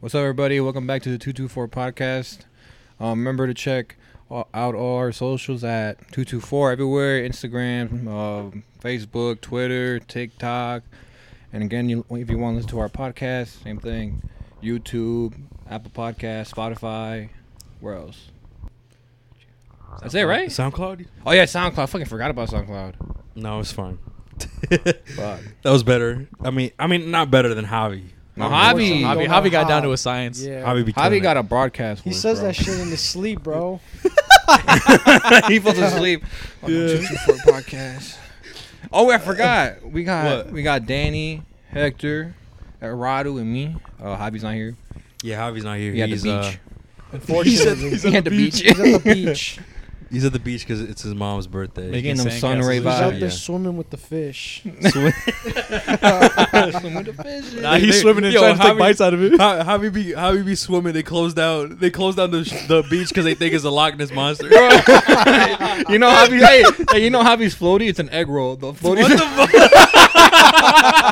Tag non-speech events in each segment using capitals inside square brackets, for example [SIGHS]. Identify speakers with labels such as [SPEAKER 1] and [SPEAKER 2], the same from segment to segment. [SPEAKER 1] What's up, everybody? Welcome back to the 224 podcast. Um, remember to check all, out all our socials at 224 everywhere Instagram, um, Facebook, Twitter, TikTok. And again, you, if you want to listen to our podcast, same thing YouTube, Apple Podcast, Spotify. Where else? That's it, right?
[SPEAKER 2] SoundCloud?
[SPEAKER 1] Oh, yeah, SoundCloud. I fucking forgot about SoundCloud.
[SPEAKER 2] No, it's fine. [LAUGHS]
[SPEAKER 1] Fuck.
[SPEAKER 2] That was better. I mean, I mean, not better than Javi.
[SPEAKER 1] No, Javi.
[SPEAKER 3] Javi,
[SPEAKER 1] Javi,
[SPEAKER 4] Don't know
[SPEAKER 3] Javi got
[SPEAKER 4] how.
[SPEAKER 3] down to a science.
[SPEAKER 4] Yeah.
[SPEAKER 2] Javi, be killing
[SPEAKER 1] Javi
[SPEAKER 2] it.
[SPEAKER 1] got a broadcast.
[SPEAKER 4] He
[SPEAKER 1] voice,
[SPEAKER 4] says
[SPEAKER 1] bro.
[SPEAKER 4] that shit in his
[SPEAKER 2] [LAUGHS]
[SPEAKER 4] sleep, bro.
[SPEAKER 1] [LAUGHS] he falls asleep on the [LAUGHS] 224 podcast. Oh, I forgot. We got
[SPEAKER 2] What?
[SPEAKER 1] we got Danny, Hector, uh, Radu, and me. Uh, Javi's not here.
[SPEAKER 2] Yeah, Javi's not here.
[SPEAKER 1] He at the
[SPEAKER 2] he's, uh,
[SPEAKER 1] beach.
[SPEAKER 4] Unfortunately, he's
[SPEAKER 1] he at the beach.
[SPEAKER 4] at the beach.
[SPEAKER 2] he's at the beach because it's his mom's birthday.
[SPEAKER 1] Making
[SPEAKER 3] Making
[SPEAKER 1] them
[SPEAKER 3] sandcastles.
[SPEAKER 1] sun ray
[SPEAKER 4] He's out
[SPEAKER 1] vibes.
[SPEAKER 4] there swimming with
[SPEAKER 2] [LAUGHS]
[SPEAKER 4] the fish.
[SPEAKER 1] [LAUGHS]
[SPEAKER 3] Nah,
[SPEAKER 2] They-
[SPEAKER 3] he's
[SPEAKER 2] they-
[SPEAKER 3] swimming and
[SPEAKER 2] yo,
[SPEAKER 3] trying
[SPEAKER 2] Javi-
[SPEAKER 3] to take bites out
[SPEAKER 2] [LAUGHS]
[SPEAKER 3] of it.
[SPEAKER 2] Ja- Javi be Javi be swimming. They close down. They close down the sh- the beach because they think it's a Loch Ness
[SPEAKER 1] [LAUGHS]
[SPEAKER 2] monster. what
[SPEAKER 1] you know Javi. Hey, hey, you know Javi's floaty. It's an egg roll. The floaty.
[SPEAKER 2] the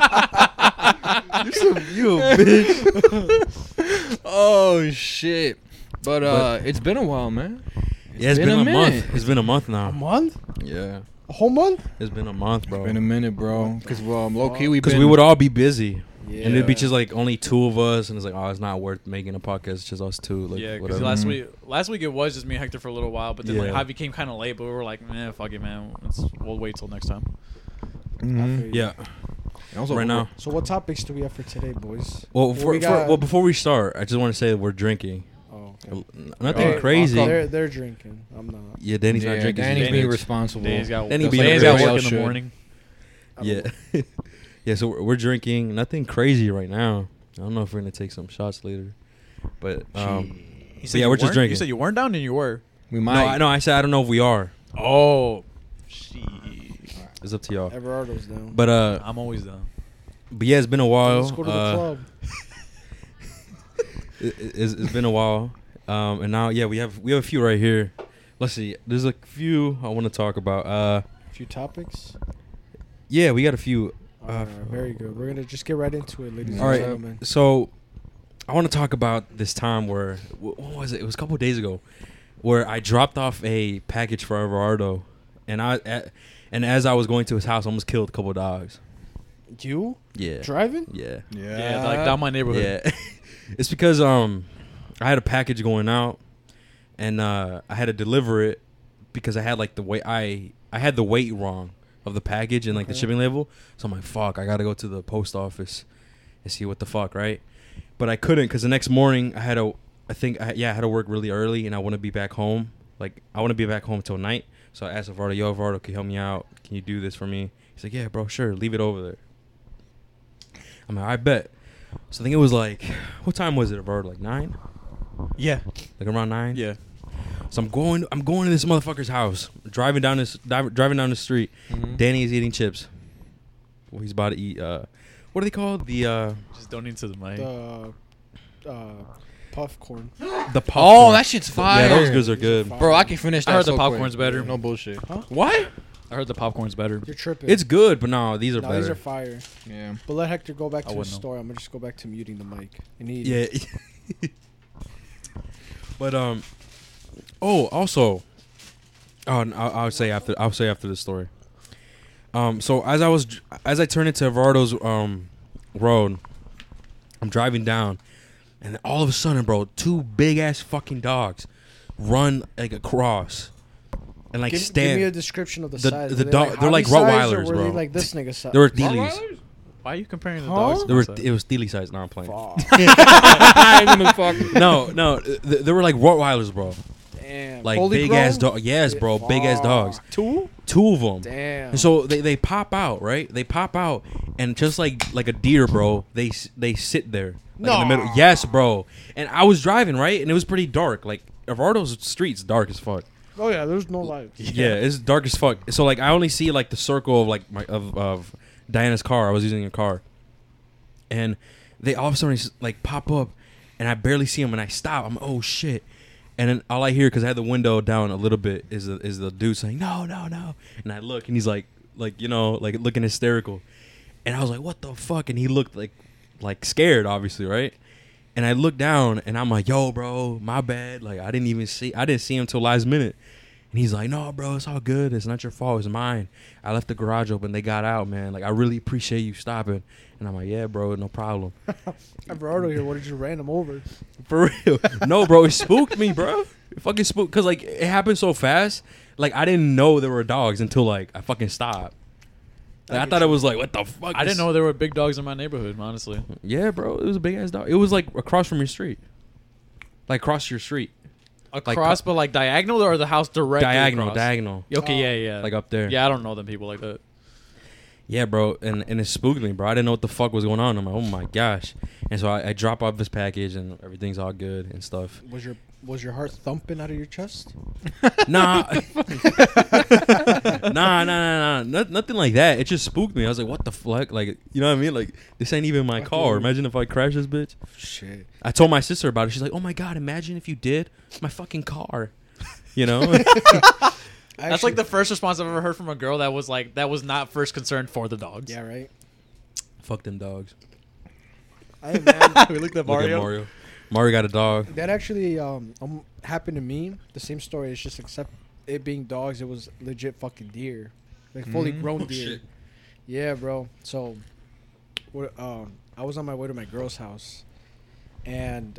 [SPEAKER 2] fuck? you some [LAUGHS] you a bitch.
[SPEAKER 1] [LAUGHS] oh shit! But uh, it's been a while, man.
[SPEAKER 2] Yeah, it's
[SPEAKER 1] been
[SPEAKER 2] been,
[SPEAKER 1] a
[SPEAKER 2] a, month.
[SPEAKER 1] minute.
[SPEAKER 2] It's been a month
[SPEAKER 4] A
[SPEAKER 2] now.
[SPEAKER 4] month?
[SPEAKER 2] Yeah,
[SPEAKER 4] A whole month?
[SPEAKER 2] it's been a month, bro.
[SPEAKER 1] Been a minute, bro. Because um, low key we
[SPEAKER 2] Because
[SPEAKER 1] been
[SPEAKER 2] we would all be busy.
[SPEAKER 4] Yeah.
[SPEAKER 2] And it'd be just like only two of us, and it's like, oh, it's not worth making a podcast. It's just us two. Like,
[SPEAKER 3] yeah, because
[SPEAKER 2] whatever.
[SPEAKER 3] last week, last week it was just me and Hector for a little while, but then
[SPEAKER 2] Yeah.
[SPEAKER 3] like Javi came kind of late, but we were like, man, fuck it, man, Let's, we'll wait till next time.
[SPEAKER 1] Mhm.
[SPEAKER 2] yeah,
[SPEAKER 1] And also,
[SPEAKER 2] right now.
[SPEAKER 4] So what topics do we have for today, boys?
[SPEAKER 2] Well,
[SPEAKER 4] What
[SPEAKER 2] for,
[SPEAKER 4] we
[SPEAKER 2] for-
[SPEAKER 4] got-
[SPEAKER 2] well, before we start, I just want to say that we're drinking.
[SPEAKER 4] oh, okay.
[SPEAKER 2] N- Nothing
[SPEAKER 4] They're-
[SPEAKER 2] crazy.
[SPEAKER 4] They're, they're drinking. I'm not.
[SPEAKER 2] Yeah, Danny's
[SPEAKER 1] yeah,
[SPEAKER 2] not drinking.
[SPEAKER 1] Danny's
[SPEAKER 2] He's a
[SPEAKER 1] being
[SPEAKER 2] bitch.
[SPEAKER 1] responsible.
[SPEAKER 3] Danny's got,
[SPEAKER 2] Danny being
[SPEAKER 3] Danny's
[SPEAKER 2] a
[SPEAKER 3] got
[SPEAKER 2] bitch.
[SPEAKER 3] work in
[SPEAKER 1] Should.
[SPEAKER 3] the morning.
[SPEAKER 4] I don't know.
[SPEAKER 2] Yeah, [LAUGHS] yeah. So we're, we're drinking. Nothing crazy right now. I don't know if we're gonna take some shots later, but um,
[SPEAKER 3] You
[SPEAKER 2] yeah,
[SPEAKER 3] you
[SPEAKER 2] we're just
[SPEAKER 3] weren't-
[SPEAKER 2] drinking.
[SPEAKER 3] You said you weren't down and you were.
[SPEAKER 1] We
[SPEAKER 2] no,
[SPEAKER 1] might.
[SPEAKER 2] I know. I said I don't know if we are.
[SPEAKER 3] Oh, shit.
[SPEAKER 2] It's up to y'all.
[SPEAKER 4] Everardo's down.
[SPEAKER 2] But uh,
[SPEAKER 3] I'm always [LAUGHS] down.
[SPEAKER 2] but yeah, it's been a while.
[SPEAKER 4] let's go to the
[SPEAKER 2] Uh,
[SPEAKER 4] club.
[SPEAKER 2] it, it's, it's been a while, um, and now yeah, we have we have a few right here. Let's see. There's a few I want to talk about. Uh,
[SPEAKER 4] A few topics.
[SPEAKER 2] yeah, we got a few.
[SPEAKER 4] All right, very good. We're gonna just get right into it, ladies
[SPEAKER 2] All
[SPEAKER 4] and
[SPEAKER 2] right.
[SPEAKER 4] gentlemen.
[SPEAKER 2] So, I want to talk about this time where wh- what was it? It was a couple of days ago, where I dropped off a package for Everardo, and I a- and as I was going to his house, I almost killed a couple of dogs.
[SPEAKER 4] You
[SPEAKER 2] Yeah,
[SPEAKER 4] driving?
[SPEAKER 2] yeah,
[SPEAKER 1] Yeah.
[SPEAKER 3] Yeah, like down my neighborhood.
[SPEAKER 2] yeah. [LAUGHS] it's because um, I had a package going out, and uh, I had to deliver it because I had like the weight I I had the weight wrong of the package and like the
[SPEAKER 4] Okay.
[SPEAKER 2] shipping label. So I'm like, fuck, I gotta go to the post office and see what the fuck, right? But I couldn't because the next morning I had to, I think, I, yeah, I had to work really early and I want to be back home. Like I want to be back home till night. So I asked Vardo, yo, Vardo, can you help me out? Can you do this for me? He's like, yeah, bro, sure, leave it over there. I'm like, I bet. So I think it was like, what time was it, Vardo? Like nine?
[SPEAKER 3] [LAUGHS] Yeah.
[SPEAKER 2] Like around nine?
[SPEAKER 3] Yeah.
[SPEAKER 2] So I'm going. I'm going to this motherfucker's house. Driving down this. Dive, driving down the street.
[SPEAKER 4] Mm-hmm.
[SPEAKER 1] Mhm.
[SPEAKER 2] Danny is eating chips. Well, he's about to eat. Uh, what are they called? The uh,
[SPEAKER 3] Just don't need to the mic.
[SPEAKER 4] The uh, puff corn.
[SPEAKER 2] the popcorn.
[SPEAKER 1] Oh, that shit's fire.
[SPEAKER 2] Yeah, those goods are good.
[SPEAKER 4] Fire.
[SPEAKER 1] Bro, I can finish that.
[SPEAKER 3] I heard
[SPEAKER 1] so
[SPEAKER 3] the popcorn's
[SPEAKER 1] quick.
[SPEAKER 3] better.
[SPEAKER 1] No bullshit.
[SPEAKER 2] What?
[SPEAKER 3] I heard the popcorn's better.
[SPEAKER 4] You're tripping.
[SPEAKER 2] It's good, but no, these are
[SPEAKER 4] no,
[SPEAKER 2] better.
[SPEAKER 4] these are fire.
[SPEAKER 1] Yeah.
[SPEAKER 4] But let Hector go back
[SPEAKER 3] I
[SPEAKER 4] to his
[SPEAKER 3] wouldn't know.
[SPEAKER 4] story. I'm gonna just go back to muting the mic. And he,
[SPEAKER 2] yeah. [LAUGHS] but um, oh, also, oh, and I, I would say after I'll say after the story. Um, so as I was dr- as I turned into Everardo's um road, I'm driving down, and all of a sudden, bro, two big ass fucking dogs run like across, and like
[SPEAKER 4] give, give
[SPEAKER 2] stand.
[SPEAKER 4] me a description of the,
[SPEAKER 2] The-
[SPEAKER 4] size.
[SPEAKER 2] the
[SPEAKER 4] Were they
[SPEAKER 2] dog- they're like
[SPEAKER 4] hobby size, or
[SPEAKER 2] Rottweilers,
[SPEAKER 4] were
[SPEAKER 2] bro.
[SPEAKER 4] They like this nigga size.
[SPEAKER 2] there were Thiele's.
[SPEAKER 3] Why are you comparing the
[SPEAKER 4] Huh?
[SPEAKER 3] dogs? to
[SPEAKER 2] There were
[SPEAKER 3] my
[SPEAKER 2] it was Thiele size. Now I'm playing.
[SPEAKER 4] Fuck.
[SPEAKER 1] I'm gonna fuck.
[SPEAKER 2] [LAUGHS] No, no, th- th- they were like Rottweilers, bro.
[SPEAKER 4] Damn.
[SPEAKER 2] Like
[SPEAKER 4] Fully
[SPEAKER 2] big
[SPEAKER 4] grown?
[SPEAKER 2] ass dog. Yes, bro, big ass dogs.
[SPEAKER 4] Fuck. Two.
[SPEAKER 2] Two of them.
[SPEAKER 4] Damn.
[SPEAKER 2] And so they, they pop out, right? They pop out, and just like like a deer, bro, they s- they sit there like in the middle.
[SPEAKER 4] Nah.
[SPEAKER 2] Yes, bro. And I was driving right, and it was pretty dark. Like Everardo's street's dark as fuck.
[SPEAKER 4] oh [LAUGHS] yeah, there's no life.
[SPEAKER 2] [LAUGHS] Yeah, it's dark as fuck. So like I only see like the circle of like my of, of Diana's car. I was using a car, and they all of a sudden just, like pop up, and I barely see them, and I stop. I'm oh shit, and then all I hear because I had the window down a little bit is the, is the dude saying no no no, and I look and he's like like you know like looking hysterical, and I was like what the fuck, and he looked like like scared obviously right, And I look down and I'm like, yo, bro, my bad. Like I didn't even see I didn't see him till last minute. And he's like, no, bro, it's all good. It's not your fault. It's mine. I left the garage open. They got out, man. Like I really appreciate you stopping. And I'm like, yeah, bro, no problem. [LAUGHS]
[SPEAKER 4] Everardo here would have just ran him over.
[SPEAKER 2] For real. No, bro, it spooked me, bro. It fucking spooked because like it happened so fast. Like I didn't know there were dogs until like I fucking stopped. Like, I, thought it was like what the fuck.
[SPEAKER 3] I
[SPEAKER 2] This-
[SPEAKER 3] didn't know there were big dogs in my neighborhood. Honestly,
[SPEAKER 2] Yeah, bro, it was a big ass dog. It was like across from your street, like across your street,
[SPEAKER 3] across, but like diagonal or the house directly
[SPEAKER 2] diagonal,
[SPEAKER 3] across?
[SPEAKER 2] diagonal,
[SPEAKER 3] Okay,
[SPEAKER 4] Oh.
[SPEAKER 3] yeah, yeah,
[SPEAKER 2] like up there.
[SPEAKER 3] Yeah, I don't know them people like that.
[SPEAKER 2] Yeah, bro, and and it spooked me, bro. I didn't know what the fuck was going on. I'm like, oh my gosh. And so I, I drop off this package, and everything's all good and
[SPEAKER 3] [LAUGHS]
[SPEAKER 2] stuff.
[SPEAKER 4] Was your was your heart thumping out of your chest?
[SPEAKER 2] [LAUGHS]
[SPEAKER 3] [LAUGHS]
[SPEAKER 2] Nah. nah, nah, nah, nah. Not, nothing like that. It just spooked me. I was like, what the fuck? Like, you know what I mean? Like, this ain't even my car. Imagine if I crash this bitch.
[SPEAKER 1] Shit.
[SPEAKER 2] I told my sister about it. She's like, oh my God, imagine if you did my fucking car. You know?
[SPEAKER 3] [LAUGHS]
[SPEAKER 4] I
[SPEAKER 3] That's like the
[SPEAKER 4] actually-
[SPEAKER 3] first response I've ever heard from a girl that was like that was not first concerned for the dogs.
[SPEAKER 4] [LAUGHS] yeah right.
[SPEAKER 2] fuck them dogs.
[SPEAKER 4] I am mad.
[SPEAKER 3] we looked
[SPEAKER 2] Look
[SPEAKER 3] at
[SPEAKER 2] at
[SPEAKER 3] Mario.
[SPEAKER 2] Mario. Mario got a dog.
[SPEAKER 4] That actually um, um happened to me. The same story. It's just except it being dogs, it was legit fucking deer, like fully
[SPEAKER 1] Mm.
[SPEAKER 4] grown
[SPEAKER 2] Oh,
[SPEAKER 4] deer.
[SPEAKER 2] shit.
[SPEAKER 4] Yeah, bro. So, what, um, I was on my way to my girl's house, and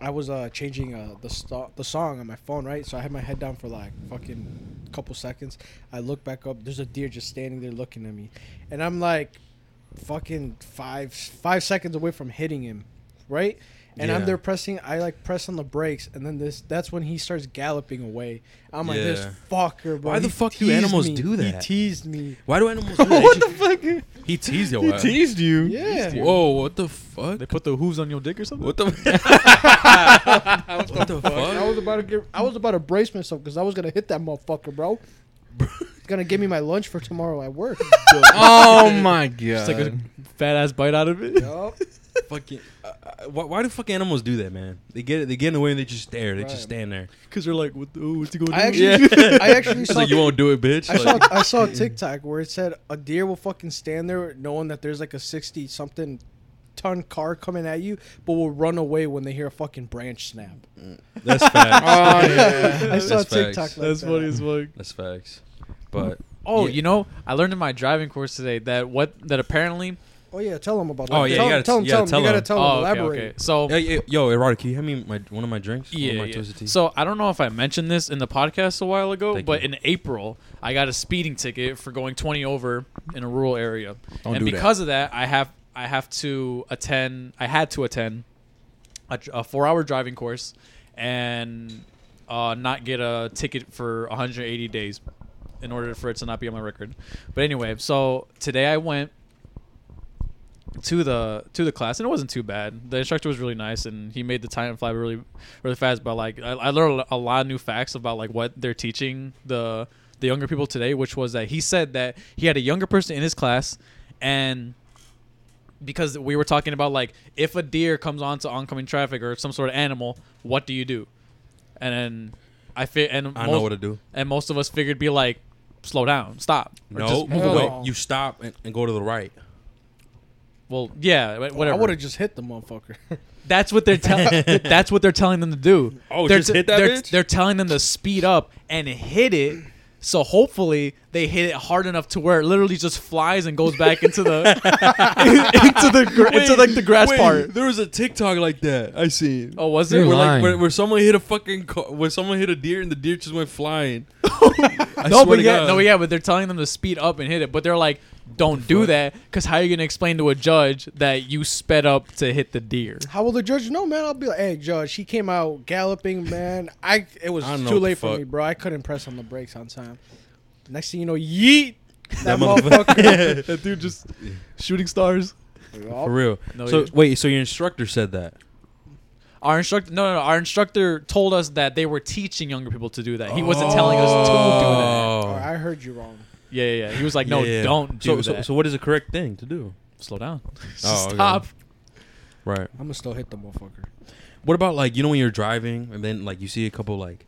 [SPEAKER 4] I was uh changing uh the sto- the song on my phone, right? So I had my head down for like fucking couple seconds. I look back up. There's a deer just standing there looking at me, and I'm like, fucking five five seconds away from hitting him, right? And I'm
[SPEAKER 2] Yeah.
[SPEAKER 4] there pressing. I like press on the brakes, and then this. That's when he starts galloping away. I'm like, this
[SPEAKER 2] Yeah.
[SPEAKER 4] fucker, bro.
[SPEAKER 2] Why the
[SPEAKER 4] He
[SPEAKER 2] fuck do
[SPEAKER 4] teased
[SPEAKER 2] animals
[SPEAKER 4] me.
[SPEAKER 2] do that?
[SPEAKER 4] He teased me.
[SPEAKER 2] Why do
[SPEAKER 3] [LAUGHS]
[SPEAKER 2] animals do that?
[SPEAKER 1] fuck?
[SPEAKER 2] He teased your
[SPEAKER 1] He
[SPEAKER 2] ass.
[SPEAKER 1] teased you.
[SPEAKER 4] Yeah.
[SPEAKER 2] Whoa, what the fuck?
[SPEAKER 3] They put the hooves on your dick or something. [LAUGHS]
[SPEAKER 2] What the, [LAUGHS] what the
[SPEAKER 4] I was
[SPEAKER 2] fuck?
[SPEAKER 4] about to get. I was about to brace myself because I was gonna hit that motherfucker,
[SPEAKER 2] [LAUGHS]
[SPEAKER 4] bro. It's gonna give me my lunch for tomorrow at work.
[SPEAKER 1] Oh my god.
[SPEAKER 3] Just like a fat ass bite out of it.
[SPEAKER 4] yup.
[SPEAKER 2] fucking uh, uh, why, why do fucking animals do that, man? They get they get in the way and they just stare. They just
[SPEAKER 4] Right.
[SPEAKER 2] stand there.
[SPEAKER 3] Because you're like, what the, oh, what's he going to
[SPEAKER 4] I
[SPEAKER 3] do?
[SPEAKER 4] actually, I actually
[SPEAKER 2] It's
[SPEAKER 4] saw.
[SPEAKER 2] like you won't do it, bitch.
[SPEAKER 4] I saw
[SPEAKER 2] Like,
[SPEAKER 4] I saw a TikTok where it said a deer will fucking stand there knowing that there's like a sixty something ton car coming at you, but will run away when they hear a fucking branch snap.
[SPEAKER 2] that's facts.
[SPEAKER 1] Oh yeah.
[SPEAKER 4] I saw a
[SPEAKER 2] That's
[SPEAKER 4] TikTok
[SPEAKER 2] facts.
[SPEAKER 4] like
[SPEAKER 3] That's
[SPEAKER 4] that.
[SPEAKER 3] funny as fuck.
[SPEAKER 2] That's facts. But
[SPEAKER 3] Oh,
[SPEAKER 2] Yeah.
[SPEAKER 3] you know, I learned in my driving course today that what that apparently.
[SPEAKER 4] Oh yeah, tell them about.
[SPEAKER 2] Oh,
[SPEAKER 4] that.
[SPEAKER 2] yeah,
[SPEAKER 4] tell
[SPEAKER 2] you
[SPEAKER 4] them,
[SPEAKER 2] gotta-
[SPEAKER 4] tell them,
[SPEAKER 2] yeah,
[SPEAKER 4] tell them.
[SPEAKER 2] tell
[SPEAKER 4] You gotta
[SPEAKER 2] them.
[SPEAKER 4] tell them.
[SPEAKER 3] oh, okay,
[SPEAKER 4] elaborate.
[SPEAKER 3] okay. So
[SPEAKER 2] Hey, hey, yo, erotic, can you have me my one of my drinks? One of
[SPEAKER 3] Yeah,
[SPEAKER 2] my
[SPEAKER 3] yeah.
[SPEAKER 2] toasted tea?
[SPEAKER 3] So I don't know if I mentioned this in the podcast a while ago,
[SPEAKER 2] Thank
[SPEAKER 3] but
[SPEAKER 2] you.
[SPEAKER 3] in April I got a speeding ticket for going 20 over in a rural area,
[SPEAKER 1] Don't
[SPEAKER 3] and
[SPEAKER 1] do that.
[SPEAKER 3] because of that, I have I have to attend. I had to attend a, a four-hour driving course and uh, not get a ticket for 180 days in order for it to not be on my record. But anyway, so today I went to the to the class and it wasn't too bad. The instructor was really nice and he made the time fly really really fast. But like I, I learned a lot of new facts about like what they're teaching the the younger people today, which was that he said that he had a younger person in his class and because we were talking about like if a deer comes onto oncoming traffic or some sort of animal, what do you do? And then I fit and
[SPEAKER 2] I
[SPEAKER 3] most,
[SPEAKER 2] know what to do.
[SPEAKER 3] and most of us figured be like slow down, stop. or
[SPEAKER 2] No,
[SPEAKER 3] just move
[SPEAKER 4] Hell
[SPEAKER 2] wait,
[SPEAKER 4] no.
[SPEAKER 3] away.
[SPEAKER 2] you stop and, and go to the right.
[SPEAKER 3] Well, yeah, wh-
[SPEAKER 4] I would
[SPEAKER 3] whatever.
[SPEAKER 4] have just hit the motherfucker.
[SPEAKER 3] That's what
[SPEAKER 1] [LAUGHS]
[SPEAKER 3] they're telling. that's what they're telling them to do.
[SPEAKER 2] Oh,
[SPEAKER 3] they're
[SPEAKER 2] just hit that
[SPEAKER 3] they're,
[SPEAKER 2] bitch?
[SPEAKER 3] they're telling them to speed up and hit it. So hopefully they hit it hard enough to where it literally just flies and goes back
[SPEAKER 1] [LAUGHS]
[SPEAKER 3] into the into the gr- into like the grass part.
[SPEAKER 2] There was a TikTok like that I seen.
[SPEAKER 3] Oh, was
[SPEAKER 1] You're
[SPEAKER 3] it?
[SPEAKER 2] where, like,
[SPEAKER 1] lying.
[SPEAKER 2] where, where someone hit a fucking car, where someone hit a deer and the deer just went flying. I
[SPEAKER 3] no,
[SPEAKER 2] swear
[SPEAKER 3] but
[SPEAKER 2] to
[SPEAKER 3] yeah,
[SPEAKER 2] God.
[SPEAKER 3] no, yeah, but they're telling them to speed up and hit it. But they're like, don't do
[SPEAKER 2] fuck?
[SPEAKER 3] that because how are you gonna explain to a judge that you sped up to hit the deer?
[SPEAKER 4] How will the judge know, man? I'll be like, hey, judge, he came out galloping, man. I it was
[SPEAKER 2] I don't know
[SPEAKER 4] too
[SPEAKER 2] what the
[SPEAKER 4] late for
[SPEAKER 2] fuck.
[SPEAKER 4] me, bro. I couldn't press on the brakes on time. Next thing you know, yeet that
[SPEAKER 2] That motherfucker. [LAUGHS]
[SPEAKER 4] motherfucker.
[SPEAKER 3] that dude just shooting stars.
[SPEAKER 2] For real.
[SPEAKER 3] No,
[SPEAKER 2] so
[SPEAKER 3] you're-
[SPEAKER 2] wait, so your instructor said that?
[SPEAKER 3] Our instructor, no, no, no, our instructor told us that they were teaching younger people to do that. He wasn't telling us to
[SPEAKER 2] Oh.
[SPEAKER 3] do that.
[SPEAKER 4] All right, I heard you wrong.
[SPEAKER 3] Yeah, yeah, yeah. He was like, no,
[SPEAKER 2] Yeah.
[SPEAKER 3] don't do
[SPEAKER 2] so, So,
[SPEAKER 3] that.
[SPEAKER 2] so what is the correct thing to do?
[SPEAKER 3] slow down.
[SPEAKER 2] Oh, okay.
[SPEAKER 3] [LAUGHS] Stop.
[SPEAKER 2] Right.
[SPEAKER 4] I'm gonna still hit the motherfucker.
[SPEAKER 2] What about like you know when you're driving and then like you see a couple like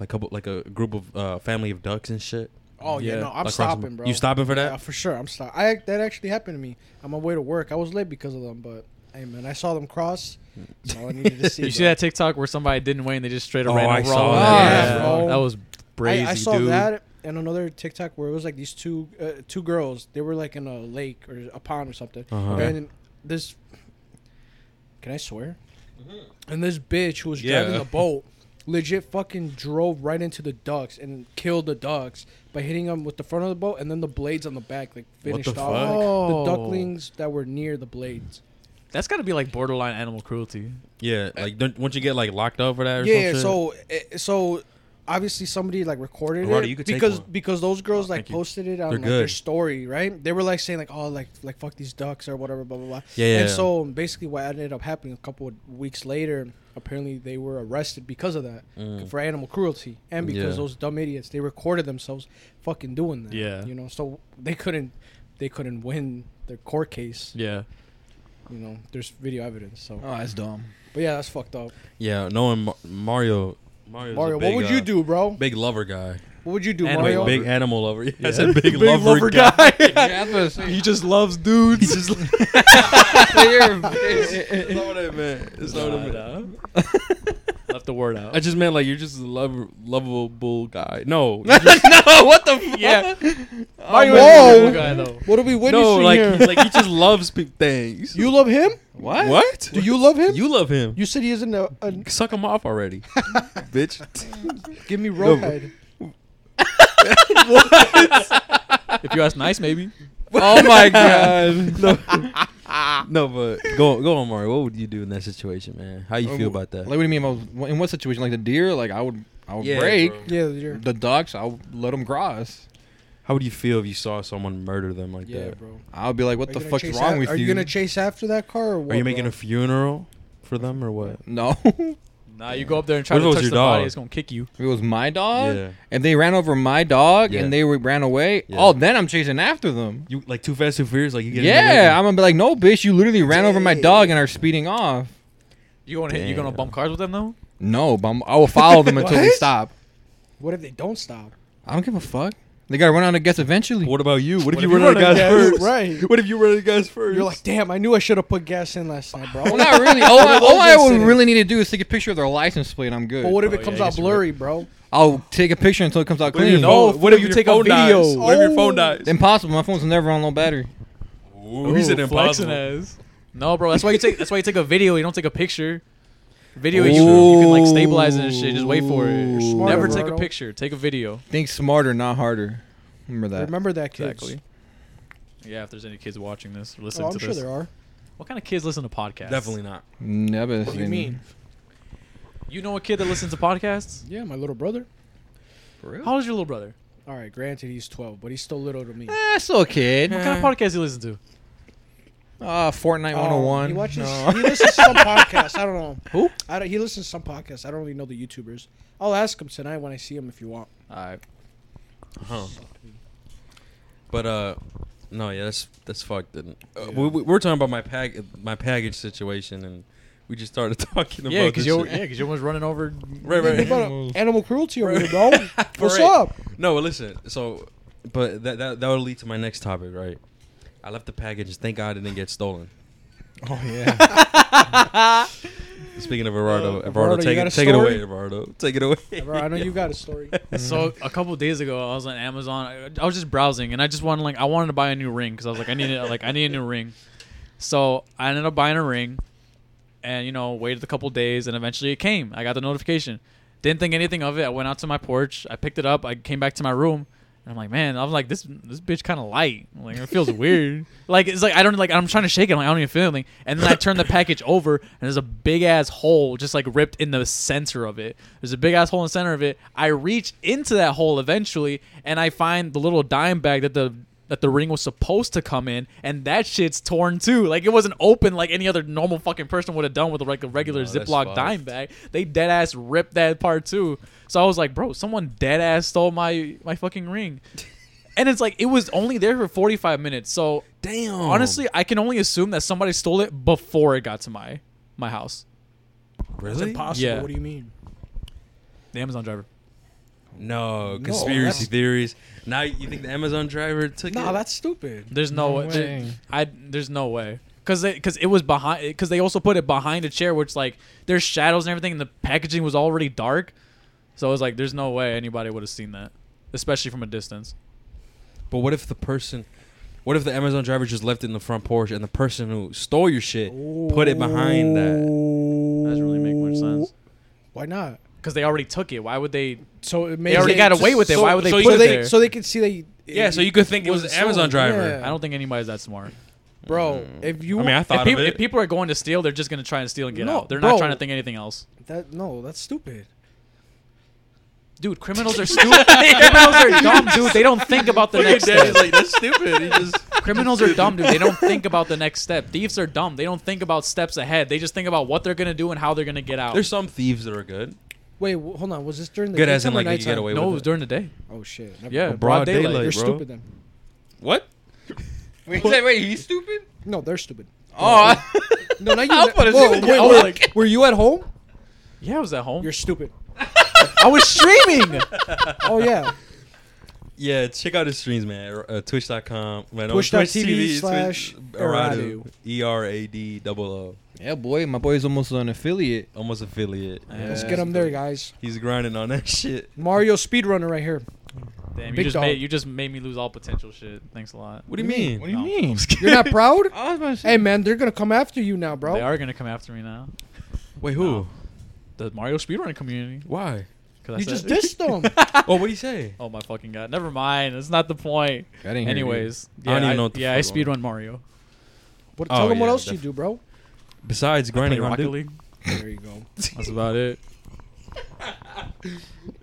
[SPEAKER 2] like couple like a group of uh family of ducks and shit.
[SPEAKER 4] Oh yeah,
[SPEAKER 3] Yeah,
[SPEAKER 4] no, I'm
[SPEAKER 2] Like, crossing-
[SPEAKER 4] stopping, bro.
[SPEAKER 2] You stopping for
[SPEAKER 4] Yeah,
[SPEAKER 2] that?
[SPEAKER 4] for sure. I'm stopping. I that actually happened to me. I'm on my way to work. I was late because of them, but hey, man, I saw them cross. That's all I needed
[SPEAKER 2] [LAUGHS]
[SPEAKER 4] to see.
[SPEAKER 3] You see
[SPEAKER 4] bro.
[SPEAKER 3] that TikTok where somebody didn't win, they just straight up
[SPEAKER 2] Oh,
[SPEAKER 3] ran over
[SPEAKER 2] I saw
[SPEAKER 3] all of
[SPEAKER 4] that.
[SPEAKER 3] them?
[SPEAKER 4] Yeah, bro.
[SPEAKER 3] that was brazy,
[SPEAKER 4] I, I saw
[SPEAKER 3] dude.
[SPEAKER 4] that and another TikTok where it was like these two uh, two girls. They were like in a lake or a pond or something.
[SPEAKER 2] Uh-huh.
[SPEAKER 4] And this, can I swear? And this bitch who was
[SPEAKER 2] Mm-hmm. Yeah. [LAUGHS]
[SPEAKER 4] driving the boat, legit fucking drove right into the ducks and killed the ducks by hitting them with the front of the boat and then the blades on the back like
[SPEAKER 2] the
[SPEAKER 4] finished
[SPEAKER 2] fuck?
[SPEAKER 4] off like,
[SPEAKER 3] Oh.
[SPEAKER 4] the ducklings that were near the blades.
[SPEAKER 3] That's got to be like borderline animal cruelty.
[SPEAKER 2] Yeah, like don't, once you get like locked up for that or
[SPEAKER 4] yeah,
[SPEAKER 2] something.
[SPEAKER 4] so eh, so obviously somebody like recorded
[SPEAKER 2] Eduardo,
[SPEAKER 4] it
[SPEAKER 2] you could take
[SPEAKER 4] because
[SPEAKER 2] one. Oh,
[SPEAKER 4] because those girls like
[SPEAKER 2] thank you.
[SPEAKER 4] posted it on
[SPEAKER 2] They're
[SPEAKER 4] like, their
[SPEAKER 2] good.
[SPEAKER 4] story, right? They were like saying like oh like like fuck these ducks or whatever blah blah blah.
[SPEAKER 2] Yeah, yeah,
[SPEAKER 4] And
[SPEAKER 2] yeah.
[SPEAKER 4] so basically what ended up happening a couple of weeks later, apparently they were arrested because of that
[SPEAKER 2] Mm.
[SPEAKER 4] for animal cruelty and because
[SPEAKER 2] Yeah.
[SPEAKER 4] those dumb idiots they recorded themselves fucking doing that.
[SPEAKER 3] Yeah.
[SPEAKER 4] you know, so they couldn't they couldn't win their court case.
[SPEAKER 3] Yeah.
[SPEAKER 4] You know, there's video evidence. So,
[SPEAKER 1] Oh, that's dumb.
[SPEAKER 4] but yeah, that's fucked up.
[SPEAKER 2] yeah, knowing Ma- Mario, Mario's a
[SPEAKER 4] Mario,
[SPEAKER 2] big,
[SPEAKER 4] what would you
[SPEAKER 2] uh,
[SPEAKER 4] do, bro?
[SPEAKER 2] Big lover guy,
[SPEAKER 4] What would you do,
[SPEAKER 3] Animal.
[SPEAKER 4] Mario?
[SPEAKER 2] big, big animal lover. [LAUGHS] Yeah, I said
[SPEAKER 3] [LAUGHS] Yeah.
[SPEAKER 2] big, lover, guy.
[SPEAKER 1] yeah, I was gonna
[SPEAKER 3] He just
[SPEAKER 2] [LAUGHS]
[SPEAKER 3] loves [LAUGHS] dudes.
[SPEAKER 1] say, you're [LAUGHS] a bitch.
[SPEAKER 2] That's not what I meant. That's not
[SPEAKER 3] [LAUGHS]
[SPEAKER 2] what I meant.
[SPEAKER 3] Left the word [LAUGHS] out.
[SPEAKER 2] I just meant like you're just a love, lovable guy. No,
[SPEAKER 1] no, what the fuck?
[SPEAKER 3] yeah.
[SPEAKER 1] Mario
[SPEAKER 4] is a
[SPEAKER 3] Whoa.
[SPEAKER 4] cool
[SPEAKER 3] guy though.
[SPEAKER 4] What are we witnessing
[SPEAKER 2] no, like
[SPEAKER 4] here?
[SPEAKER 2] like he just loves pe- things.
[SPEAKER 4] you love him?
[SPEAKER 1] What?
[SPEAKER 2] what?
[SPEAKER 4] Do you love him? You,
[SPEAKER 2] You love him.
[SPEAKER 4] said he isn't a. a
[SPEAKER 2] Suck him off already, bitch.
[SPEAKER 4] give me Roadhead.
[SPEAKER 3] If you ask nice, maybe.
[SPEAKER 2] oh my god. no. [LAUGHS] no, but go go on, Mario. What would you do in that situation, man? How you
[SPEAKER 1] Uh,
[SPEAKER 2] feel
[SPEAKER 1] wh-
[SPEAKER 2] about that?
[SPEAKER 1] Like, what do you mean? About, in what situation? Like the deer? Like I would, I would
[SPEAKER 2] Yeah,
[SPEAKER 1] break
[SPEAKER 2] bro.
[SPEAKER 4] Yeah, you're.
[SPEAKER 1] the ducks. I would let them cross.
[SPEAKER 2] How would you feel if you saw someone murder them like
[SPEAKER 4] Yeah,
[SPEAKER 2] that?
[SPEAKER 4] bro.
[SPEAKER 1] I would be like, what
[SPEAKER 4] Are you
[SPEAKER 1] the
[SPEAKER 4] gonna
[SPEAKER 1] fuck's
[SPEAKER 4] chase
[SPEAKER 1] wrong
[SPEAKER 4] af-
[SPEAKER 1] with
[SPEAKER 4] Are you gonna chase after that car? Or what,
[SPEAKER 2] Are you making
[SPEAKER 4] bro?
[SPEAKER 2] a funeral for them or what?
[SPEAKER 1] no, [LAUGHS] if
[SPEAKER 3] Nah, you go up there and try
[SPEAKER 2] What if it
[SPEAKER 3] to
[SPEAKER 2] was
[SPEAKER 3] touch
[SPEAKER 2] your
[SPEAKER 3] the body,
[SPEAKER 2] dog?
[SPEAKER 3] it's gonna kick you.
[SPEAKER 1] it was my dog,
[SPEAKER 2] Yeah.
[SPEAKER 1] if they ran over my dog
[SPEAKER 2] Yeah.
[SPEAKER 1] and they were, ran away,
[SPEAKER 2] Yeah.
[SPEAKER 1] oh, then I'm chasing after them.
[SPEAKER 2] You like too fast, too furious. Like you get in the way
[SPEAKER 1] Yeah,
[SPEAKER 2] of-
[SPEAKER 1] I'm gonna be like, no, bitch, you literally ran over my dog and are speeding off.
[SPEAKER 3] You gonna hit, you gonna
[SPEAKER 2] Damn.
[SPEAKER 3] bump cars with them though?
[SPEAKER 1] No, but I'm, I will follow them until they
[SPEAKER 4] What?
[SPEAKER 1] stop.
[SPEAKER 4] What if they don't stop?
[SPEAKER 1] I don't give a fuck. They gotta run out of gas eventually.
[SPEAKER 2] What about you? What, if
[SPEAKER 3] What
[SPEAKER 2] you run out of gas first?
[SPEAKER 4] Right.
[SPEAKER 2] What if you run out of gas 1st
[SPEAKER 4] You're like, damn! I knew I should have put gas in last night, bro.
[SPEAKER 1] Well, not really. All I,
[SPEAKER 4] [LAUGHS] What
[SPEAKER 1] all I
[SPEAKER 4] about
[SPEAKER 1] would
[SPEAKER 4] those
[SPEAKER 1] really need to do is take a picture of their license plate. and I'm good.
[SPEAKER 4] But what if
[SPEAKER 3] Oh,
[SPEAKER 4] it comes
[SPEAKER 3] yeah,
[SPEAKER 4] out
[SPEAKER 3] yes, you're
[SPEAKER 4] blurry, bro?
[SPEAKER 1] I'll take a picture until it comes out
[SPEAKER 2] What if your
[SPEAKER 1] clean.
[SPEAKER 2] phone-
[SPEAKER 4] No,
[SPEAKER 2] what if
[SPEAKER 4] you
[SPEAKER 2] Oh, your
[SPEAKER 4] take a
[SPEAKER 2] phone dies?
[SPEAKER 4] video.
[SPEAKER 2] What if your phone
[SPEAKER 4] Oh.
[SPEAKER 2] dies?
[SPEAKER 1] Impossible. My phone's never on low battery.
[SPEAKER 2] Ooh, he said
[SPEAKER 3] Ooh, flexing
[SPEAKER 2] impossible.
[SPEAKER 3] ass. No, bro. That's why you take. That's why you take a video. You don't take a picture. Video, you, you can like stabilize it and shit. Just wait for it.
[SPEAKER 1] Ooh.
[SPEAKER 4] Smart,
[SPEAKER 3] Never take a
[SPEAKER 4] Roberto.
[SPEAKER 3] picture. Take a video.
[SPEAKER 1] Think smarter, not harder. Remember that.
[SPEAKER 4] Remember that, kids.
[SPEAKER 3] Exactly. Yeah, if there's any kids watching this or
[SPEAKER 4] Oh,
[SPEAKER 3] listening
[SPEAKER 4] I'm
[SPEAKER 3] to
[SPEAKER 4] sure
[SPEAKER 3] this,
[SPEAKER 4] there are.
[SPEAKER 3] what kind of kids listen to podcasts?
[SPEAKER 2] Definitely not.
[SPEAKER 1] Never.
[SPEAKER 4] What do you
[SPEAKER 1] seen-
[SPEAKER 4] mean?
[SPEAKER 3] You know a kid that listens to podcasts?
[SPEAKER 4] Yeah, my little brother.
[SPEAKER 1] For real?
[SPEAKER 3] How old is your little brother?
[SPEAKER 4] All right, granted he's 12, but he's still little to me.
[SPEAKER 1] Eh, still a kid.
[SPEAKER 3] What kind of podcast do you listen to?
[SPEAKER 1] Uh, Fortnite
[SPEAKER 4] Oh,
[SPEAKER 1] 101.
[SPEAKER 4] He watches.
[SPEAKER 1] No.
[SPEAKER 4] He listens to some podcasts. I don't know.
[SPEAKER 3] Who?
[SPEAKER 4] I don't, he listens to some podcasts. I don't really know the YouTubers. I'll ask him tonight when I see him if you want.
[SPEAKER 3] Alright.
[SPEAKER 2] Huh. But uh, no, yeah, that's that's fucked. And, uh, we, we we're talking about my pack my package situation, and we just started [LAUGHS] talking about
[SPEAKER 3] Yeah, because
[SPEAKER 2] this
[SPEAKER 3] you're
[SPEAKER 2] shit.
[SPEAKER 3] yeah, because you're almost running over.
[SPEAKER 2] right,
[SPEAKER 4] Think
[SPEAKER 2] right.
[SPEAKER 4] about
[SPEAKER 1] Animals.
[SPEAKER 4] animal cruelty over here, bro. What's
[SPEAKER 2] Right.
[SPEAKER 4] up?
[SPEAKER 2] No, but listen. So, but that that that would lead to my next topic, right? I left the package. Thank God it didn't get stolen.
[SPEAKER 1] [LAUGHS] oh yeah.
[SPEAKER 2] Speaking of Everardo,
[SPEAKER 4] Uh,
[SPEAKER 2] Everardo,
[SPEAKER 4] Everardo, you
[SPEAKER 2] take
[SPEAKER 4] got
[SPEAKER 2] it,
[SPEAKER 4] a
[SPEAKER 2] take it away,
[SPEAKER 4] story?
[SPEAKER 2] Everardo, take it away.
[SPEAKER 4] Bro, I know you got a story.
[SPEAKER 3] So a couple days ago, I was on Amazon. I, I was just browsing, and I just wanted like I wanted to buy a new ring because I was like I need it, like I need a new ring. So I ended up buying a ring, and you know waited a couple days, and eventually it came. I got the notification. Didn't think anything of it. I went out to my porch. I picked it up. I came back to my room, and I'm like, man, I was like this this bitch kind of light. Like it
[SPEAKER 2] [LAUGHS]
[SPEAKER 3] feels weird. Like it's like I don't like I'm trying to shake it. I'm like, I don't even feel anything. And then I turn the package over, and there's a big ass hole just like ripped in the center of it. There's a big ass hole in the center of it. I reach into that hole eventually, and I find the little dime bag that the that the ring was supposed to come in, and that shit's torn too. Like it wasn't open like any other normal fucking person would have done with like a regular
[SPEAKER 2] No, that's
[SPEAKER 3] Ziploc
[SPEAKER 2] fucked.
[SPEAKER 3] dime bag. They dead ass ripped that part too. So I was like, bro, someone dead ass stole my my fucking [LAUGHS] ring. And it's like it was only there for 45 minutes. So
[SPEAKER 2] Damn.
[SPEAKER 3] honestly, I can only assume that somebody stole it before it got to my my house.
[SPEAKER 4] It's
[SPEAKER 2] really?
[SPEAKER 4] impossible.
[SPEAKER 3] Yeah.
[SPEAKER 4] What do you mean?
[SPEAKER 3] The Amazon driver.
[SPEAKER 2] No,
[SPEAKER 4] No,
[SPEAKER 2] conspiracy
[SPEAKER 4] that's-
[SPEAKER 2] theories. Now you think the Amazon driver took it?
[SPEAKER 4] Nah, that's stupid.
[SPEAKER 3] There's no,
[SPEAKER 1] No
[SPEAKER 3] way.
[SPEAKER 1] way.
[SPEAKER 3] I there's no way. because because it was behind because they also put it behind a chair, which like there's shadows and everything, and the packaging was already dark. So I was like, there's no way anybody would have seen that, especially from a distance.
[SPEAKER 2] But what if the person, what if the Amazon driver just left it in the front porch and the person who stole your shit put it behind
[SPEAKER 4] Oh.
[SPEAKER 2] that?
[SPEAKER 3] That doesn't really make much sense
[SPEAKER 4] Why not?
[SPEAKER 3] because they already took it. Why would they?
[SPEAKER 4] So
[SPEAKER 3] They
[SPEAKER 4] it makes
[SPEAKER 3] already
[SPEAKER 4] it
[SPEAKER 3] got
[SPEAKER 4] just-
[SPEAKER 3] away with it.
[SPEAKER 2] so-
[SPEAKER 3] Why would they
[SPEAKER 2] so
[SPEAKER 3] put
[SPEAKER 2] you-
[SPEAKER 4] So
[SPEAKER 3] it
[SPEAKER 4] they
[SPEAKER 3] there?
[SPEAKER 4] so they could see that. you-
[SPEAKER 2] Yeah, so you could think it was an Amazon driver. [LAUGHS]
[SPEAKER 4] Yeah.
[SPEAKER 3] I don't think anybody's that smart.
[SPEAKER 4] bro. If you,
[SPEAKER 2] I mean, I
[SPEAKER 3] If
[SPEAKER 2] thought
[SPEAKER 3] people,
[SPEAKER 2] of
[SPEAKER 3] if
[SPEAKER 2] it.
[SPEAKER 3] people are going to steal, they're just going to try and steal and get
[SPEAKER 4] No,
[SPEAKER 3] out. They're
[SPEAKER 4] bro.
[SPEAKER 3] not trying to think anything else.
[SPEAKER 4] that no, that's stupid.
[SPEAKER 3] Dude, [LAUGHS] criminals are stupid. criminals are dumb, dude. They don't think about the next step.
[SPEAKER 2] that's stupid. He just
[SPEAKER 3] Criminals are dumb, dude. They don't think about the next step. Thieves are dumb. They don't think about steps ahead. They just think about what they're gonna do and how they're gonna get
[SPEAKER 2] [LAUGHS]
[SPEAKER 3] out.
[SPEAKER 2] There's some thieves that are good.
[SPEAKER 4] Wait, w- hold on. Was this during the
[SPEAKER 2] Good as in,
[SPEAKER 4] daytime or
[SPEAKER 2] like, they could get
[SPEAKER 4] nighttime?
[SPEAKER 2] away
[SPEAKER 3] no, it
[SPEAKER 2] with
[SPEAKER 3] was
[SPEAKER 2] it.
[SPEAKER 3] during the day.
[SPEAKER 4] Oh shit. never
[SPEAKER 3] Yeah,
[SPEAKER 4] mind.
[SPEAKER 2] broad
[SPEAKER 3] broad daylight.
[SPEAKER 2] daylight.
[SPEAKER 4] They're
[SPEAKER 2] bro.
[SPEAKER 4] stupid then.
[SPEAKER 2] What?
[SPEAKER 1] Wait, wait, wait, he's stupid?
[SPEAKER 4] No, they're stupid.
[SPEAKER 1] [LAUGHS] Oh, [LAUGHS]
[SPEAKER 3] [LAUGHS]
[SPEAKER 4] No, not you.
[SPEAKER 1] I was gonna
[SPEAKER 4] Whoa,
[SPEAKER 1] say,
[SPEAKER 4] wait,
[SPEAKER 3] I was
[SPEAKER 4] wait.
[SPEAKER 3] like-
[SPEAKER 4] were you at home?
[SPEAKER 3] Yeah, I was at home.
[SPEAKER 4] You're stupid.
[SPEAKER 3] I was streaming.
[SPEAKER 4] Oh yeah.
[SPEAKER 2] Yeah, check out his streams, man. Uh, Twitch.com. Man,
[SPEAKER 4] Twitch.tv slash
[SPEAKER 2] Eradu. E R A D double O.
[SPEAKER 1] yeah, boy, my boy's almost an affiliate.
[SPEAKER 2] Almost affiliate.
[SPEAKER 4] Let's
[SPEAKER 1] Yeah.
[SPEAKER 4] get them there, guys.
[SPEAKER 2] He's grinding on that [LAUGHS] shit.
[SPEAKER 4] Mario speedrunner right here.
[SPEAKER 3] Damn, you
[SPEAKER 4] Big
[SPEAKER 3] just
[SPEAKER 4] dog.
[SPEAKER 3] made you just made me lose all potential. Shit. Thanks a lot.
[SPEAKER 2] What do you mean?
[SPEAKER 1] What do you
[SPEAKER 3] No.
[SPEAKER 1] mean?
[SPEAKER 4] You're not proud?
[SPEAKER 1] [LAUGHS]
[SPEAKER 3] [LAUGHS]
[SPEAKER 1] I was about to say.
[SPEAKER 4] hey man, they're gonna come after you now, bro.
[SPEAKER 3] They are gonna come after me now.
[SPEAKER 2] Wait, who?
[SPEAKER 3] No. The Mario speedrun community.
[SPEAKER 2] Why?
[SPEAKER 3] 'Cause I
[SPEAKER 4] You
[SPEAKER 3] said- [LAUGHS]
[SPEAKER 4] just dissed them.
[SPEAKER 2] oh, what do you say?
[SPEAKER 3] Oh my fucking god! Never mind. That's not the point.
[SPEAKER 1] I didn't hear you.
[SPEAKER 3] Anyways,
[SPEAKER 2] I don't
[SPEAKER 3] yeah,
[SPEAKER 2] even know what the
[SPEAKER 3] yeah, I
[SPEAKER 2] fuck going
[SPEAKER 3] speedrun Mario.
[SPEAKER 4] What,
[SPEAKER 2] Oh,
[SPEAKER 4] tell them what
[SPEAKER 2] yeah,
[SPEAKER 4] else
[SPEAKER 2] def-
[SPEAKER 4] you do, bro.
[SPEAKER 2] Besides grinding
[SPEAKER 3] Play
[SPEAKER 2] on
[SPEAKER 3] Rocket
[SPEAKER 2] Duke.
[SPEAKER 3] League.
[SPEAKER 4] There you go.
[SPEAKER 3] That's about it.
[SPEAKER 2] [LAUGHS]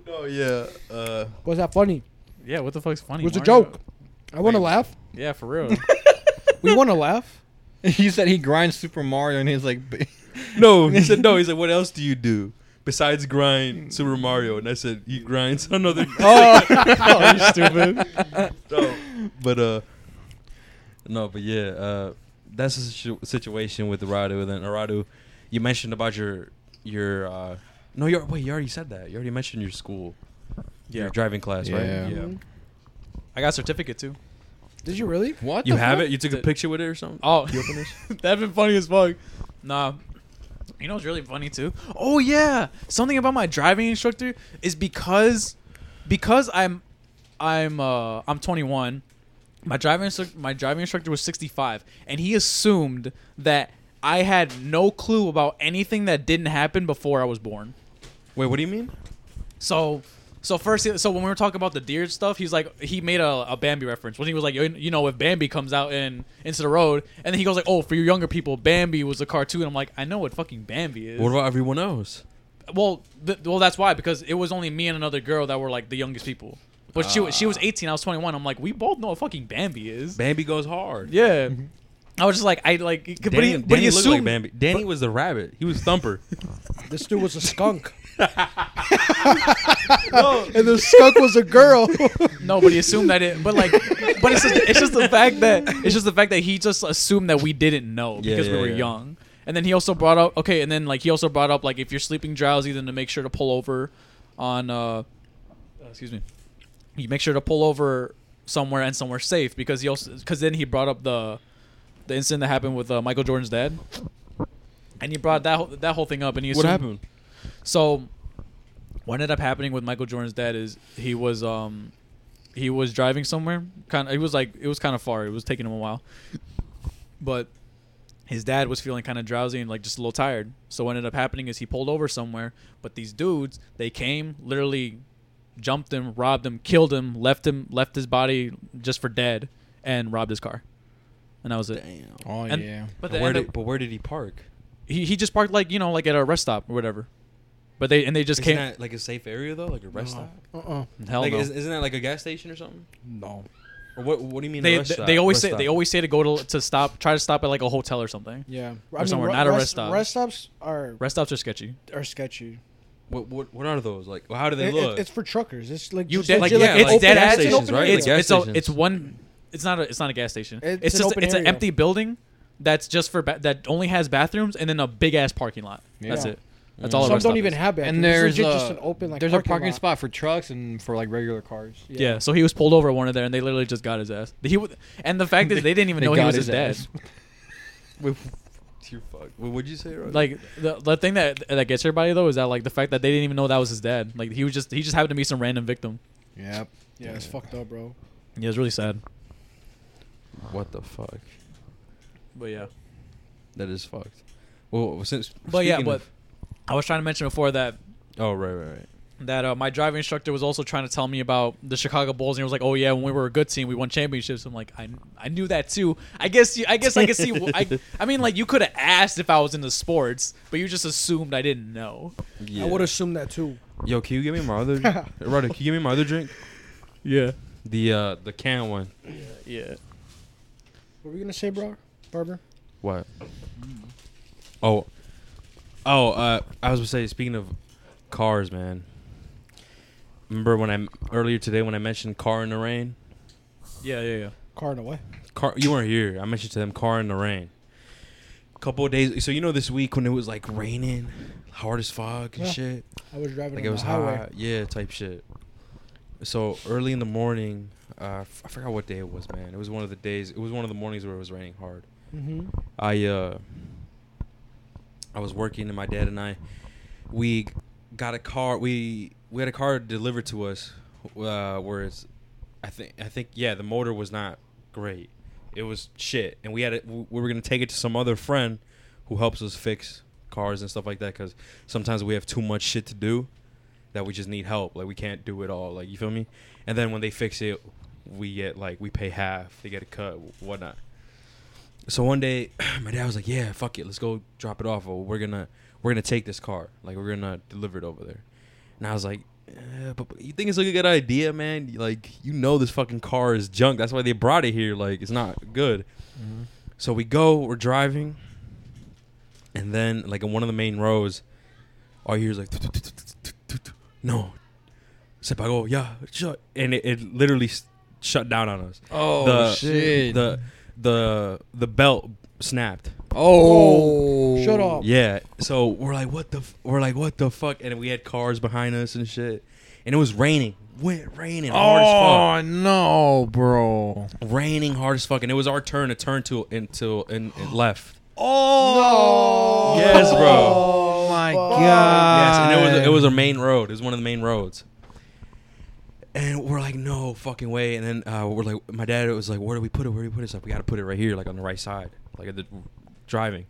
[SPEAKER 2] Oh yeah. Uh,
[SPEAKER 4] Was that funny?
[SPEAKER 3] Yeah, what the fuck's funny?
[SPEAKER 4] Was a
[SPEAKER 3] Mario-
[SPEAKER 4] joke. I want to
[SPEAKER 2] Wait.
[SPEAKER 4] laugh.
[SPEAKER 3] Yeah, for real.
[SPEAKER 4] We want to laugh.
[SPEAKER 1] [LAUGHS] he said he grinds Super Mario and he's like, [LAUGHS] b-
[SPEAKER 2] [LAUGHS] no, he said no. He's like, what else do you do besides grind Super Mario? And I said he grinds [LAUGHS] [LAUGHS] another.
[SPEAKER 3] [LAUGHS] oh, you stupid.
[SPEAKER 2] no, but uh, no, but yeah, uh, that's the situ- situation with Aradu. And then Aradu, you mentioned about your your uh, no, you wait, you already said that. You already mentioned your school, your driving class,
[SPEAKER 1] Yeah.
[SPEAKER 2] right?
[SPEAKER 4] Mhm.
[SPEAKER 3] I got a certificate too.
[SPEAKER 4] Did you really?
[SPEAKER 1] what?
[SPEAKER 2] You
[SPEAKER 1] the
[SPEAKER 2] have
[SPEAKER 1] fuck?
[SPEAKER 2] it. You took a picture with it or something.
[SPEAKER 3] Oh,
[SPEAKER 2] you open this.
[SPEAKER 3] [LAUGHS] that'd been funny as fuck. Nah. You know what's really funny too? Oh yeah, something about my driving instructor is because because I'm I'm uh I'm 21. My driving instructor my driving instructor was 65 and he assumed that I had no clue about anything that didn't happen before I was born.
[SPEAKER 2] Wait, what do you mean?
[SPEAKER 3] So, so first, so when we were talking about the deer stuff, he's like, he made a, a Bambi reference when he was like, you you know, if Bambi comes out in into the road, and then he goes like, oh, for you younger people, Bambi was a cartoon. I'm like, I know what fucking Bambi is.
[SPEAKER 2] What about everyone else?
[SPEAKER 3] well, th- well, that's why because it was only me and another girl that were like the youngest people, but
[SPEAKER 2] Ah.
[SPEAKER 3] she wa- she was 18, I was 21. I'm like, we both know what fucking Bambi is.
[SPEAKER 2] Bambi goes hard.
[SPEAKER 3] yeah. I was just like I like, but he, but he
[SPEAKER 2] looked
[SPEAKER 3] assumed
[SPEAKER 2] Bambi. Mm-hmm. Danny was the rabbit. He was
[SPEAKER 3] [LAUGHS]
[SPEAKER 2] Thumper.
[SPEAKER 4] This dude was a skunk. [LAUGHS] and the skunk was
[SPEAKER 2] [LAUGHS]
[SPEAKER 4] a girl.
[SPEAKER 3] No, but he assumed that it. But like, but it's just, it's just the fact that it's just the fact that he just assumed that we didn't know
[SPEAKER 2] Yeah,
[SPEAKER 3] because
[SPEAKER 2] yeah,
[SPEAKER 3] we were
[SPEAKER 2] yeah.
[SPEAKER 3] young. And then he also brought up okay, and then like he also brought up like if you're sleeping drowsy, then to make sure to pull over on. uh Excuse me. You make sure to pull over somewhere and somewhere safe because he also because then he brought up the the incident that happened with uh, Michael Jordan's dad. And he brought that whole, that whole thing up, and he
[SPEAKER 2] what
[SPEAKER 3] assumed-
[SPEAKER 2] happened?
[SPEAKER 3] so, what ended up happening with Michael Jordan's dad is he was um he was driving somewhere. Kind of, it was like it was kind of far. It was taking him a while, but his dad was feeling kind of drowsy and like just a little tired. So what ended up happening is he pulled over somewhere. But these dudes, they came literally, jumped him, robbed him, killed him, left him, left his body just for dead, and robbed his car. And that was it.
[SPEAKER 1] Oh,
[SPEAKER 3] And-
[SPEAKER 1] yeah.
[SPEAKER 3] But,
[SPEAKER 2] But
[SPEAKER 3] the
[SPEAKER 2] where,
[SPEAKER 3] end
[SPEAKER 2] did,
[SPEAKER 3] up-
[SPEAKER 2] but where did he park?
[SPEAKER 3] he he just parked like you know like at a rest stop or whatever. But they and they just
[SPEAKER 2] Isn't
[SPEAKER 3] came.
[SPEAKER 2] that like a safe area though, like a rest stop?
[SPEAKER 4] Uh-uh.
[SPEAKER 3] hell
[SPEAKER 2] like,
[SPEAKER 3] no.
[SPEAKER 2] is, isn't that like a gas station or something?
[SPEAKER 4] No.
[SPEAKER 2] Or what? What do you mean? a
[SPEAKER 3] they,
[SPEAKER 2] rest
[SPEAKER 3] they,
[SPEAKER 2] stop?
[SPEAKER 3] they always
[SPEAKER 2] Rest
[SPEAKER 3] say they
[SPEAKER 2] stop.
[SPEAKER 3] always say to go to to stop try to stop at like a hotel or something.
[SPEAKER 4] Yeah.
[SPEAKER 3] Or somewhere,
[SPEAKER 4] re-
[SPEAKER 3] not a
[SPEAKER 4] rest,
[SPEAKER 3] rest stop.
[SPEAKER 4] Rest stops are
[SPEAKER 3] Rest stops are sketchy.
[SPEAKER 4] are sketchy.
[SPEAKER 2] What, what, what are those like? How do they
[SPEAKER 4] It- it-
[SPEAKER 2] look?
[SPEAKER 4] it's for truckers. It's like
[SPEAKER 3] You
[SPEAKER 4] just
[SPEAKER 3] dead,
[SPEAKER 2] like-
[SPEAKER 3] like,
[SPEAKER 2] yeah,
[SPEAKER 3] it's
[SPEAKER 2] like
[SPEAKER 3] dead
[SPEAKER 2] gas
[SPEAKER 3] ass.
[SPEAKER 2] stations,
[SPEAKER 3] It's,
[SPEAKER 2] right? Like
[SPEAKER 3] it's,
[SPEAKER 2] gas
[SPEAKER 3] it's a,
[SPEAKER 2] stations.
[SPEAKER 3] it's one. It's not a it's not a gas station.
[SPEAKER 4] It's
[SPEAKER 3] It's,
[SPEAKER 4] an
[SPEAKER 3] just
[SPEAKER 4] open
[SPEAKER 3] it's an
[SPEAKER 4] area.
[SPEAKER 3] empty building that's just for ba- that only has bathrooms and then a big ass parking lot. That's
[SPEAKER 4] Yeah.
[SPEAKER 3] it. That's all. a
[SPEAKER 4] Some
[SPEAKER 3] rest stop
[SPEAKER 4] don't even
[SPEAKER 3] is.
[SPEAKER 4] have bathrooms.
[SPEAKER 1] And
[SPEAKER 4] It's
[SPEAKER 1] there's
[SPEAKER 4] legit
[SPEAKER 1] a,
[SPEAKER 4] just an open like
[SPEAKER 1] there's
[SPEAKER 4] uh, parking
[SPEAKER 1] a parking
[SPEAKER 4] lot.
[SPEAKER 1] spot for trucks and for like regular cars.
[SPEAKER 3] Yeah. so he was pulled
[SPEAKER 2] [LAUGHS]
[SPEAKER 1] [LAUGHS]
[SPEAKER 3] over at one of there, and they literally just got his ass. He w- and the fact is they didn't even know he was his, dad.
[SPEAKER 2] Wait, [LAUGHS] you fuck. What would you say, right?
[SPEAKER 3] Like the the thing that that gets everybody though is that like the fact that they didn't even know that was his dad. Like he was just he just happened to be some random victim.
[SPEAKER 1] Yep.
[SPEAKER 4] Yeah, it's fucked up, bro.
[SPEAKER 3] Yeah, it's really sad.
[SPEAKER 2] what the fuck?
[SPEAKER 3] But yeah.
[SPEAKER 2] That is fucked. Well, since
[SPEAKER 3] But yeah,
[SPEAKER 2] speaking
[SPEAKER 3] but
[SPEAKER 2] of-
[SPEAKER 3] I was trying to mention before that
[SPEAKER 2] oh right, right, right.
[SPEAKER 3] that uh, my driving instructor was also trying to tell me about the Chicago Bulls, and he was like, "Oh yeah, when we were a good team, we won championships." I'm like, "I, I knew that too. I guess you, I guess I could see. I, I mean, like you could have asked if I was into sports, but you just assumed I didn't know."
[SPEAKER 2] Yeah.
[SPEAKER 4] I would assume that too.
[SPEAKER 2] Yo, can you give me my
[SPEAKER 3] [LAUGHS]
[SPEAKER 2] other? Rada, can you give me my other drink?
[SPEAKER 3] Yeah,
[SPEAKER 2] The uh the can one.
[SPEAKER 3] yeah.
[SPEAKER 4] What were you gonna say, bro? Barber?
[SPEAKER 2] What? Oh, oh. Uh, I was gonna say. Speaking of cars, man. Remember when I earlier today when I mentioned car in the rain?
[SPEAKER 3] Yeah, yeah, yeah.
[SPEAKER 4] Car in a way.
[SPEAKER 2] Car, you weren't here. I mentioned to them car in the rain. Couple of days. So you know this week when it was like raining, hard as fog and
[SPEAKER 4] Yeah.
[SPEAKER 2] shit.
[SPEAKER 4] I was driving
[SPEAKER 2] like
[SPEAKER 4] on
[SPEAKER 2] it was
[SPEAKER 4] the highway.
[SPEAKER 2] hot, yeah, type shit. So early in the morning, uh, f- I forgot what day it was, man. It was one of the days. It was one of the mornings where it was raining hard.
[SPEAKER 4] Mm-hmm.
[SPEAKER 2] I uh, I was working, and my dad and I, we got a car. We we had a car delivered to us, uh, where it's, I think I think yeah, the motor was not great. It was shit, and we had it. We were gonna take it to some other friend, who helps us fix cars and stuff like that. Because sometimes we have too much shit to do, that we just need help. Like we can't do it all. Like you feel me? And then when they fix it, we get like we pay half. They get a cut, whatnot. So one day, [CLEARS THROAT] my dad was like, "Yeah, fuck it, let's go drop it off. Or we're gonna we're gonna take this car. Like we're gonna deliver it over there." And I was like, eh, but, but you think it's like a good idea, man? Like you know this fucking car is junk. That's why they brought it here. Like it's not good." So we go, we're driving, and then like on one of the main roads, all you hear is like, "No, se pagó, yeah, shut," and it, it literally s- shut down on us.
[SPEAKER 1] Oh
[SPEAKER 2] The-
[SPEAKER 1] shit.
[SPEAKER 2] The the the belt snapped.
[SPEAKER 1] oh.
[SPEAKER 4] Oh, shut up.
[SPEAKER 2] Yeah. So we're like, what the? F-? We're like, what the fuck? And we had cars behind us and shit. And it was raining. Went raining hard
[SPEAKER 1] Oh no, bro.
[SPEAKER 2] as fuck. Raining hard as fuck. And it was our turn to turn to into and, and left.
[SPEAKER 1] Oh.
[SPEAKER 2] No. Yes, bro.
[SPEAKER 1] Oh my
[SPEAKER 2] Yes.
[SPEAKER 1] god.
[SPEAKER 2] And it was it was a main road. It was one of the main roads. And we're like, no fucking way. And then uh, we're like, my dad was like, where do we put it? Where do we put it? It's like, we gotta put it right here, like on the right side, like at the driving.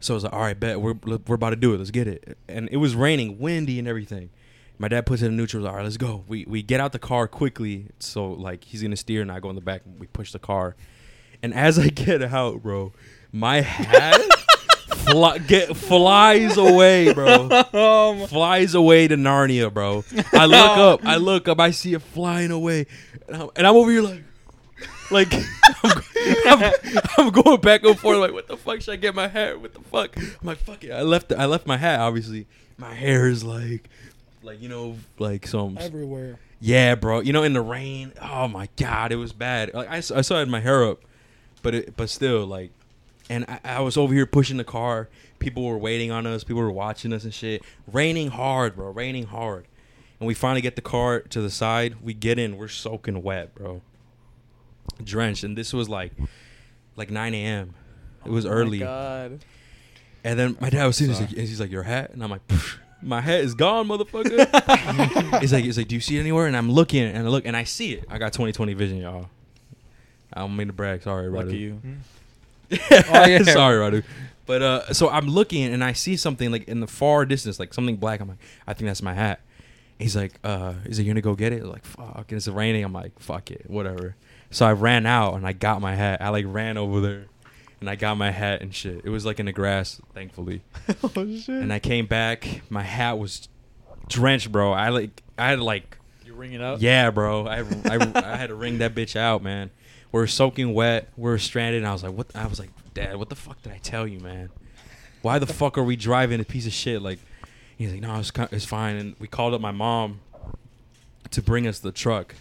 [SPEAKER 2] So I was like, all right, bet we're we're about to do it. Let's get it. And it was raining, windy, and everything. My dad puts it in neutral. All right, let's go. We we get out the car quickly. So like he's gonna steer, and I go in the back. And we push the car. And as I get out, bro, my hat fly, get flies away, bro flies away to Narnia, bro. I look up, I look up, I see it flying away, and I'm, and I'm over here like, like [LAUGHS] I'm, I'm, I'm going back and forth like, what the fuck should I get my hair? What the fuck? I'm like, fuck it. I left, I left my hat. Obviously, my hair is like, like you know, like some
[SPEAKER 4] Everywhere.
[SPEAKER 2] yeah, bro. You know, in the rain. Oh my god, it was bad. Like I, s- I still had my hair up, but it, but still, like, and I, I was over here pushing the car. People were waiting on us. People were watching us and shit. Raining hard, bro. Raining hard. And we finally get the car to the side. We get in. We're soaking wet, bro. Drenched. And this was like, like 9 a.m. It was early.
[SPEAKER 3] Oh God.
[SPEAKER 2] And then my dad was sitting, he's like, and he's like, "Your hat," and I'm like, "Pfft, "My hat is gone, motherfucker." he's like, "He's like, do you see it anywhere?" And I'm looking, and I look, and I see it. I got 20/20 vision, y'all. I don't mean to brag. Sorry, Radu.
[SPEAKER 3] Lucky you.
[SPEAKER 1] Oh, yeah.
[SPEAKER 2] Sorry, Radu. But uh, so I'm looking, and I see something like in the far distance, like something black. I'm like, I think that's my hat. He's like, uh, he's like, you gonna go get it? I'm like, fuck. And it's raining. I'm like, fuck it, whatever. So I ran out and I got my hat. I like ran over there, and I got my hat and shit. It was like in the grass, thankfully
[SPEAKER 3] oh shit.
[SPEAKER 2] and I came back. My hat was drenched, bro. I like, I had like,
[SPEAKER 3] you ring it up.
[SPEAKER 2] yeah, bro. I, I, I had to wring that bitch out, man. We are soaking wet. We are stranded. And I was like, what? I was like, Dad, what the fuck did I tell you, man? Why the fuck are we driving a piece of shit? Like, he's like, no, it's ki- it's fine. And we called up my mom to bring us the truck.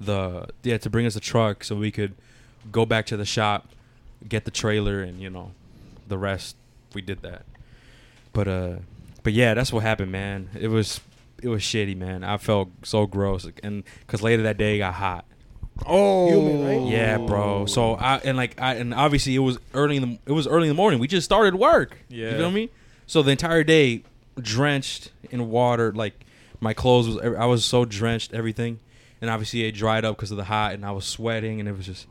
[SPEAKER 2] The yeah, to bring us the truck so we could go back to the shop, get the trailer, and you know, the rest. We did that. But uh, but yeah, that's what happened, man. It was it was shitty, man. I felt so gross, and because later that day it got hot,
[SPEAKER 1] Oh,
[SPEAKER 4] Human, right?
[SPEAKER 2] Yeah,
[SPEAKER 1] [LAUGHS]
[SPEAKER 2] bro. So I and like I and obviously it was early in the it was early in the morning. We just started work.
[SPEAKER 3] Yeah.
[SPEAKER 2] you feel me? So the entire day drenched in water. Like my clothes was I was so drenched everything, and obviously it dried up because of the hot, and I was sweating, and it was just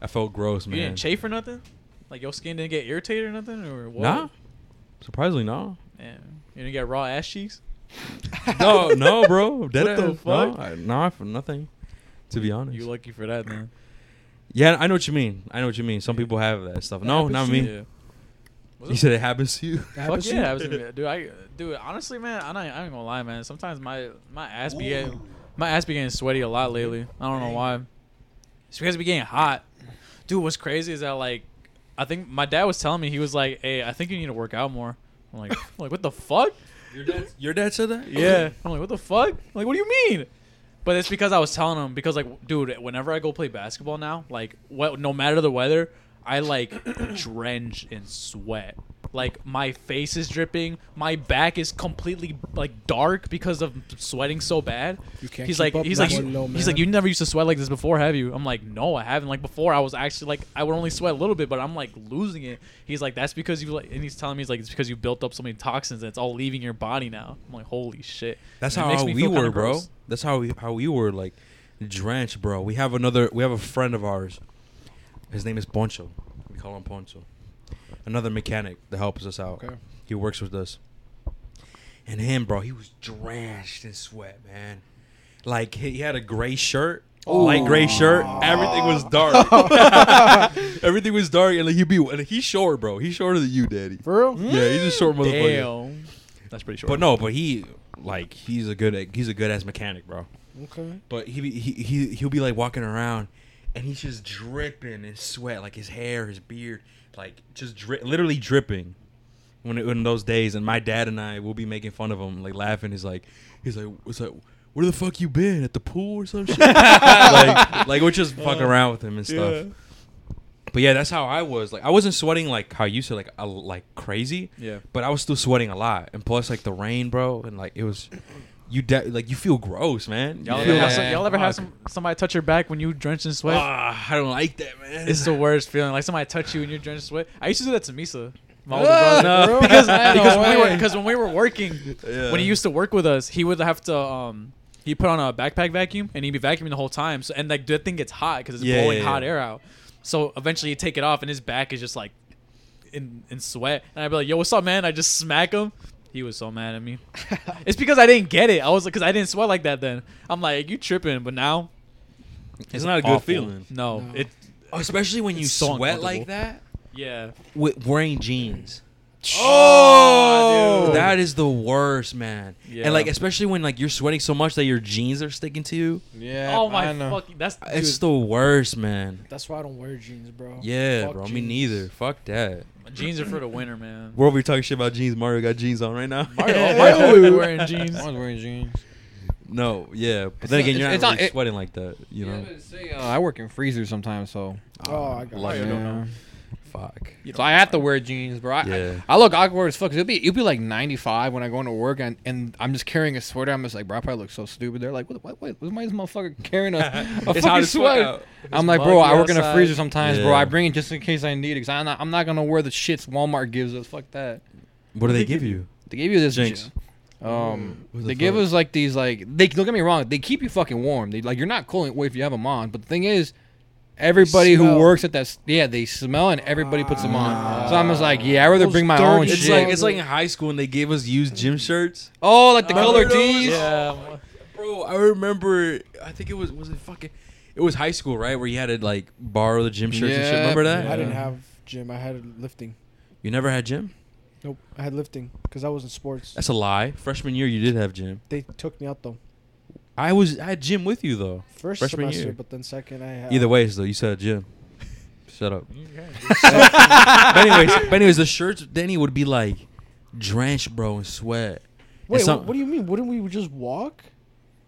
[SPEAKER 2] I felt gross,
[SPEAKER 3] You
[SPEAKER 2] man.
[SPEAKER 3] didn't chafe or nothing? Like your skin didn't get irritated or nothing? Or what?
[SPEAKER 2] Nah, surprisingly, no,
[SPEAKER 3] Yeah. You didn't get raw ass cheeks?
[SPEAKER 2] [LAUGHS] no, no, bro. Dead
[SPEAKER 3] What the
[SPEAKER 2] ass. No,
[SPEAKER 3] fuck?
[SPEAKER 2] I, nah, for nothing. To be honest,
[SPEAKER 3] You lucky for that, man.
[SPEAKER 2] yeah, I know what you mean. I know what you mean. Some people have that stuff. No,
[SPEAKER 4] happens
[SPEAKER 2] not
[SPEAKER 4] to
[SPEAKER 2] me.
[SPEAKER 3] Yeah.
[SPEAKER 2] You said it happens to you.
[SPEAKER 4] That
[SPEAKER 3] Fuck
[SPEAKER 4] happens to you?
[SPEAKER 3] yeah, I was gonna, dude. I dude, honestly, man, I'm not, I ain't gonna lie, man. Sometimes my my ass be getting, my ass be getting sweaty a lot lately. I don't know why. It's because it be getting hot, dude. What's crazy is that like, I think my dad was telling me he was like, "Hey, I think you need to work out more." I'm like, [LAUGHS] I'm like what the fuck?
[SPEAKER 2] Your dad, your dad said that?
[SPEAKER 3] Yeah. [LAUGHS] I'm like, what the fuck? I'm like, what do you mean? But it's because I was telling him because like, dude, whenever I go play basketball now, like, what, no matter the weather, I like [COUGHS] drench in sweat. Like my face is dripping, my back is completely like dark because of sweating so bad.
[SPEAKER 4] You can't
[SPEAKER 3] he's like,
[SPEAKER 4] keep up
[SPEAKER 3] he's
[SPEAKER 4] that
[SPEAKER 3] like, you,
[SPEAKER 4] one low,
[SPEAKER 3] he's like, you
[SPEAKER 4] man.
[SPEAKER 3] never used to sweat like this before, have you? I'm like, no, I haven't. Like before, I was actually like, I would only sweat a little bit, but I'm like losing it. He's like, that's because you like, and he's telling me he's like, it's because you built up so many toxins and it's all leaving your body now. I'm like, holy shit.
[SPEAKER 2] That's
[SPEAKER 3] And it
[SPEAKER 2] how,
[SPEAKER 3] makes
[SPEAKER 2] how
[SPEAKER 3] me
[SPEAKER 2] we
[SPEAKER 3] feel kinda
[SPEAKER 2] were, bro.
[SPEAKER 3] gross.
[SPEAKER 2] That's how we how we were like drenched, bro. We have another we have a friend of ours. His name is Poncho. We call him Poncho. Another mechanic that helps us out.
[SPEAKER 4] Okay.
[SPEAKER 2] He works with us. And him, bro, he was drenched in sweat, man. Like he he had a gray shirt. Light gray shirt, everything was dark. [LAUGHS] everything was dark, and like he'd be, and he's short, bro. He's shorter than you, daddy.
[SPEAKER 4] For real?
[SPEAKER 2] Yeah, he's a short motherfucker.
[SPEAKER 3] Damn. That's pretty short.
[SPEAKER 2] But no, but he like he's a good he's a good ass mechanic, bro.
[SPEAKER 4] Okay.
[SPEAKER 2] But he be- he he he'll be like walking around, and he's just dripping in sweat, like his hair, his beard, like just dri- literally dripping. When it, in those days, and my dad and I will be making fun of him, like laughing. He's like, he's like, it's like, where the fuck you been at the pool or some shit? like, like we're just fucking around with him and stuff. But yeah, that's how I was. Like I wasn't sweating like how you said, like a, like crazy.
[SPEAKER 3] Yeah.
[SPEAKER 2] But I was still sweating a lot, and plus like the rain, bro, and like it was, you de- like you feel gross, man. You
[SPEAKER 3] Y'all
[SPEAKER 2] feel
[SPEAKER 3] ever have,
[SPEAKER 2] like-
[SPEAKER 3] some, y'all ever have
[SPEAKER 2] fuck.
[SPEAKER 3] some, somebody touch your back when you drenched in sweat?
[SPEAKER 2] Ah, I don't like that, man.
[SPEAKER 3] It's the worst feeling. Like somebody touch you and you're drenched in sweat. I used to do that to Misa. My older
[SPEAKER 2] Ah,
[SPEAKER 3] brother.
[SPEAKER 2] no.
[SPEAKER 3] Because,
[SPEAKER 2] No
[SPEAKER 3] because when we were
[SPEAKER 2] way.
[SPEAKER 3] because when we were working,
[SPEAKER 2] Yeah.
[SPEAKER 3] when he used to work with us, he would have to um he put on a backpack vacuum and he'd be vacuuming the whole time. So and like that thing gets hot because it's
[SPEAKER 2] Yeah,
[SPEAKER 3] blowing
[SPEAKER 2] yeah,
[SPEAKER 3] hot
[SPEAKER 2] yeah.
[SPEAKER 3] air out. So eventually you take it off and his back is just like in in sweat. And I'd be like, "Yo, what's up, man?" I just smack him. He was so
[SPEAKER 2] [LAUGHS]
[SPEAKER 3] mad at me. It's because I didn't get it. I was like, because I didn't sweat like that then. I'm like, you tripping, but now
[SPEAKER 2] it's not a good
[SPEAKER 3] awful.
[SPEAKER 2] feeling,
[SPEAKER 3] No,
[SPEAKER 4] No.
[SPEAKER 3] it.
[SPEAKER 2] especially when you
[SPEAKER 3] It's so
[SPEAKER 2] sweat
[SPEAKER 3] uncomfortable.
[SPEAKER 2] like that
[SPEAKER 3] Yeah,
[SPEAKER 2] with wearing jeans.
[SPEAKER 3] Oh, dude.
[SPEAKER 2] that is the worst, man.
[SPEAKER 3] Yeah.
[SPEAKER 2] And like especially when like you're sweating so much that your jeans are sticking to you.
[SPEAKER 1] yeah.
[SPEAKER 3] Oh my
[SPEAKER 1] I know.
[SPEAKER 3] fucking! That's
[SPEAKER 2] It's
[SPEAKER 3] dude,
[SPEAKER 2] the worst, man.
[SPEAKER 4] That's why I don't wear jeans, bro.
[SPEAKER 2] Yeah,
[SPEAKER 4] Fuck
[SPEAKER 2] bro. Me
[SPEAKER 4] jeans.
[SPEAKER 2] neither. Fuck that.
[SPEAKER 3] jeans are for the winter, man.
[SPEAKER 2] We're over here talking shit about jeans. Mario got jeans on right now.
[SPEAKER 3] Mario, oh, [LAUGHS] Mario over there wearing jeans.
[SPEAKER 1] I was wearing jeans.
[SPEAKER 2] [LAUGHS] no, yeah, but then
[SPEAKER 1] not-
[SPEAKER 2] again, you're
[SPEAKER 1] it's-
[SPEAKER 2] not,
[SPEAKER 1] it's
[SPEAKER 2] really
[SPEAKER 1] not- it-
[SPEAKER 2] sweating like that, you know.
[SPEAKER 1] Uh, I work in freezers sometimes, so
[SPEAKER 4] Oh, I got
[SPEAKER 2] Like,
[SPEAKER 4] you.
[SPEAKER 3] I don't know.
[SPEAKER 2] Fuck.
[SPEAKER 3] You
[SPEAKER 1] So I have to wear jeans, bro. I,
[SPEAKER 2] Yeah.
[SPEAKER 1] I, I look awkward as fuck. 'cause It'll be it'll be like 95 when I go into work and, and I'm just carrying a sweater. I'm just like, bro, I probably look so stupid. They're like, what? What? What? Why is this motherfucker
[SPEAKER 2] [LAUGHS]
[SPEAKER 1] carrying a, a
[SPEAKER 2] It's hot
[SPEAKER 1] fucking
[SPEAKER 2] as fuck
[SPEAKER 1] sweater?
[SPEAKER 2] out.
[SPEAKER 1] I'm like, bro, I
[SPEAKER 3] muggy
[SPEAKER 1] work in a
[SPEAKER 3] outside.
[SPEAKER 1] freezer sometimes, bro.
[SPEAKER 2] Yeah.
[SPEAKER 1] I bring it just in case I need it. Cause I'm not I'm not gonna wear the shits Walmart gives us. Fuck that.
[SPEAKER 2] What do they give you?
[SPEAKER 1] They gave you this.
[SPEAKER 2] Jinx.
[SPEAKER 4] Mm,
[SPEAKER 1] Um,
[SPEAKER 2] What the
[SPEAKER 1] they give
[SPEAKER 2] fuck?
[SPEAKER 1] us like these like they don't get me wrong. They keep you fucking warm. They like you're not cold anyway if you have them on. But the thing is, everybody who
[SPEAKER 4] smell.
[SPEAKER 1] works at that s- yeah they smell and everybody puts them on. So I'm just like yeah, I would rather
[SPEAKER 4] Those
[SPEAKER 1] bring my
[SPEAKER 4] dirty
[SPEAKER 1] own
[SPEAKER 4] It's
[SPEAKER 1] shit.
[SPEAKER 4] like- it's
[SPEAKER 2] in high school and they gave us used gym shirts.
[SPEAKER 1] oh, like the
[SPEAKER 2] Remember
[SPEAKER 1] color
[SPEAKER 2] those?
[SPEAKER 1] tees.
[SPEAKER 3] Yeah,
[SPEAKER 2] Bro, I remember. I think it was was it fucking. It was high school, right? Where you had to like borrow the gym shirts and shit.
[SPEAKER 1] Yeah.
[SPEAKER 2] Remember that?
[SPEAKER 4] I didn't
[SPEAKER 1] Yeah.
[SPEAKER 4] have gym. I had lifting.
[SPEAKER 2] You never had gym?
[SPEAKER 4] Nope. I had lifting because I was in sports.
[SPEAKER 2] That's a lie. Freshman year, you did have gym.
[SPEAKER 4] They took me out though.
[SPEAKER 2] I was I had gym with you though.
[SPEAKER 4] First
[SPEAKER 2] Freshman
[SPEAKER 4] semester,
[SPEAKER 2] year.
[SPEAKER 4] but then second I had.
[SPEAKER 2] Either way, though, you said
[SPEAKER 4] [LAUGHS]
[SPEAKER 2] gym. Shut up. but anyways, but anyways, the shirts Danny would be like drenched, bro, in sweat.
[SPEAKER 4] Wait,
[SPEAKER 2] It's
[SPEAKER 4] wha-
[SPEAKER 2] not-
[SPEAKER 4] what do you mean? Wouldn't we just walk?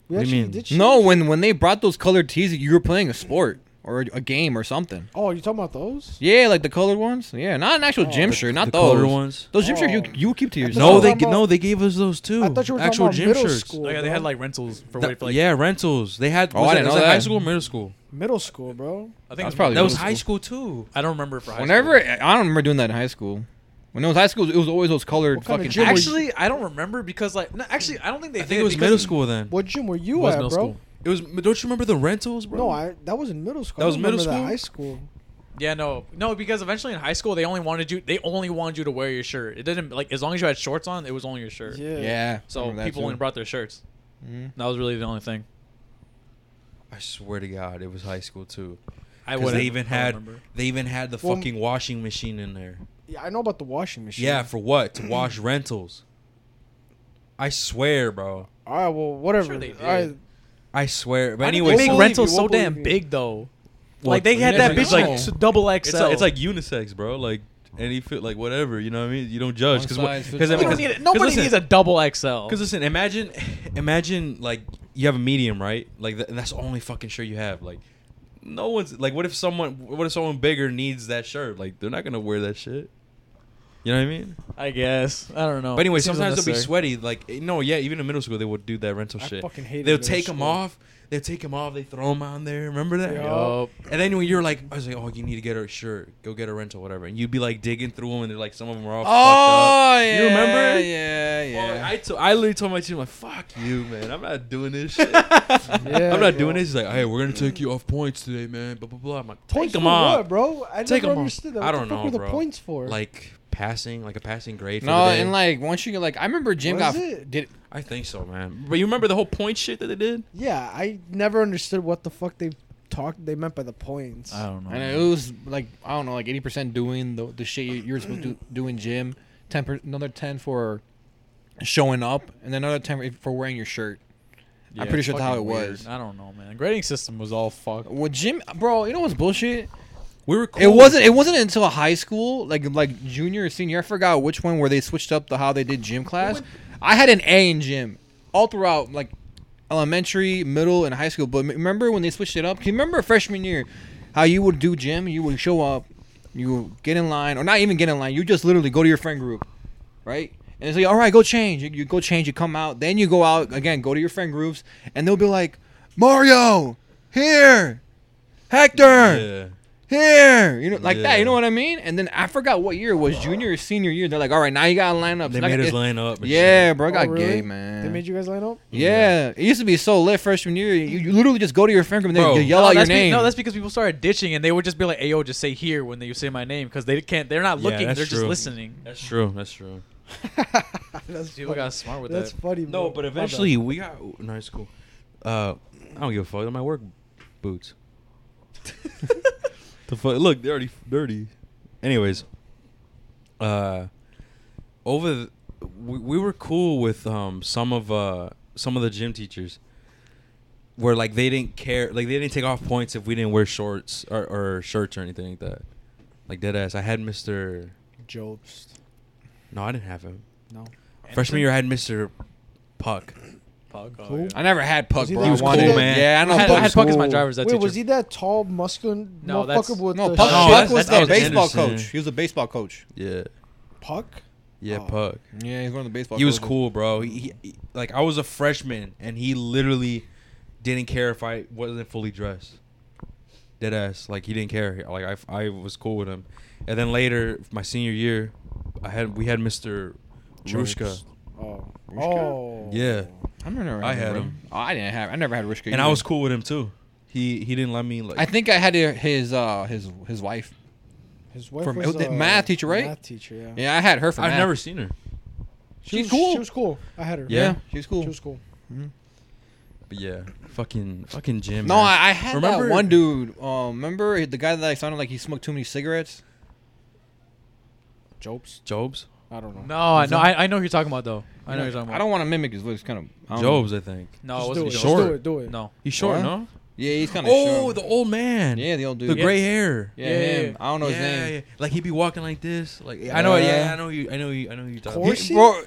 [SPEAKER 4] We
[SPEAKER 2] What do you
[SPEAKER 4] actually
[SPEAKER 2] mean?
[SPEAKER 4] did shit.
[SPEAKER 1] No, when when they brought those colored tees, you were playing a sport. or a game or something.
[SPEAKER 4] Oh, you talking about those?
[SPEAKER 1] Yeah, like the colored ones. Yeah, not an actual
[SPEAKER 4] Oh.
[SPEAKER 1] gym
[SPEAKER 4] The-
[SPEAKER 1] shirt. Not
[SPEAKER 2] the
[SPEAKER 1] those
[SPEAKER 2] colored ones.
[SPEAKER 1] Those gym shirts you
[SPEAKER 4] Oh.
[SPEAKER 1] you keep to
[SPEAKER 4] I thought
[SPEAKER 1] yourself.
[SPEAKER 2] No,
[SPEAKER 4] No,
[SPEAKER 2] they
[SPEAKER 4] I'm all-
[SPEAKER 2] no, they gave us those too.
[SPEAKER 4] uh, I thought you were talking
[SPEAKER 2] actual
[SPEAKER 4] about
[SPEAKER 2] gym
[SPEAKER 4] middle
[SPEAKER 2] shirts.
[SPEAKER 4] school.
[SPEAKER 3] Oh, yeah, they
[SPEAKER 4] bro.
[SPEAKER 3] had like rentals for
[SPEAKER 2] That-
[SPEAKER 3] wait, for, like
[SPEAKER 2] yeah, rentals. They had.
[SPEAKER 1] Oh,
[SPEAKER 2] was
[SPEAKER 1] I
[SPEAKER 2] it-
[SPEAKER 1] didn't
[SPEAKER 2] was
[SPEAKER 1] know
[SPEAKER 2] it
[SPEAKER 1] that.
[SPEAKER 2] High school, or middle school.
[SPEAKER 4] middle school, bro.
[SPEAKER 3] I
[SPEAKER 1] That
[SPEAKER 3] think
[SPEAKER 1] was
[SPEAKER 3] it
[SPEAKER 1] probably
[SPEAKER 2] That was
[SPEAKER 1] middle
[SPEAKER 2] high school too.
[SPEAKER 3] I don't remember for high
[SPEAKER 1] Whenever
[SPEAKER 3] school.
[SPEAKER 1] I don't remember doing that in high school. When it was high school, it was always those colored
[SPEAKER 4] What kind
[SPEAKER 1] fucking.
[SPEAKER 4] of gym were
[SPEAKER 1] shirts.
[SPEAKER 4] you-
[SPEAKER 3] Actually, I don't remember because like no, actually I don't think they
[SPEAKER 2] I
[SPEAKER 3] did
[SPEAKER 2] think it was
[SPEAKER 3] because-
[SPEAKER 2] middle school then.
[SPEAKER 4] What gym were
[SPEAKER 3] It
[SPEAKER 4] you
[SPEAKER 3] was
[SPEAKER 4] at,
[SPEAKER 3] middle
[SPEAKER 4] bro?
[SPEAKER 3] school.
[SPEAKER 2] It was. Don't you remember the rentals, bro?
[SPEAKER 4] No, I that was in middle school.
[SPEAKER 2] That
[SPEAKER 4] I
[SPEAKER 2] was
[SPEAKER 4] don't
[SPEAKER 2] middle
[SPEAKER 4] remember that
[SPEAKER 2] school?
[SPEAKER 4] High school.
[SPEAKER 3] Yeah, no, no, because eventually in high school they only wanted you. They only wanted you to wear your shirt. It didn't like as long as you had shorts on, it was only your shirt.
[SPEAKER 4] Yeah.
[SPEAKER 1] yeah.
[SPEAKER 3] So people only brought their shirts.
[SPEAKER 2] Mm-hmm.
[SPEAKER 1] hmm
[SPEAKER 3] That was really the only thing.
[SPEAKER 2] I swear to God, it was high school too.
[SPEAKER 3] I
[SPEAKER 2] 'Cause
[SPEAKER 3] would.
[SPEAKER 2] They even had. They even had the
[SPEAKER 4] Well,
[SPEAKER 2] fucking washing machine in there.
[SPEAKER 4] Yeah, I know about the washing machine.
[SPEAKER 2] Yeah, for what? [CLEARS THROAT] To wash rentals. I swear, bro.
[SPEAKER 4] All right. Well, whatever.
[SPEAKER 3] sure they did.
[SPEAKER 4] All right.
[SPEAKER 2] I swear. But
[SPEAKER 3] But
[SPEAKER 2] anyway,
[SPEAKER 3] anyway,
[SPEAKER 4] We'll
[SPEAKER 3] make
[SPEAKER 4] believe
[SPEAKER 3] rentals
[SPEAKER 4] you,
[SPEAKER 3] so
[SPEAKER 4] we'll believe
[SPEAKER 3] damn
[SPEAKER 4] you.
[SPEAKER 3] big though.
[SPEAKER 2] Well,
[SPEAKER 3] like they
[SPEAKER 1] you
[SPEAKER 3] had that
[SPEAKER 1] never
[SPEAKER 3] bitch
[SPEAKER 1] know.
[SPEAKER 3] like s- double XL.
[SPEAKER 2] It's like, it's like unisex, bro. Like any fit, like whatever. You know what I mean? You don't judge
[SPEAKER 1] One
[SPEAKER 2] because [LAUGHS]
[SPEAKER 1] size fits
[SPEAKER 2] because
[SPEAKER 1] all.
[SPEAKER 3] you don't
[SPEAKER 1] because-
[SPEAKER 3] need it. Nobody
[SPEAKER 2] listen,
[SPEAKER 3] needs a double XL.
[SPEAKER 2] Because listen, imagine, imagine like you have a medium, right? Like th- that's the only fucking shirt you have. Like no one's like, what if someone, what if someone bigger needs that shirt? Like they're not gonna wear that shit. You know what I mean?
[SPEAKER 1] Oh,
[SPEAKER 3] I guess I don't know.
[SPEAKER 2] But anyway,
[SPEAKER 3] Seems
[SPEAKER 2] sometimes they'll be
[SPEAKER 3] unnecessary.
[SPEAKER 2] sweaty. Like eh, no, yeah, even in middle school they would do that rental
[SPEAKER 4] I
[SPEAKER 2] shit.
[SPEAKER 4] fucking hated
[SPEAKER 2] They'll
[SPEAKER 4] middle
[SPEAKER 2] take them
[SPEAKER 4] school.
[SPEAKER 2] off. They'll take them off. They throw them on there. Remember that?
[SPEAKER 4] Yeah.
[SPEAKER 3] Yup.
[SPEAKER 2] And then when you're like, I was like, oh, you need to get a shirt. Go get a rental, whatever. And you'd be like digging through them, and they're like, some of them are all
[SPEAKER 1] Oh
[SPEAKER 2] fucked up.
[SPEAKER 1] yeah.
[SPEAKER 2] You remember?
[SPEAKER 1] Yeah,
[SPEAKER 2] Well,
[SPEAKER 1] yeah.
[SPEAKER 2] I, to- I literally told my team, like, fuck you, man. I'm not doing this shit.
[SPEAKER 1] [LAUGHS]
[SPEAKER 4] Yeah,
[SPEAKER 2] I'm not
[SPEAKER 4] bro.
[SPEAKER 2] doing this. He's like, hey, we're going to take you off points today, man. Blah, blah, blah. I'm like, take
[SPEAKER 4] Points
[SPEAKER 2] them
[SPEAKER 4] for
[SPEAKER 2] off.
[SPEAKER 4] what, bro? I
[SPEAKER 2] Take
[SPEAKER 4] never
[SPEAKER 2] 'em off.
[SPEAKER 4] understood that.
[SPEAKER 2] I
[SPEAKER 4] What
[SPEAKER 2] don't
[SPEAKER 4] the fuck
[SPEAKER 2] know,
[SPEAKER 4] were the
[SPEAKER 2] bro.
[SPEAKER 4] points for?
[SPEAKER 2] Like, passing, like a passing grade for
[SPEAKER 1] no,
[SPEAKER 2] the day.
[SPEAKER 1] and like once you get like, I remember Jim
[SPEAKER 4] What
[SPEAKER 1] got
[SPEAKER 4] is it?
[SPEAKER 1] did
[SPEAKER 2] I think so, man. But you remember the whole point shit that they did?
[SPEAKER 4] yeah, I never understood what the fuck they talked. They meant by the points.
[SPEAKER 2] Oh.
[SPEAKER 3] I don't know.
[SPEAKER 1] And it was like I don't know, like eighty percent doing the the shit you- you're supposed to do in gym. Ten per, another ten for showing up, and then another ten for wearing your shirt. I'm pretty sure that's how it was.
[SPEAKER 3] I don't know, man. The grading system was all fucked.
[SPEAKER 1] Well, gym, bro, you know what's bullshit?
[SPEAKER 2] We were cool.
[SPEAKER 1] It wasn't. It wasn't until high school, like like junior or senior. I forgot which one where they switched up the how they did gym class. I had an A in gym all throughout, like elementary, middle, and high school. But m- remember when they switched it up? Can you remember freshman year, how you would do gym? You would show up, you would get in line, or not even get in line. You just literally go to your friend group, right? And it's like, all right, go change. You, you go change. You come out. Then you go out again. Go to your friend groups, and they'll be like, Mario, here, Hector
[SPEAKER 2] Yeah.
[SPEAKER 1] here, you know, like that.
[SPEAKER 2] Yeah.
[SPEAKER 1] You know what I mean? And then I forgot what year it was, junior or senior year. They're like, all right, now you gotta line up.
[SPEAKER 2] They
[SPEAKER 1] It's not
[SPEAKER 2] made
[SPEAKER 1] gonna-
[SPEAKER 2] us line up. and
[SPEAKER 1] Yeah,
[SPEAKER 2] shit.
[SPEAKER 1] bro, I
[SPEAKER 4] Oh,
[SPEAKER 1] got
[SPEAKER 4] really?
[SPEAKER 1] gay, man.
[SPEAKER 4] They made you guys line up. [LAUGHS]
[SPEAKER 1] yeah. it used to be so lit freshman year. You, you literally just go to your friend group and
[SPEAKER 2] Bro.
[SPEAKER 1] they you yell out your
[SPEAKER 3] that's be-
[SPEAKER 1] name.
[SPEAKER 3] no, that's because people started ditching, and they would just be like, "Ayo, just say here when they say my name," because they can't. They're not
[SPEAKER 2] Yeah,
[SPEAKER 3] looking.
[SPEAKER 2] that's
[SPEAKER 3] they're just
[SPEAKER 2] true.
[SPEAKER 3] listening.
[SPEAKER 2] That's true. That's true.
[SPEAKER 4] That's
[SPEAKER 3] People
[SPEAKER 4] funny.
[SPEAKER 3] got smart with
[SPEAKER 4] That's
[SPEAKER 3] that.
[SPEAKER 4] funny.
[SPEAKER 2] No,
[SPEAKER 4] bro.
[SPEAKER 2] but
[SPEAKER 4] My bad.
[SPEAKER 2] eventually we got. No, it's cool. Uh, I don't give a fuck. They're my work
[SPEAKER 4] [LAUGHS]
[SPEAKER 2] boots. the fuck? Look, they're already dirty. Anyways, uh, over the, we, we were cool with um some of uh some of the gym teachers where like they didn't care like they didn't take off points if we didn't wear shorts or, or shirts or anything like that. Like dead ass. I had Mister.
[SPEAKER 4] Jobst.
[SPEAKER 2] No, I didn't have him.
[SPEAKER 4] No.
[SPEAKER 2] Freshman year, I had Mister. Puck.
[SPEAKER 3] Puck, oh,
[SPEAKER 4] Cool.
[SPEAKER 3] yeah.
[SPEAKER 1] I never had puck,
[SPEAKER 4] Was he
[SPEAKER 1] bro.
[SPEAKER 4] the- He
[SPEAKER 1] I
[SPEAKER 4] was
[SPEAKER 1] wanted-
[SPEAKER 4] cool, man.
[SPEAKER 1] Yeah, I know.
[SPEAKER 3] I had, I
[SPEAKER 1] puck
[SPEAKER 3] had
[SPEAKER 1] cool.
[SPEAKER 3] Puck as my driver. Is that
[SPEAKER 4] Wait,
[SPEAKER 3] teacher.
[SPEAKER 4] was he that tall, muscular motherfucker
[SPEAKER 3] that's-
[SPEAKER 4] with
[SPEAKER 1] No,
[SPEAKER 4] the
[SPEAKER 1] puck,
[SPEAKER 2] No,
[SPEAKER 1] puck
[SPEAKER 4] shit?
[SPEAKER 2] that's-
[SPEAKER 1] was the
[SPEAKER 2] that's
[SPEAKER 1] baseball
[SPEAKER 2] Anderson.
[SPEAKER 1] coach. He was a baseball coach.
[SPEAKER 2] Yeah.
[SPEAKER 4] Puck?
[SPEAKER 2] Yeah,
[SPEAKER 4] Oh.
[SPEAKER 2] Puck.
[SPEAKER 1] Yeah, he's one of the baseball.
[SPEAKER 2] He was
[SPEAKER 1] coaches.
[SPEAKER 2] cool, bro. He, he- he- like I was a freshman, and he literally didn't care if I wasn't fully dressed. Dead ass, like he didn't care. Like I, I was cool with him. And then later, my senior year, I had we had Mister Rushka,
[SPEAKER 4] Jobst. Oh.
[SPEAKER 1] Rushka?
[SPEAKER 4] Oh.
[SPEAKER 2] Yeah.
[SPEAKER 1] I remember.
[SPEAKER 2] I had
[SPEAKER 1] bro.
[SPEAKER 2] him.
[SPEAKER 1] Oh, I didn't have. I never had Rishka.
[SPEAKER 2] and I was cool with him too. He he didn't let me like.
[SPEAKER 1] I think I had his uh his his wife.
[SPEAKER 4] His wife
[SPEAKER 1] From-
[SPEAKER 4] was
[SPEAKER 1] the
[SPEAKER 4] a
[SPEAKER 1] math teacher, right?
[SPEAKER 4] Math teacher, yeah.
[SPEAKER 1] Yeah, I had her for.
[SPEAKER 2] I've
[SPEAKER 1] math.
[SPEAKER 2] never seen her.
[SPEAKER 4] She
[SPEAKER 1] She's
[SPEAKER 4] was,
[SPEAKER 1] cool.
[SPEAKER 4] She was cool. I had her.
[SPEAKER 1] Yeah,
[SPEAKER 2] Yeah.
[SPEAKER 1] she was cool.
[SPEAKER 4] She was cool.
[SPEAKER 2] But yeah, fucking fucking Jim.
[SPEAKER 1] No,
[SPEAKER 2] man.
[SPEAKER 1] I, I had
[SPEAKER 2] Remember-
[SPEAKER 1] that one dude. Um, remember the guy that sounded like he smoked too many cigarettes?
[SPEAKER 4] Jobs?
[SPEAKER 2] Jobs.
[SPEAKER 4] I don't know.
[SPEAKER 3] No, I know. I, I know who you're talking about though. I know who you're talking
[SPEAKER 1] I
[SPEAKER 3] about.
[SPEAKER 1] don't want to mimic his voice. Kind of I don't know.
[SPEAKER 2] Jobs, I think.
[SPEAKER 3] No,
[SPEAKER 4] Just
[SPEAKER 3] it
[SPEAKER 4] do
[SPEAKER 3] wasn't
[SPEAKER 4] it.
[SPEAKER 2] Short.
[SPEAKER 4] Just do it. Do it.
[SPEAKER 3] No.
[SPEAKER 2] He's short,
[SPEAKER 1] What?
[SPEAKER 2] no?
[SPEAKER 1] Yeah, he's kind of.
[SPEAKER 2] Oh,
[SPEAKER 1] short.
[SPEAKER 2] the old man.
[SPEAKER 1] yeah, the old dude.
[SPEAKER 2] the gray hair.
[SPEAKER 1] Yeah,
[SPEAKER 3] Yeah,
[SPEAKER 1] him.
[SPEAKER 3] yeah, yeah.
[SPEAKER 1] I don't know his
[SPEAKER 2] yeah,
[SPEAKER 1] name.
[SPEAKER 2] yeah. Like he'd be walking like this. Like I know. Yeah,
[SPEAKER 1] Yeah.
[SPEAKER 2] I know you. I know you. I know you.
[SPEAKER 4] Corey? Was
[SPEAKER 1] He-
[SPEAKER 4] he?
[SPEAKER 1] bro,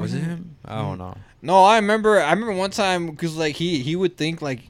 [SPEAKER 2] Was it him? I don't know.
[SPEAKER 1] Mm-hmm. No, I remember. I remember one time because like he he would think like